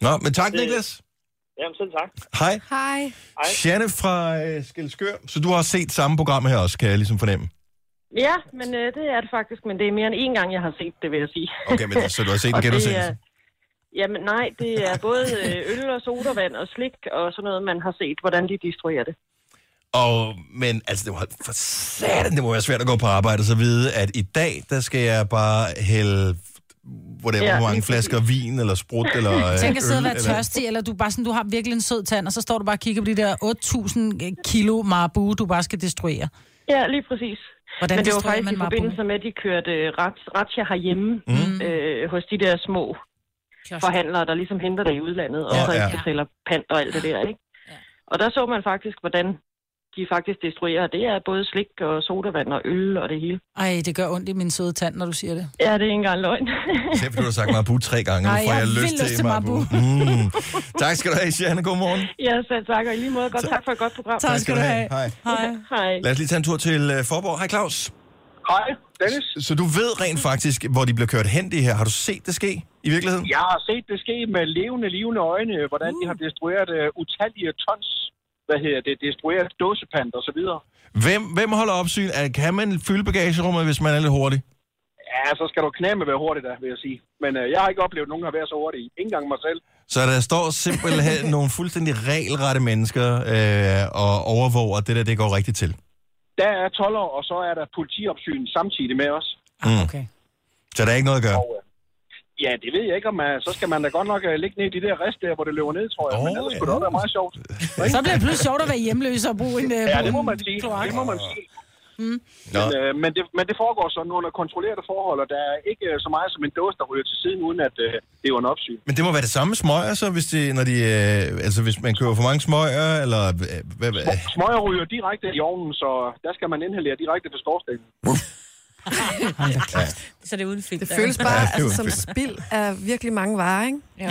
[SPEAKER 1] Nå, men tak,
[SPEAKER 17] Det-
[SPEAKER 1] Niklas.
[SPEAKER 17] Jamen, selv tak.
[SPEAKER 1] Hej.
[SPEAKER 2] Hej.
[SPEAKER 1] Janne fra øh, Skelskør. Så du har set samme program her også, kan jeg ligesom fornemme.
[SPEAKER 19] Ja, men øh, det er det faktisk, men det er mere end én gang, jeg har set det, vil jeg sige.
[SPEAKER 1] Okay, men så du har set en
[SPEAKER 19] (laughs) Og det
[SPEAKER 1] genudsendelse?
[SPEAKER 19] er- Jamen nej, det er både øh, øl og sodavand og slik og sådan noget, man har set, hvordan de destruerer det.
[SPEAKER 1] Og, men altså, det må, for satan, det må være svært at gå på arbejde og så vide, at i dag, der skal jeg bare hælde, whatever,
[SPEAKER 3] Ja,
[SPEAKER 1] ja, hvor mange
[SPEAKER 3] lige
[SPEAKER 1] flasker vin, eller sprut, eller øh,
[SPEAKER 3] Tænk at sidde og
[SPEAKER 1] øl,
[SPEAKER 3] være
[SPEAKER 1] eller-
[SPEAKER 3] tørstig, eller du, er bare sådan, du har virkelig en sød tand, og så står du bare og kigger på de der 8.000 kilo marabu, du bare skal destruere.
[SPEAKER 19] Ja, lige præcis.
[SPEAKER 3] Hvordan
[SPEAKER 19] men det var
[SPEAKER 3] destruerer
[SPEAKER 19] faktisk
[SPEAKER 3] man
[SPEAKER 19] i
[SPEAKER 3] Marabou?
[SPEAKER 19] forbindelse med, at de kørte øh, ret, razzia herhjemme mm. øh, hos de der små forhandlere, der ligesom henter det i udlandet, og
[SPEAKER 18] Åh,
[SPEAKER 19] så ikke
[SPEAKER 18] ja.
[SPEAKER 19] betaler pant og alt det der, ikke? Og der så man faktisk, hvordan de faktisk destruerer. Det er både slik og sodavand og øl og det hele.
[SPEAKER 3] Ej, det gør ondt i min søde tand, når du siger det.
[SPEAKER 19] Ja, det er ikke engang løgn. (laughs)
[SPEAKER 1] Selv fordi du har sagt Marabu tre gange, nu
[SPEAKER 19] Ej,
[SPEAKER 1] får
[SPEAKER 19] jeg
[SPEAKER 1] jeg,
[SPEAKER 19] har
[SPEAKER 1] lyst,
[SPEAKER 19] vildt lyst
[SPEAKER 1] til
[SPEAKER 19] til
[SPEAKER 1] Marabu. Mm. Tak skal du have, Janne. Godmorgen.
[SPEAKER 19] Ja, selv tak, og i lige måde godt tak for et godt program.
[SPEAKER 1] Tak skal du have. Hej.
[SPEAKER 19] Hej. Hej.
[SPEAKER 1] Lad os lige tage en tur til øh, Forborg. Hej, Claus.
[SPEAKER 17] Hej, Dennis.
[SPEAKER 1] Så du ved rent faktisk, hvor de bliver kørt hen, det her. Har du set det ske i virkeligheden?
[SPEAKER 18] Jeg har set det ske med levende, levende øjne, hvordan de har destrueret uh, utallige tons, hvad hedder det, destrueret dåsepand og så videre.
[SPEAKER 1] Hvem, hvem holder opsyn? Er- Kan man fylde bagagerummet, hvis man er lidt hurtig?
[SPEAKER 18] Ja, så skal du knæme være hurtigt da, vil jeg sige. Men uh, jeg har ikke oplevet, at nogen har været så hurtige. Ikke engang mig selv.
[SPEAKER 1] Så der står (laughs) simpelthen nogle fuldstændig regelrette mennesker øh, og overvåger, at det der det går rigtigt til.
[SPEAKER 18] Der er 12 år, og så er der politiopsyn samtidig med os. øh,
[SPEAKER 1] Mm. Okay. Så der er ikke noget at gøre.
[SPEAKER 18] Ja, det ved jeg ikke, om uh, så skal man da godt nok uh, ligge ned i de der rest der, hvor det løber ned, tror jeg. Oh, Men ellers skulle det også være meget sjovt.
[SPEAKER 3] (laughs) Så bliver det pludselig sjovt at være hjemløs og bruge en... øh,
[SPEAKER 18] Ja, det må man sige. Det må man sige.
[SPEAKER 3] Mm.
[SPEAKER 18] Men, øh, men, det, men det foregår sådan under kontrolleret forhold, og der er ikke øh, så meget som en dåse, der ryger til siden, uden at øh, det er en opsyn.
[SPEAKER 1] Men det må være det samme med smøger, så, hvis, det, når de, øh, altså, hvis man køber for mange smøger, eller... Øh, hvad, hvad,
[SPEAKER 18] Smøger ryger direkte i ovnen, så der skal man inhalere direkte på skorstenen.
[SPEAKER 4] Så det er uden filter.
[SPEAKER 2] Det føles bare ja, altså, som spild af virkelig mange varer, ikke?
[SPEAKER 3] Ja.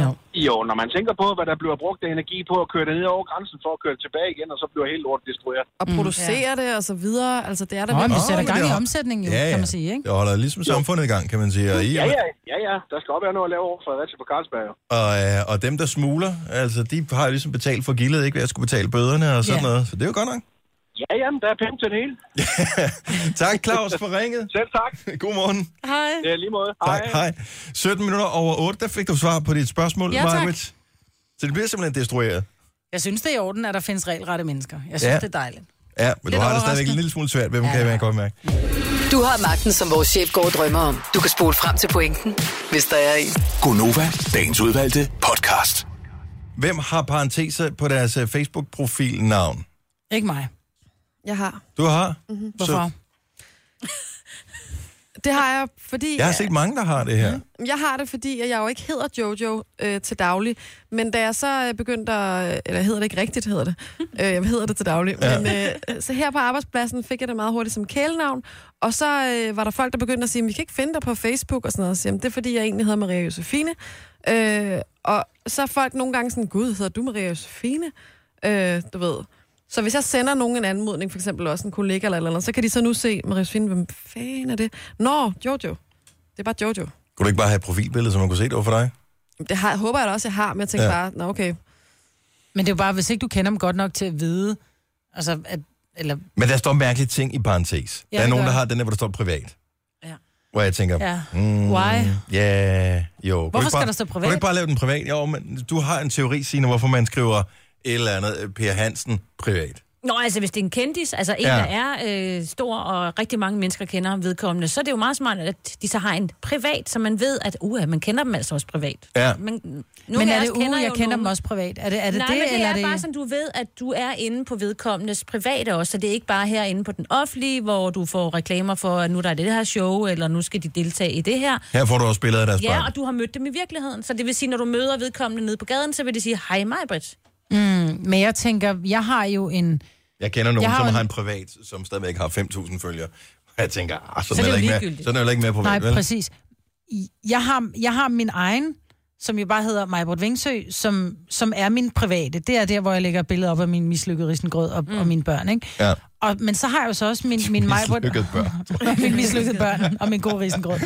[SPEAKER 18] Jo, når man tænker på, hvad der bliver brugt af energi på at køre det ned over grænsen for at køre det tilbage igen, og så bliver helt lortet destrueret.
[SPEAKER 2] Og producere det og så videre. Altså, det er der
[SPEAKER 18] Nå,
[SPEAKER 2] virkelig-
[SPEAKER 18] men det sætter
[SPEAKER 2] Åh, men
[SPEAKER 18] gang
[SPEAKER 2] det
[SPEAKER 18] i
[SPEAKER 2] er-
[SPEAKER 3] omsætningen jo,
[SPEAKER 1] ja, ja.
[SPEAKER 3] kan man sige, ikke?
[SPEAKER 1] Det holder ligesom samfundet i gang, kan man sige. Og, i,
[SPEAKER 18] Ja, ja, ja, ja. Der skal op være noget at lave over Fredericia på Carlsberg. jo.
[SPEAKER 1] og, øh, og dem, der smugler, altså, de har jo ligesom betalt for gildet, ikke ved at skulle betale bøderne og sådan
[SPEAKER 18] Ja.
[SPEAKER 1] noget. Så det er jo godt nok. (laughs)
[SPEAKER 18] Ja, jamen, der er penge til det hele.
[SPEAKER 1] Tak, Claus, for ringet.
[SPEAKER 18] Selv tak.
[SPEAKER 1] Godmorgen.
[SPEAKER 2] Hej.
[SPEAKER 18] Ja, lige måde.
[SPEAKER 1] Tak, hej. 17 minutter over 8, der fik du svar på dit spørgsmål,
[SPEAKER 3] Ja, tak.
[SPEAKER 1] Margaret. Så det bliver simpelthen destrueret.
[SPEAKER 3] Jeg synes, det er i orden, at der findes regelrette mennesker. Jeg synes,
[SPEAKER 1] Ja.
[SPEAKER 3] det er dejligt.
[SPEAKER 1] Ja, men
[SPEAKER 3] Lidt
[SPEAKER 1] du har det stadigvæk
[SPEAKER 3] overraskende.
[SPEAKER 1] en lille smule svært ved, dem, kan jeg godt mærke.
[SPEAKER 8] Du har magten, som vores chef går og drømmer om. Du kan spole frem til pointen, hvis der er en.
[SPEAKER 7] Gonova, dagens udvalgte podcast.
[SPEAKER 1] Hvem har parenteser på deres øh, Facebook-profilnavn?
[SPEAKER 3] Ikke mig.
[SPEAKER 2] Jeg har.
[SPEAKER 1] Du har?
[SPEAKER 2] Mhm.
[SPEAKER 1] Så-
[SPEAKER 3] Hvorfor?
[SPEAKER 2] Det har jeg, fordi...
[SPEAKER 1] Jeg har set mange, der har det
[SPEAKER 3] Mm.
[SPEAKER 1] her.
[SPEAKER 2] Jeg har det, fordi at jeg jo ikke hedder Jojo øh, til daglig, men da jeg så øh, begyndte at... Eller hedder det ikke rigtigt, hedder det. Øh, jeg hedder det til daglig.
[SPEAKER 1] Ja.
[SPEAKER 2] Ja. Men, øh, så her på arbejdspladsen fik jeg det meget hurtigt som kælenavn, og så øh, var der folk, der begyndte at sige, vi kan ikke finde dig på Facebook og sådan noget. Og så siger, jeg, "Men det er, fordi jeg egentlig hedder Maria Josefine. Øh, og så er folk nogle gange sådan, gud, hedder du Maria Josefine? Øh, du ved. Så hvis jeg sender nogen en anmodning, for eksempel også en kollega eller et eller andet, så kan de så nu se, Maria Josefine, hvem fanden er det? Nå, Jojo. Det er bare Jojo.
[SPEAKER 1] Kunne du ikke bare have et profilbillede, så man kunne se det over for dig?
[SPEAKER 2] Det har, håber jeg da også, jeg har, men jeg tænker
[SPEAKER 1] Ja.
[SPEAKER 2] ja. bare, nå okay.
[SPEAKER 3] Men det er jo bare, hvis ikke du kender dem godt nok til at vide, altså, at, eller,
[SPEAKER 1] Men der står mærkelige ting i parentes.
[SPEAKER 3] Ja,
[SPEAKER 1] Ja, der er
[SPEAKER 3] det
[SPEAKER 1] nogen,
[SPEAKER 3] gør
[SPEAKER 1] der
[SPEAKER 3] der.
[SPEAKER 1] har den der, hvor der står privat.
[SPEAKER 3] Ja.
[SPEAKER 1] Hvor jeg tænker,
[SPEAKER 3] Ja.
[SPEAKER 1] mm,
[SPEAKER 3] Why?
[SPEAKER 1] Ja, jo.
[SPEAKER 3] Hvorfor
[SPEAKER 1] Kunne du ikke
[SPEAKER 3] skal
[SPEAKER 1] bare,
[SPEAKER 3] der stå
[SPEAKER 1] kunne du
[SPEAKER 3] privat?
[SPEAKER 1] ikke bare lave den privat? Jo, men du har en teori, Signe, hvorfor man skriver et eller andet øh, Per Hansen privat.
[SPEAKER 4] Nå, altså hvis det er en kendis, altså en,
[SPEAKER 1] Ja.
[SPEAKER 4] ja. der er øh, stor, og rigtig mange mennesker kender ham vedkommende, så er det jo meget smart, at de så har en privat, så man ved, at uha, man kender dem altså også privat.
[SPEAKER 1] Ja.
[SPEAKER 4] Men,
[SPEAKER 3] nu men er det uge, jeg
[SPEAKER 4] jo
[SPEAKER 3] kender nogen.
[SPEAKER 4] nogen-
[SPEAKER 3] dem også privat? Er det, er det
[SPEAKER 4] Nej,
[SPEAKER 3] det,
[SPEAKER 4] men det
[SPEAKER 3] eller
[SPEAKER 4] er,
[SPEAKER 3] det...
[SPEAKER 4] bare sådan, du ved, at du er inde på vedkommendes private også, så det er ikke bare herinde på den offentlige, hvor du får reklamer for, at nu der er det her show, eller nu skal de deltage i det her.
[SPEAKER 1] Her får du også billeder af deres
[SPEAKER 4] Ja,
[SPEAKER 1] børn.
[SPEAKER 4] og du har mødt dem i virkeligheden, så det vil sige, når du møder vedkommende nede på gaden, så vil de sige, hej mig, Britt.
[SPEAKER 3] Mm, men jeg tænker, jeg har jo en...
[SPEAKER 1] Jeg kender nogen,
[SPEAKER 3] Jeg har
[SPEAKER 1] har som
[SPEAKER 3] jo en-
[SPEAKER 1] har en privat, som stadigvæk har 5.000 følgere. Og Jeg tænker, ah,
[SPEAKER 3] Så
[SPEAKER 1] sådan,
[SPEAKER 3] det
[SPEAKER 1] så
[SPEAKER 3] er
[SPEAKER 1] er
[SPEAKER 3] jo
[SPEAKER 1] ikke med,
[SPEAKER 3] ligegyldigt.
[SPEAKER 1] sådan er det ikke med privat,
[SPEAKER 3] Nej,
[SPEAKER 1] vel?
[SPEAKER 3] præcis. I- Jeg har, jeg har min egen, som jo bare hedder Majbert Vingsø, som, som er min private. Det er der, hvor jeg lægger billeder op af min mislykkede risengrød og, mm. og mine børn, ikke?
[SPEAKER 1] Ja.
[SPEAKER 3] Og, men så har jeg jo så også min,
[SPEAKER 1] (laughs)
[SPEAKER 3] min Majbert...
[SPEAKER 1] Mislykkede børn.
[SPEAKER 3] (laughs) min mislykkede børn og min gode risengrød.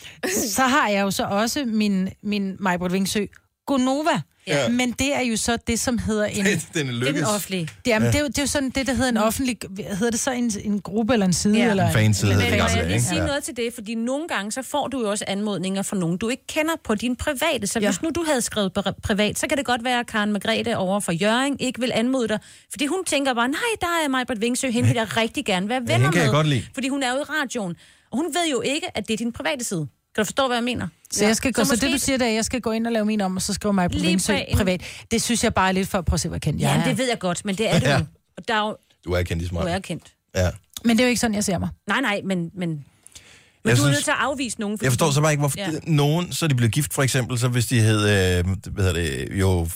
[SPEAKER 3] (laughs) Så har jeg jo så også min, min Majbert Vingsø Gonova.
[SPEAKER 1] Ja.
[SPEAKER 3] Ja. Men det er jo så det, som hedder en...
[SPEAKER 1] Det- den er lykkes.
[SPEAKER 3] Det, jamen,
[SPEAKER 1] Ja.
[SPEAKER 3] ja. det, er jo, det er jo sådan det, der hedder en offentlig... Hedder det så en, en gruppe eller en side? Ja. Eller
[SPEAKER 1] En fanside
[SPEAKER 3] en-
[SPEAKER 1] hedder
[SPEAKER 4] Men
[SPEAKER 1] det
[SPEAKER 4] må
[SPEAKER 1] gamle
[SPEAKER 4] jeg
[SPEAKER 1] dage,
[SPEAKER 4] lige
[SPEAKER 1] ikke?
[SPEAKER 4] sige
[SPEAKER 1] Ja.
[SPEAKER 4] noget til det? Fordi nogle gange, så får du jo også anmodninger fra nogen, du ikke kender på din private. Så ja. hvis nu du havde skrevet pri- privat, så kan det godt være, at Karen Margrethe over for Jørgen ikke vil anmode dig. Fordi hun tænker bare, nej, der er Majbert Vingsø, hende vil
[SPEAKER 1] (laughs)
[SPEAKER 4] jeg rigtig gerne være venner
[SPEAKER 1] hende kan jeg
[SPEAKER 4] med.
[SPEAKER 1] godt lide.
[SPEAKER 4] Fordi hun er jo i radioen. Og hun ved jo ikke, at det er din private side. Kan du forstå, hvad jeg mener?
[SPEAKER 3] Så, jeg skal gå, så,
[SPEAKER 4] måske-
[SPEAKER 3] det, du siger, det er, at jeg skal gå ind og lave min om, og så skriver mig på
[SPEAKER 4] Lige
[SPEAKER 3] Vingsø
[SPEAKER 4] på en-
[SPEAKER 3] privat. Det synes jeg bare er lidt for at prøve at se, hvor kendt jeg
[SPEAKER 4] Ja,
[SPEAKER 3] er.
[SPEAKER 4] det ved jeg godt, men det er du.
[SPEAKER 1] Ja.
[SPEAKER 4] Ja. Og der er jo,
[SPEAKER 1] Du er kendt i
[SPEAKER 4] du
[SPEAKER 1] smart.
[SPEAKER 4] er kendt.
[SPEAKER 1] Ja.
[SPEAKER 3] Men det er jo ikke sådan, jeg ser mig.
[SPEAKER 4] Nej, nej, men, men, men du
[SPEAKER 1] Jeg
[SPEAKER 4] er
[SPEAKER 1] synes-
[SPEAKER 4] nødt til at afvise nogen.
[SPEAKER 1] Jeg forstår så bare ikke, hvorfor ja.
[SPEAKER 4] Ja.
[SPEAKER 1] nogen, så er de blev gift for eksempel, så hvis de hed, øh, hvad hedder det, jo,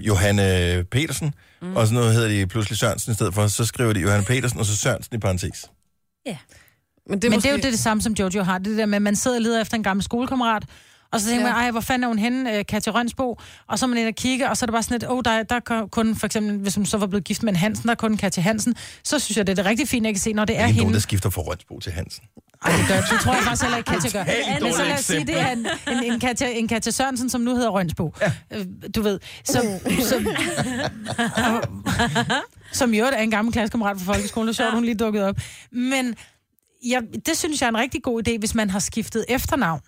[SPEAKER 1] Johanne Petersen, mm. og sådan noget hedder de pludselig Sørensen i stedet for, så skriver de Johanne Petersen, og så Sørensen i parentes.
[SPEAKER 4] Ja.
[SPEAKER 2] Men
[SPEAKER 3] det er, men måske... det, er jo det, det samme, som Jojo har. Det der med, at man sidder og leder efter en gammel skolekammerat, og så tænker
[SPEAKER 2] Ja.
[SPEAKER 3] ja. man, ej, hvor fanden er hun henne, øh, Katja Rønsbo? Og så er man inde og kigge, og så er det bare sådan lidt, åh, oh, der, der er kun, for eksempel, hvis hun så var blevet gift med en Hansen, der er kun Katja Hansen, så synes jeg, det er det rigtig fint, jeg kan se, når det er
[SPEAKER 1] Ikke nogen,
[SPEAKER 3] hende.
[SPEAKER 1] der skifter fra Rønsbo til Hansen.
[SPEAKER 3] Ej, det gør, det tror jeg faktisk heller ikke, Katja gør.
[SPEAKER 1] Totalt
[SPEAKER 3] Men så lad
[SPEAKER 1] dårligt
[SPEAKER 3] os sige, det er en, en, en, Katja, en Katja Sørensen, som nu hedder Rønsbo. Ja. Du ved, som, (laughs) som, som i øvrigt er en gammel klassekammerat fra folkeskolen, og sjovt, hun lige dukkede op. Men ja, det synes jeg er en rigtig god idé, hvis man har skiftet efternavn.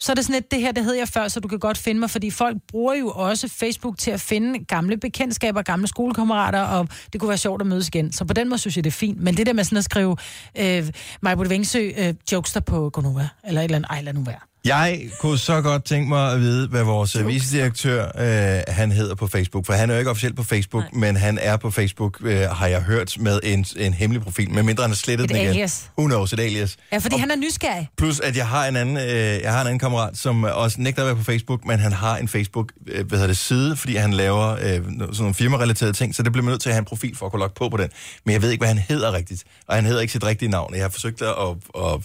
[SPEAKER 3] Så er det sådan lidt, det her, det hed jeg før, så du kan godt finde mig, fordi folk bruger jo også Facebook til at finde gamle bekendtskaber, gamle skolekammerater, og det kunne være sjovt at mødes igen. Så på den måde synes jeg, det er fint. Men det der med sådan at skrive, øh, Majbrit Vengsø, øh, jokester på Gonova, eller et eller andet, ej, lad nu være.
[SPEAKER 1] Jeg kunne så godt tænke mig at vide, hvad vores øh, vicedirektør, øh, han hedder på Facebook. For han er jo ikke officielt på Facebook, Nej. men han er på Facebook, øh, har jeg hørt, med en, en hemmelig profil. Men mindre han har slettet
[SPEAKER 3] Et
[SPEAKER 1] den igen.
[SPEAKER 3] alias.
[SPEAKER 1] Who knows, et alias.
[SPEAKER 3] Ja, fordi han er nysgerrig.
[SPEAKER 1] Plus, at jeg har en anden, øh, jeg har en anden kammerat, som øh, også nægter at være på Facebook, men han har en Facebook øh, hvad hedder det, side, fordi han laver øh, no- sådan nogle firmarelaterede ting, så det bliver man nødt til at have en profil for at kunne logge på på den. Men jeg ved ikke, hvad han hedder rigtigt, og han hedder ikke sit rigtige navn. Jeg har forsøgt at, at, at,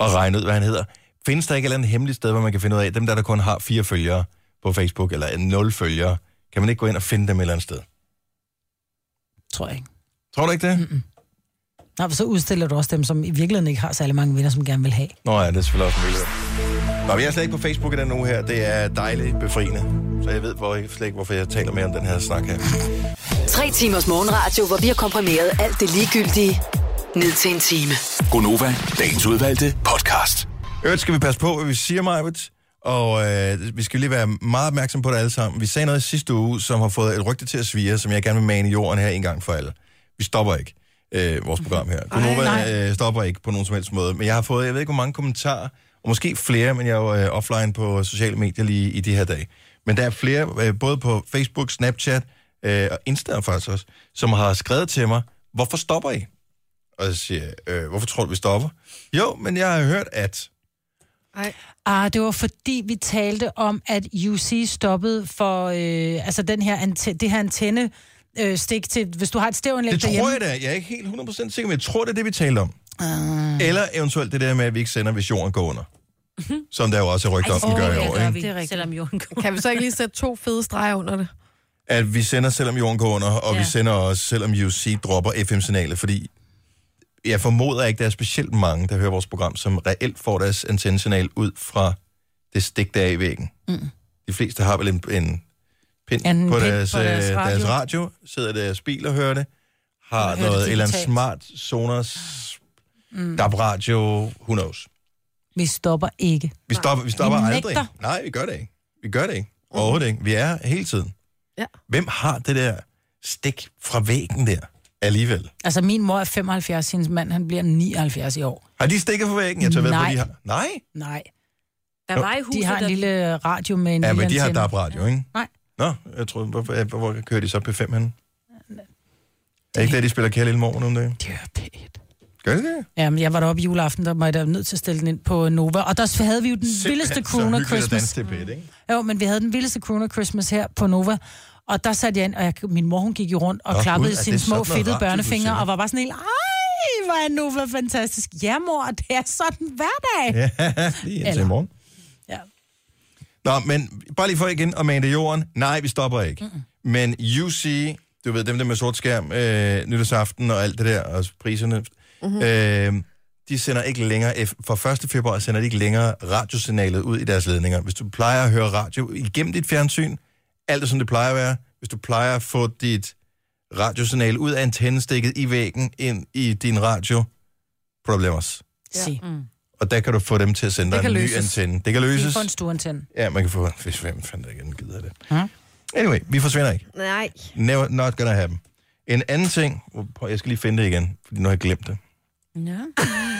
[SPEAKER 1] at regne ud, hvad han hedder. Findes der ikke et eller andet hemmeligt sted, hvor man kan finde ud af, dem der, der kun har fire følgere på Facebook, eller øh, nul følgere, kan man ikke gå ind og finde dem et eller andet sted?
[SPEAKER 3] Tror jeg ikke.
[SPEAKER 1] Tror du ikke det? Mm-mm.
[SPEAKER 3] Nej, for så udstiller du også dem, som i virkeligheden ikke har særlig mange venner, som gerne vil have.
[SPEAKER 1] Nå ja, det er selvfølgelig også en mulighed. Nå, vi er slet ikke på Facebook i den uge her. Det er dejligt befriende. Så jeg ved hvor, slet ikke, hvorfor jeg taler mere om den her snak her.
[SPEAKER 8] Tre timers morgenradio, hvor vi har komprimeret alt det ligegyldige ned til en time.
[SPEAKER 7] Gonova, dagens udvalgte podcast.
[SPEAKER 1] Øvrigt skal vi passe på, hvad vi siger, Majbert. Og øh, vi skal lige være meget opmærksom på det alle sammen. Vi sagde noget i sidste uge, som har fået et rygte til at svire, som jeg gerne vil mane i jorden her en gang for alle. Vi stopper ikke øh, vores program her. Gunova øh, stopper ikke på nogen som helst måde. Men jeg har fået, jeg ved ikke hvor mange kommentarer, og måske flere, men jeg er jo øh, offline på sociale medier lige i de her dage. Men der er flere, øh, både på Facebook, Snapchat øh, og Instagram faktisk også, som har skrevet til mig, hvorfor stopper I? Og så siger jeg, øh, hvorfor tror du, vi stopper? Jo, men jeg har hørt, at...
[SPEAKER 2] Ej.
[SPEAKER 3] Ah, det var fordi, vi talte om, at UC stoppede for øh, altså den her ante- det her antenne, øh, stik til, hvis du har et stævanlæg
[SPEAKER 1] Det
[SPEAKER 3] derhjemme.
[SPEAKER 1] tror jeg da. Jeg er ikke helt 100% sikker, men jeg tror, det er det, vi taler om.
[SPEAKER 3] Mm. Ah,
[SPEAKER 1] Eller eventuelt det der med, at vi ikke sender, hvis jorden går under. Som der jo også er rygter om, den gør i år, ikke?
[SPEAKER 4] Det er rigtigt. Selvom jorden går.
[SPEAKER 2] Kan vi så ikke lige sætte to fede streger under det?
[SPEAKER 1] At vi sender, selvom jorden går under, og ja.
[SPEAKER 2] Ja.
[SPEAKER 1] vi sender også, selvom UC dropper FM-signalet, fordi jeg formoder ikke, der er specielt mange, der hører vores program, som reelt får deres antennesignal ud fra det stik, der er i væggen.
[SPEAKER 3] Mm.
[SPEAKER 1] De fleste har vel en, en pind
[SPEAKER 3] Ja, en
[SPEAKER 1] på,
[SPEAKER 3] pind
[SPEAKER 1] deres,
[SPEAKER 3] på
[SPEAKER 1] øh,
[SPEAKER 3] deres
[SPEAKER 1] deres, radio.
[SPEAKER 3] radio.
[SPEAKER 1] deres radio, sidder i deres bil og hører det, har
[SPEAKER 3] Og hører
[SPEAKER 1] noget
[SPEAKER 3] det
[SPEAKER 1] et eller andet
[SPEAKER 3] digitalt.
[SPEAKER 1] smart Sonos,
[SPEAKER 3] Mm.
[SPEAKER 1] DAB radio, who knows.
[SPEAKER 3] Vi stopper ikke.
[SPEAKER 1] Vi stopper, vi stopper
[SPEAKER 3] Vi
[SPEAKER 1] aldrig.
[SPEAKER 3] nægter.
[SPEAKER 1] Nej, vi gør det ikke. Vi gør det ikke. Overhovedet ikke. Vi er her hele tiden.
[SPEAKER 2] Ja.
[SPEAKER 1] Hvem har det der stik fra væggen der alligevel?
[SPEAKER 3] Altså, min mor er 75, hendes mand, han bliver 79 i år.
[SPEAKER 1] Har de stikker fra væggen? Jeg tør ved på,
[SPEAKER 3] Nej.
[SPEAKER 1] de har. Nej?
[SPEAKER 3] Nej.
[SPEAKER 4] Der
[SPEAKER 1] Nå.
[SPEAKER 4] var i huset,
[SPEAKER 3] De har en
[SPEAKER 4] der-
[SPEAKER 3] lille radio med en
[SPEAKER 1] Ja,
[SPEAKER 3] lille
[SPEAKER 1] men de har
[SPEAKER 3] antenne.
[SPEAKER 1] DAB radio, ikke?
[SPEAKER 3] Nej.
[SPEAKER 1] Nå, jeg tror, hvor, hvor, hvor kører de så P5 henne? Er ikke det, de spiller Kjær Lille Morgen om dagen?
[SPEAKER 3] Det er
[SPEAKER 1] P1. Gør de det?
[SPEAKER 3] Jamen, jeg var deroppe juleaften, der var jeg da nødt til at stille den ind på Nova. Og der havde vi jo den
[SPEAKER 1] Simpelthen
[SPEAKER 3] vildeste
[SPEAKER 1] så
[SPEAKER 3] Corona
[SPEAKER 1] hyggeligt at danse
[SPEAKER 3] Christmas.
[SPEAKER 1] til P1, ikke?
[SPEAKER 3] Jo, men vi havde den vildeste Corona Christmas her på Nova. Og der satte jeg ind, og jeg, min mor hun gik jo rundt og
[SPEAKER 1] Nå,
[SPEAKER 3] Nå, klappede
[SPEAKER 1] Gud, er
[SPEAKER 3] sine
[SPEAKER 1] det
[SPEAKER 3] små
[SPEAKER 1] sådan noget
[SPEAKER 3] fedtede
[SPEAKER 1] radio, du
[SPEAKER 3] børnefingre,
[SPEAKER 1] siger?
[SPEAKER 3] og var bare sådan helt, ej, hvor er Nova fantastisk. Ja, mor, det er sådan hver dag.
[SPEAKER 1] Ja, lige indtil
[SPEAKER 3] Eller-
[SPEAKER 1] i morgen.
[SPEAKER 3] Ja.
[SPEAKER 1] Nå, men bare lige for igen at mane det i jorden. Nej, vi stopper ikke. Mm-mm. Men UC, du ved, dem der med sort skærm, øh, nytårsaften og alt det der, og priserne, mm-hmm. øh, de sender ikke længere, F- fra 1. februar sender de ikke længere radiosignalet ud i deres ledninger. Hvis du plejer at høre radio igennem dit fjernsyn, alt er som det plejer at være. Hvis du plejer at få dit radiosignal ud af antennestikket i væggen ind i din radio, problemers.
[SPEAKER 3] Se. Mm.
[SPEAKER 1] Og der kan du få dem til at sende
[SPEAKER 3] Det
[SPEAKER 1] dig
[SPEAKER 3] kan
[SPEAKER 1] en ny
[SPEAKER 3] løses.
[SPEAKER 1] antenne. Det kan
[SPEAKER 3] Vi
[SPEAKER 1] løses.
[SPEAKER 3] får en Hm? stueantenne.
[SPEAKER 1] Ja, man kan få... Hvis hvem fanden ikke gider det. Anyway, vi forsvinder ikke.
[SPEAKER 2] Nej.
[SPEAKER 1] Never, not gonna happen. En anden ting... Prøv, Jeg skal lige finde det igen, fordi nu har jeg glemt det.
[SPEAKER 4] Ja.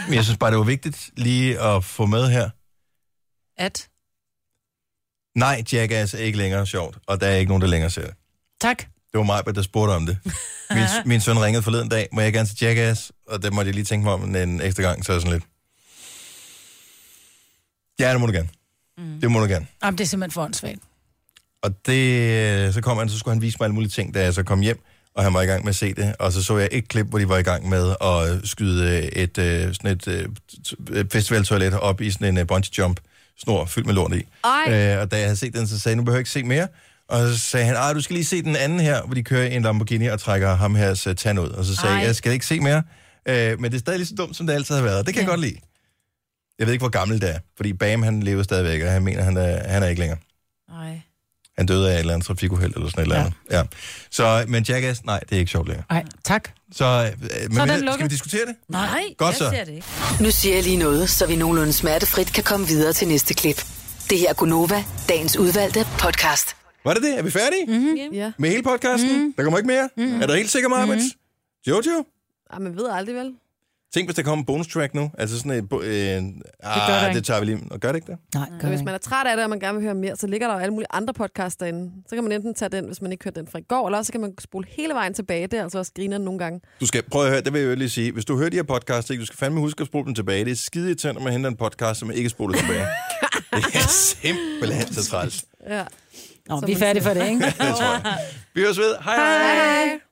[SPEAKER 1] Men jeg synes bare, det var vigtigt lige at få med her.
[SPEAKER 3] At?
[SPEAKER 1] Nej, Jackass er ikke længere sjovt, og der er ikke nogen, der længere ser det.
[SPEAKER 3] Tak.
[SPEAKER 1] Det var mig, der spurgte
[SPEAKER 3] (laughs)
[SPEAKER 1] om det. Min, min søn ringede forleden dag, må jeg gerne se Jackass? Og det måtte jeg lige tænke mig om en ekstra gang, så jeg sådan lidt... Ja, det må du gerne. Mm. Det må du gerne.
[SPEAKER 3] Jamen, det er simpelthen for åndssvagt.
[SPEAKER 1] Og det, øh, så kom han, så skulle han vise mig alle mulige ting, da jeg så kom hjem, og han var i gang med at se det. Og så så jeg et klip, hvor de var i gang med at skyde et, øh, sådan et øh, t- øh, festivaltoilet op i sådan en øh, bungee jump snor fyldt med lort i.
[SPEAKER 7] Ej.
[SPEAKER 1] Øh, og da jeg havde set den, så sagde jeg, nu behøver jeg ikke se mere. Og så sagde han, "Ej, du skal lige se den anden her, hvor de kører i en Lamborghini og trækker ham her uh, tand ud. Og så sagde
[SPEAKER 7] Ej.
[SPEAKER 1] jeg, jeg skal ikke se mere, øh, men det er stadig lige så dumt, som det altid har været. Det kan ja. jeg godt lide. Jeg ved ikke, hvor gammel det er, fordi Bam, han lever stadigvæk, og han mener, han er, han er ikke længere.
[SPEAKER 4] Nej.
[SPEAKER 1] Han døde af et eller andet trafikuheld eller sådan et eller andet. Ja. ja. Så, men Jackass, nej, det er ikke sjovt længere.
[SPEAKER 3] Nej, tak.
[SPEAKER 1] Så, øh, men
[SPEAKER 8] Så er den
[SPEAKER 1] vi, skal vi
[SPEAKER 8] lukket.
[SPEAKER 1] diskutere det?
[SPEAKER 8] Nej,
[SPEAKER 1] Godt så.
[SPEAKER 8] det ikke. Nu siger jeg lige noget, så vi nogenlunde smertefrit kan komme videre til næste klip. Det her er Gunova, dagens udvalgte podcast.
[SPEAKER 1] Var det det? Er vi færdige?
[SPEAKER 2] Mm-hmm. Ja.
[SPEAKER 1] Med hele podcasten? Mm. Der kommer ikke mere? Mm. Er du helt sikker, Marmits? Mm. Jojo?
[SPEAKER 2] Ej, man ved aldrig vel.
[SPEAKER 1] Tænk, hvis der kommer en bonus track nu. Altså sådan et... bo- Øh,
[SPEAKER 2] der
[SPEAKER 1] ah, det,
[SPEAKER 2] ikke.
[SPEAKER 1] det tager vi lige. Og gør det ikke det?
[SPEAKER 3] Nej,
[SPEAKER 2] Og hvis man er træt af det, og man gerne vil høre mere, så ligger der jo alle mulige andre podcasts derinde. Så kan man enten tage den, hvis man ikke hørte den fra i går, eller også så kan man spole hele vejen tilbage. Det er altså også griner nogle gange.
[SPEAKER 1] Du skal prøve at høre, det vil jeg jo lige sige. Hvis du hører de her podcast, ikke, du skal fandme huske at spole dem tilbage. Det er skide tændt, når man henter en podcast, som man ikke spoler tilbage. det er simpelthen så træls.
[SPEAKER 2] Ja.
[SPEAKER 3] Nå,
[SPEAKER 2] Som
[SPEAKER 3] vi er
[SPEAKER 2] man
[SPEAKER 3] færdige
[SPEAKER 2] siger.
[SPEAKER 1] (laughs)
[SPEAKER 3] for det, ikke?
[SPEAKER 1] Det tror jeg. Vi høres ved. Hej hej.
[SPEAKER 2] Hej.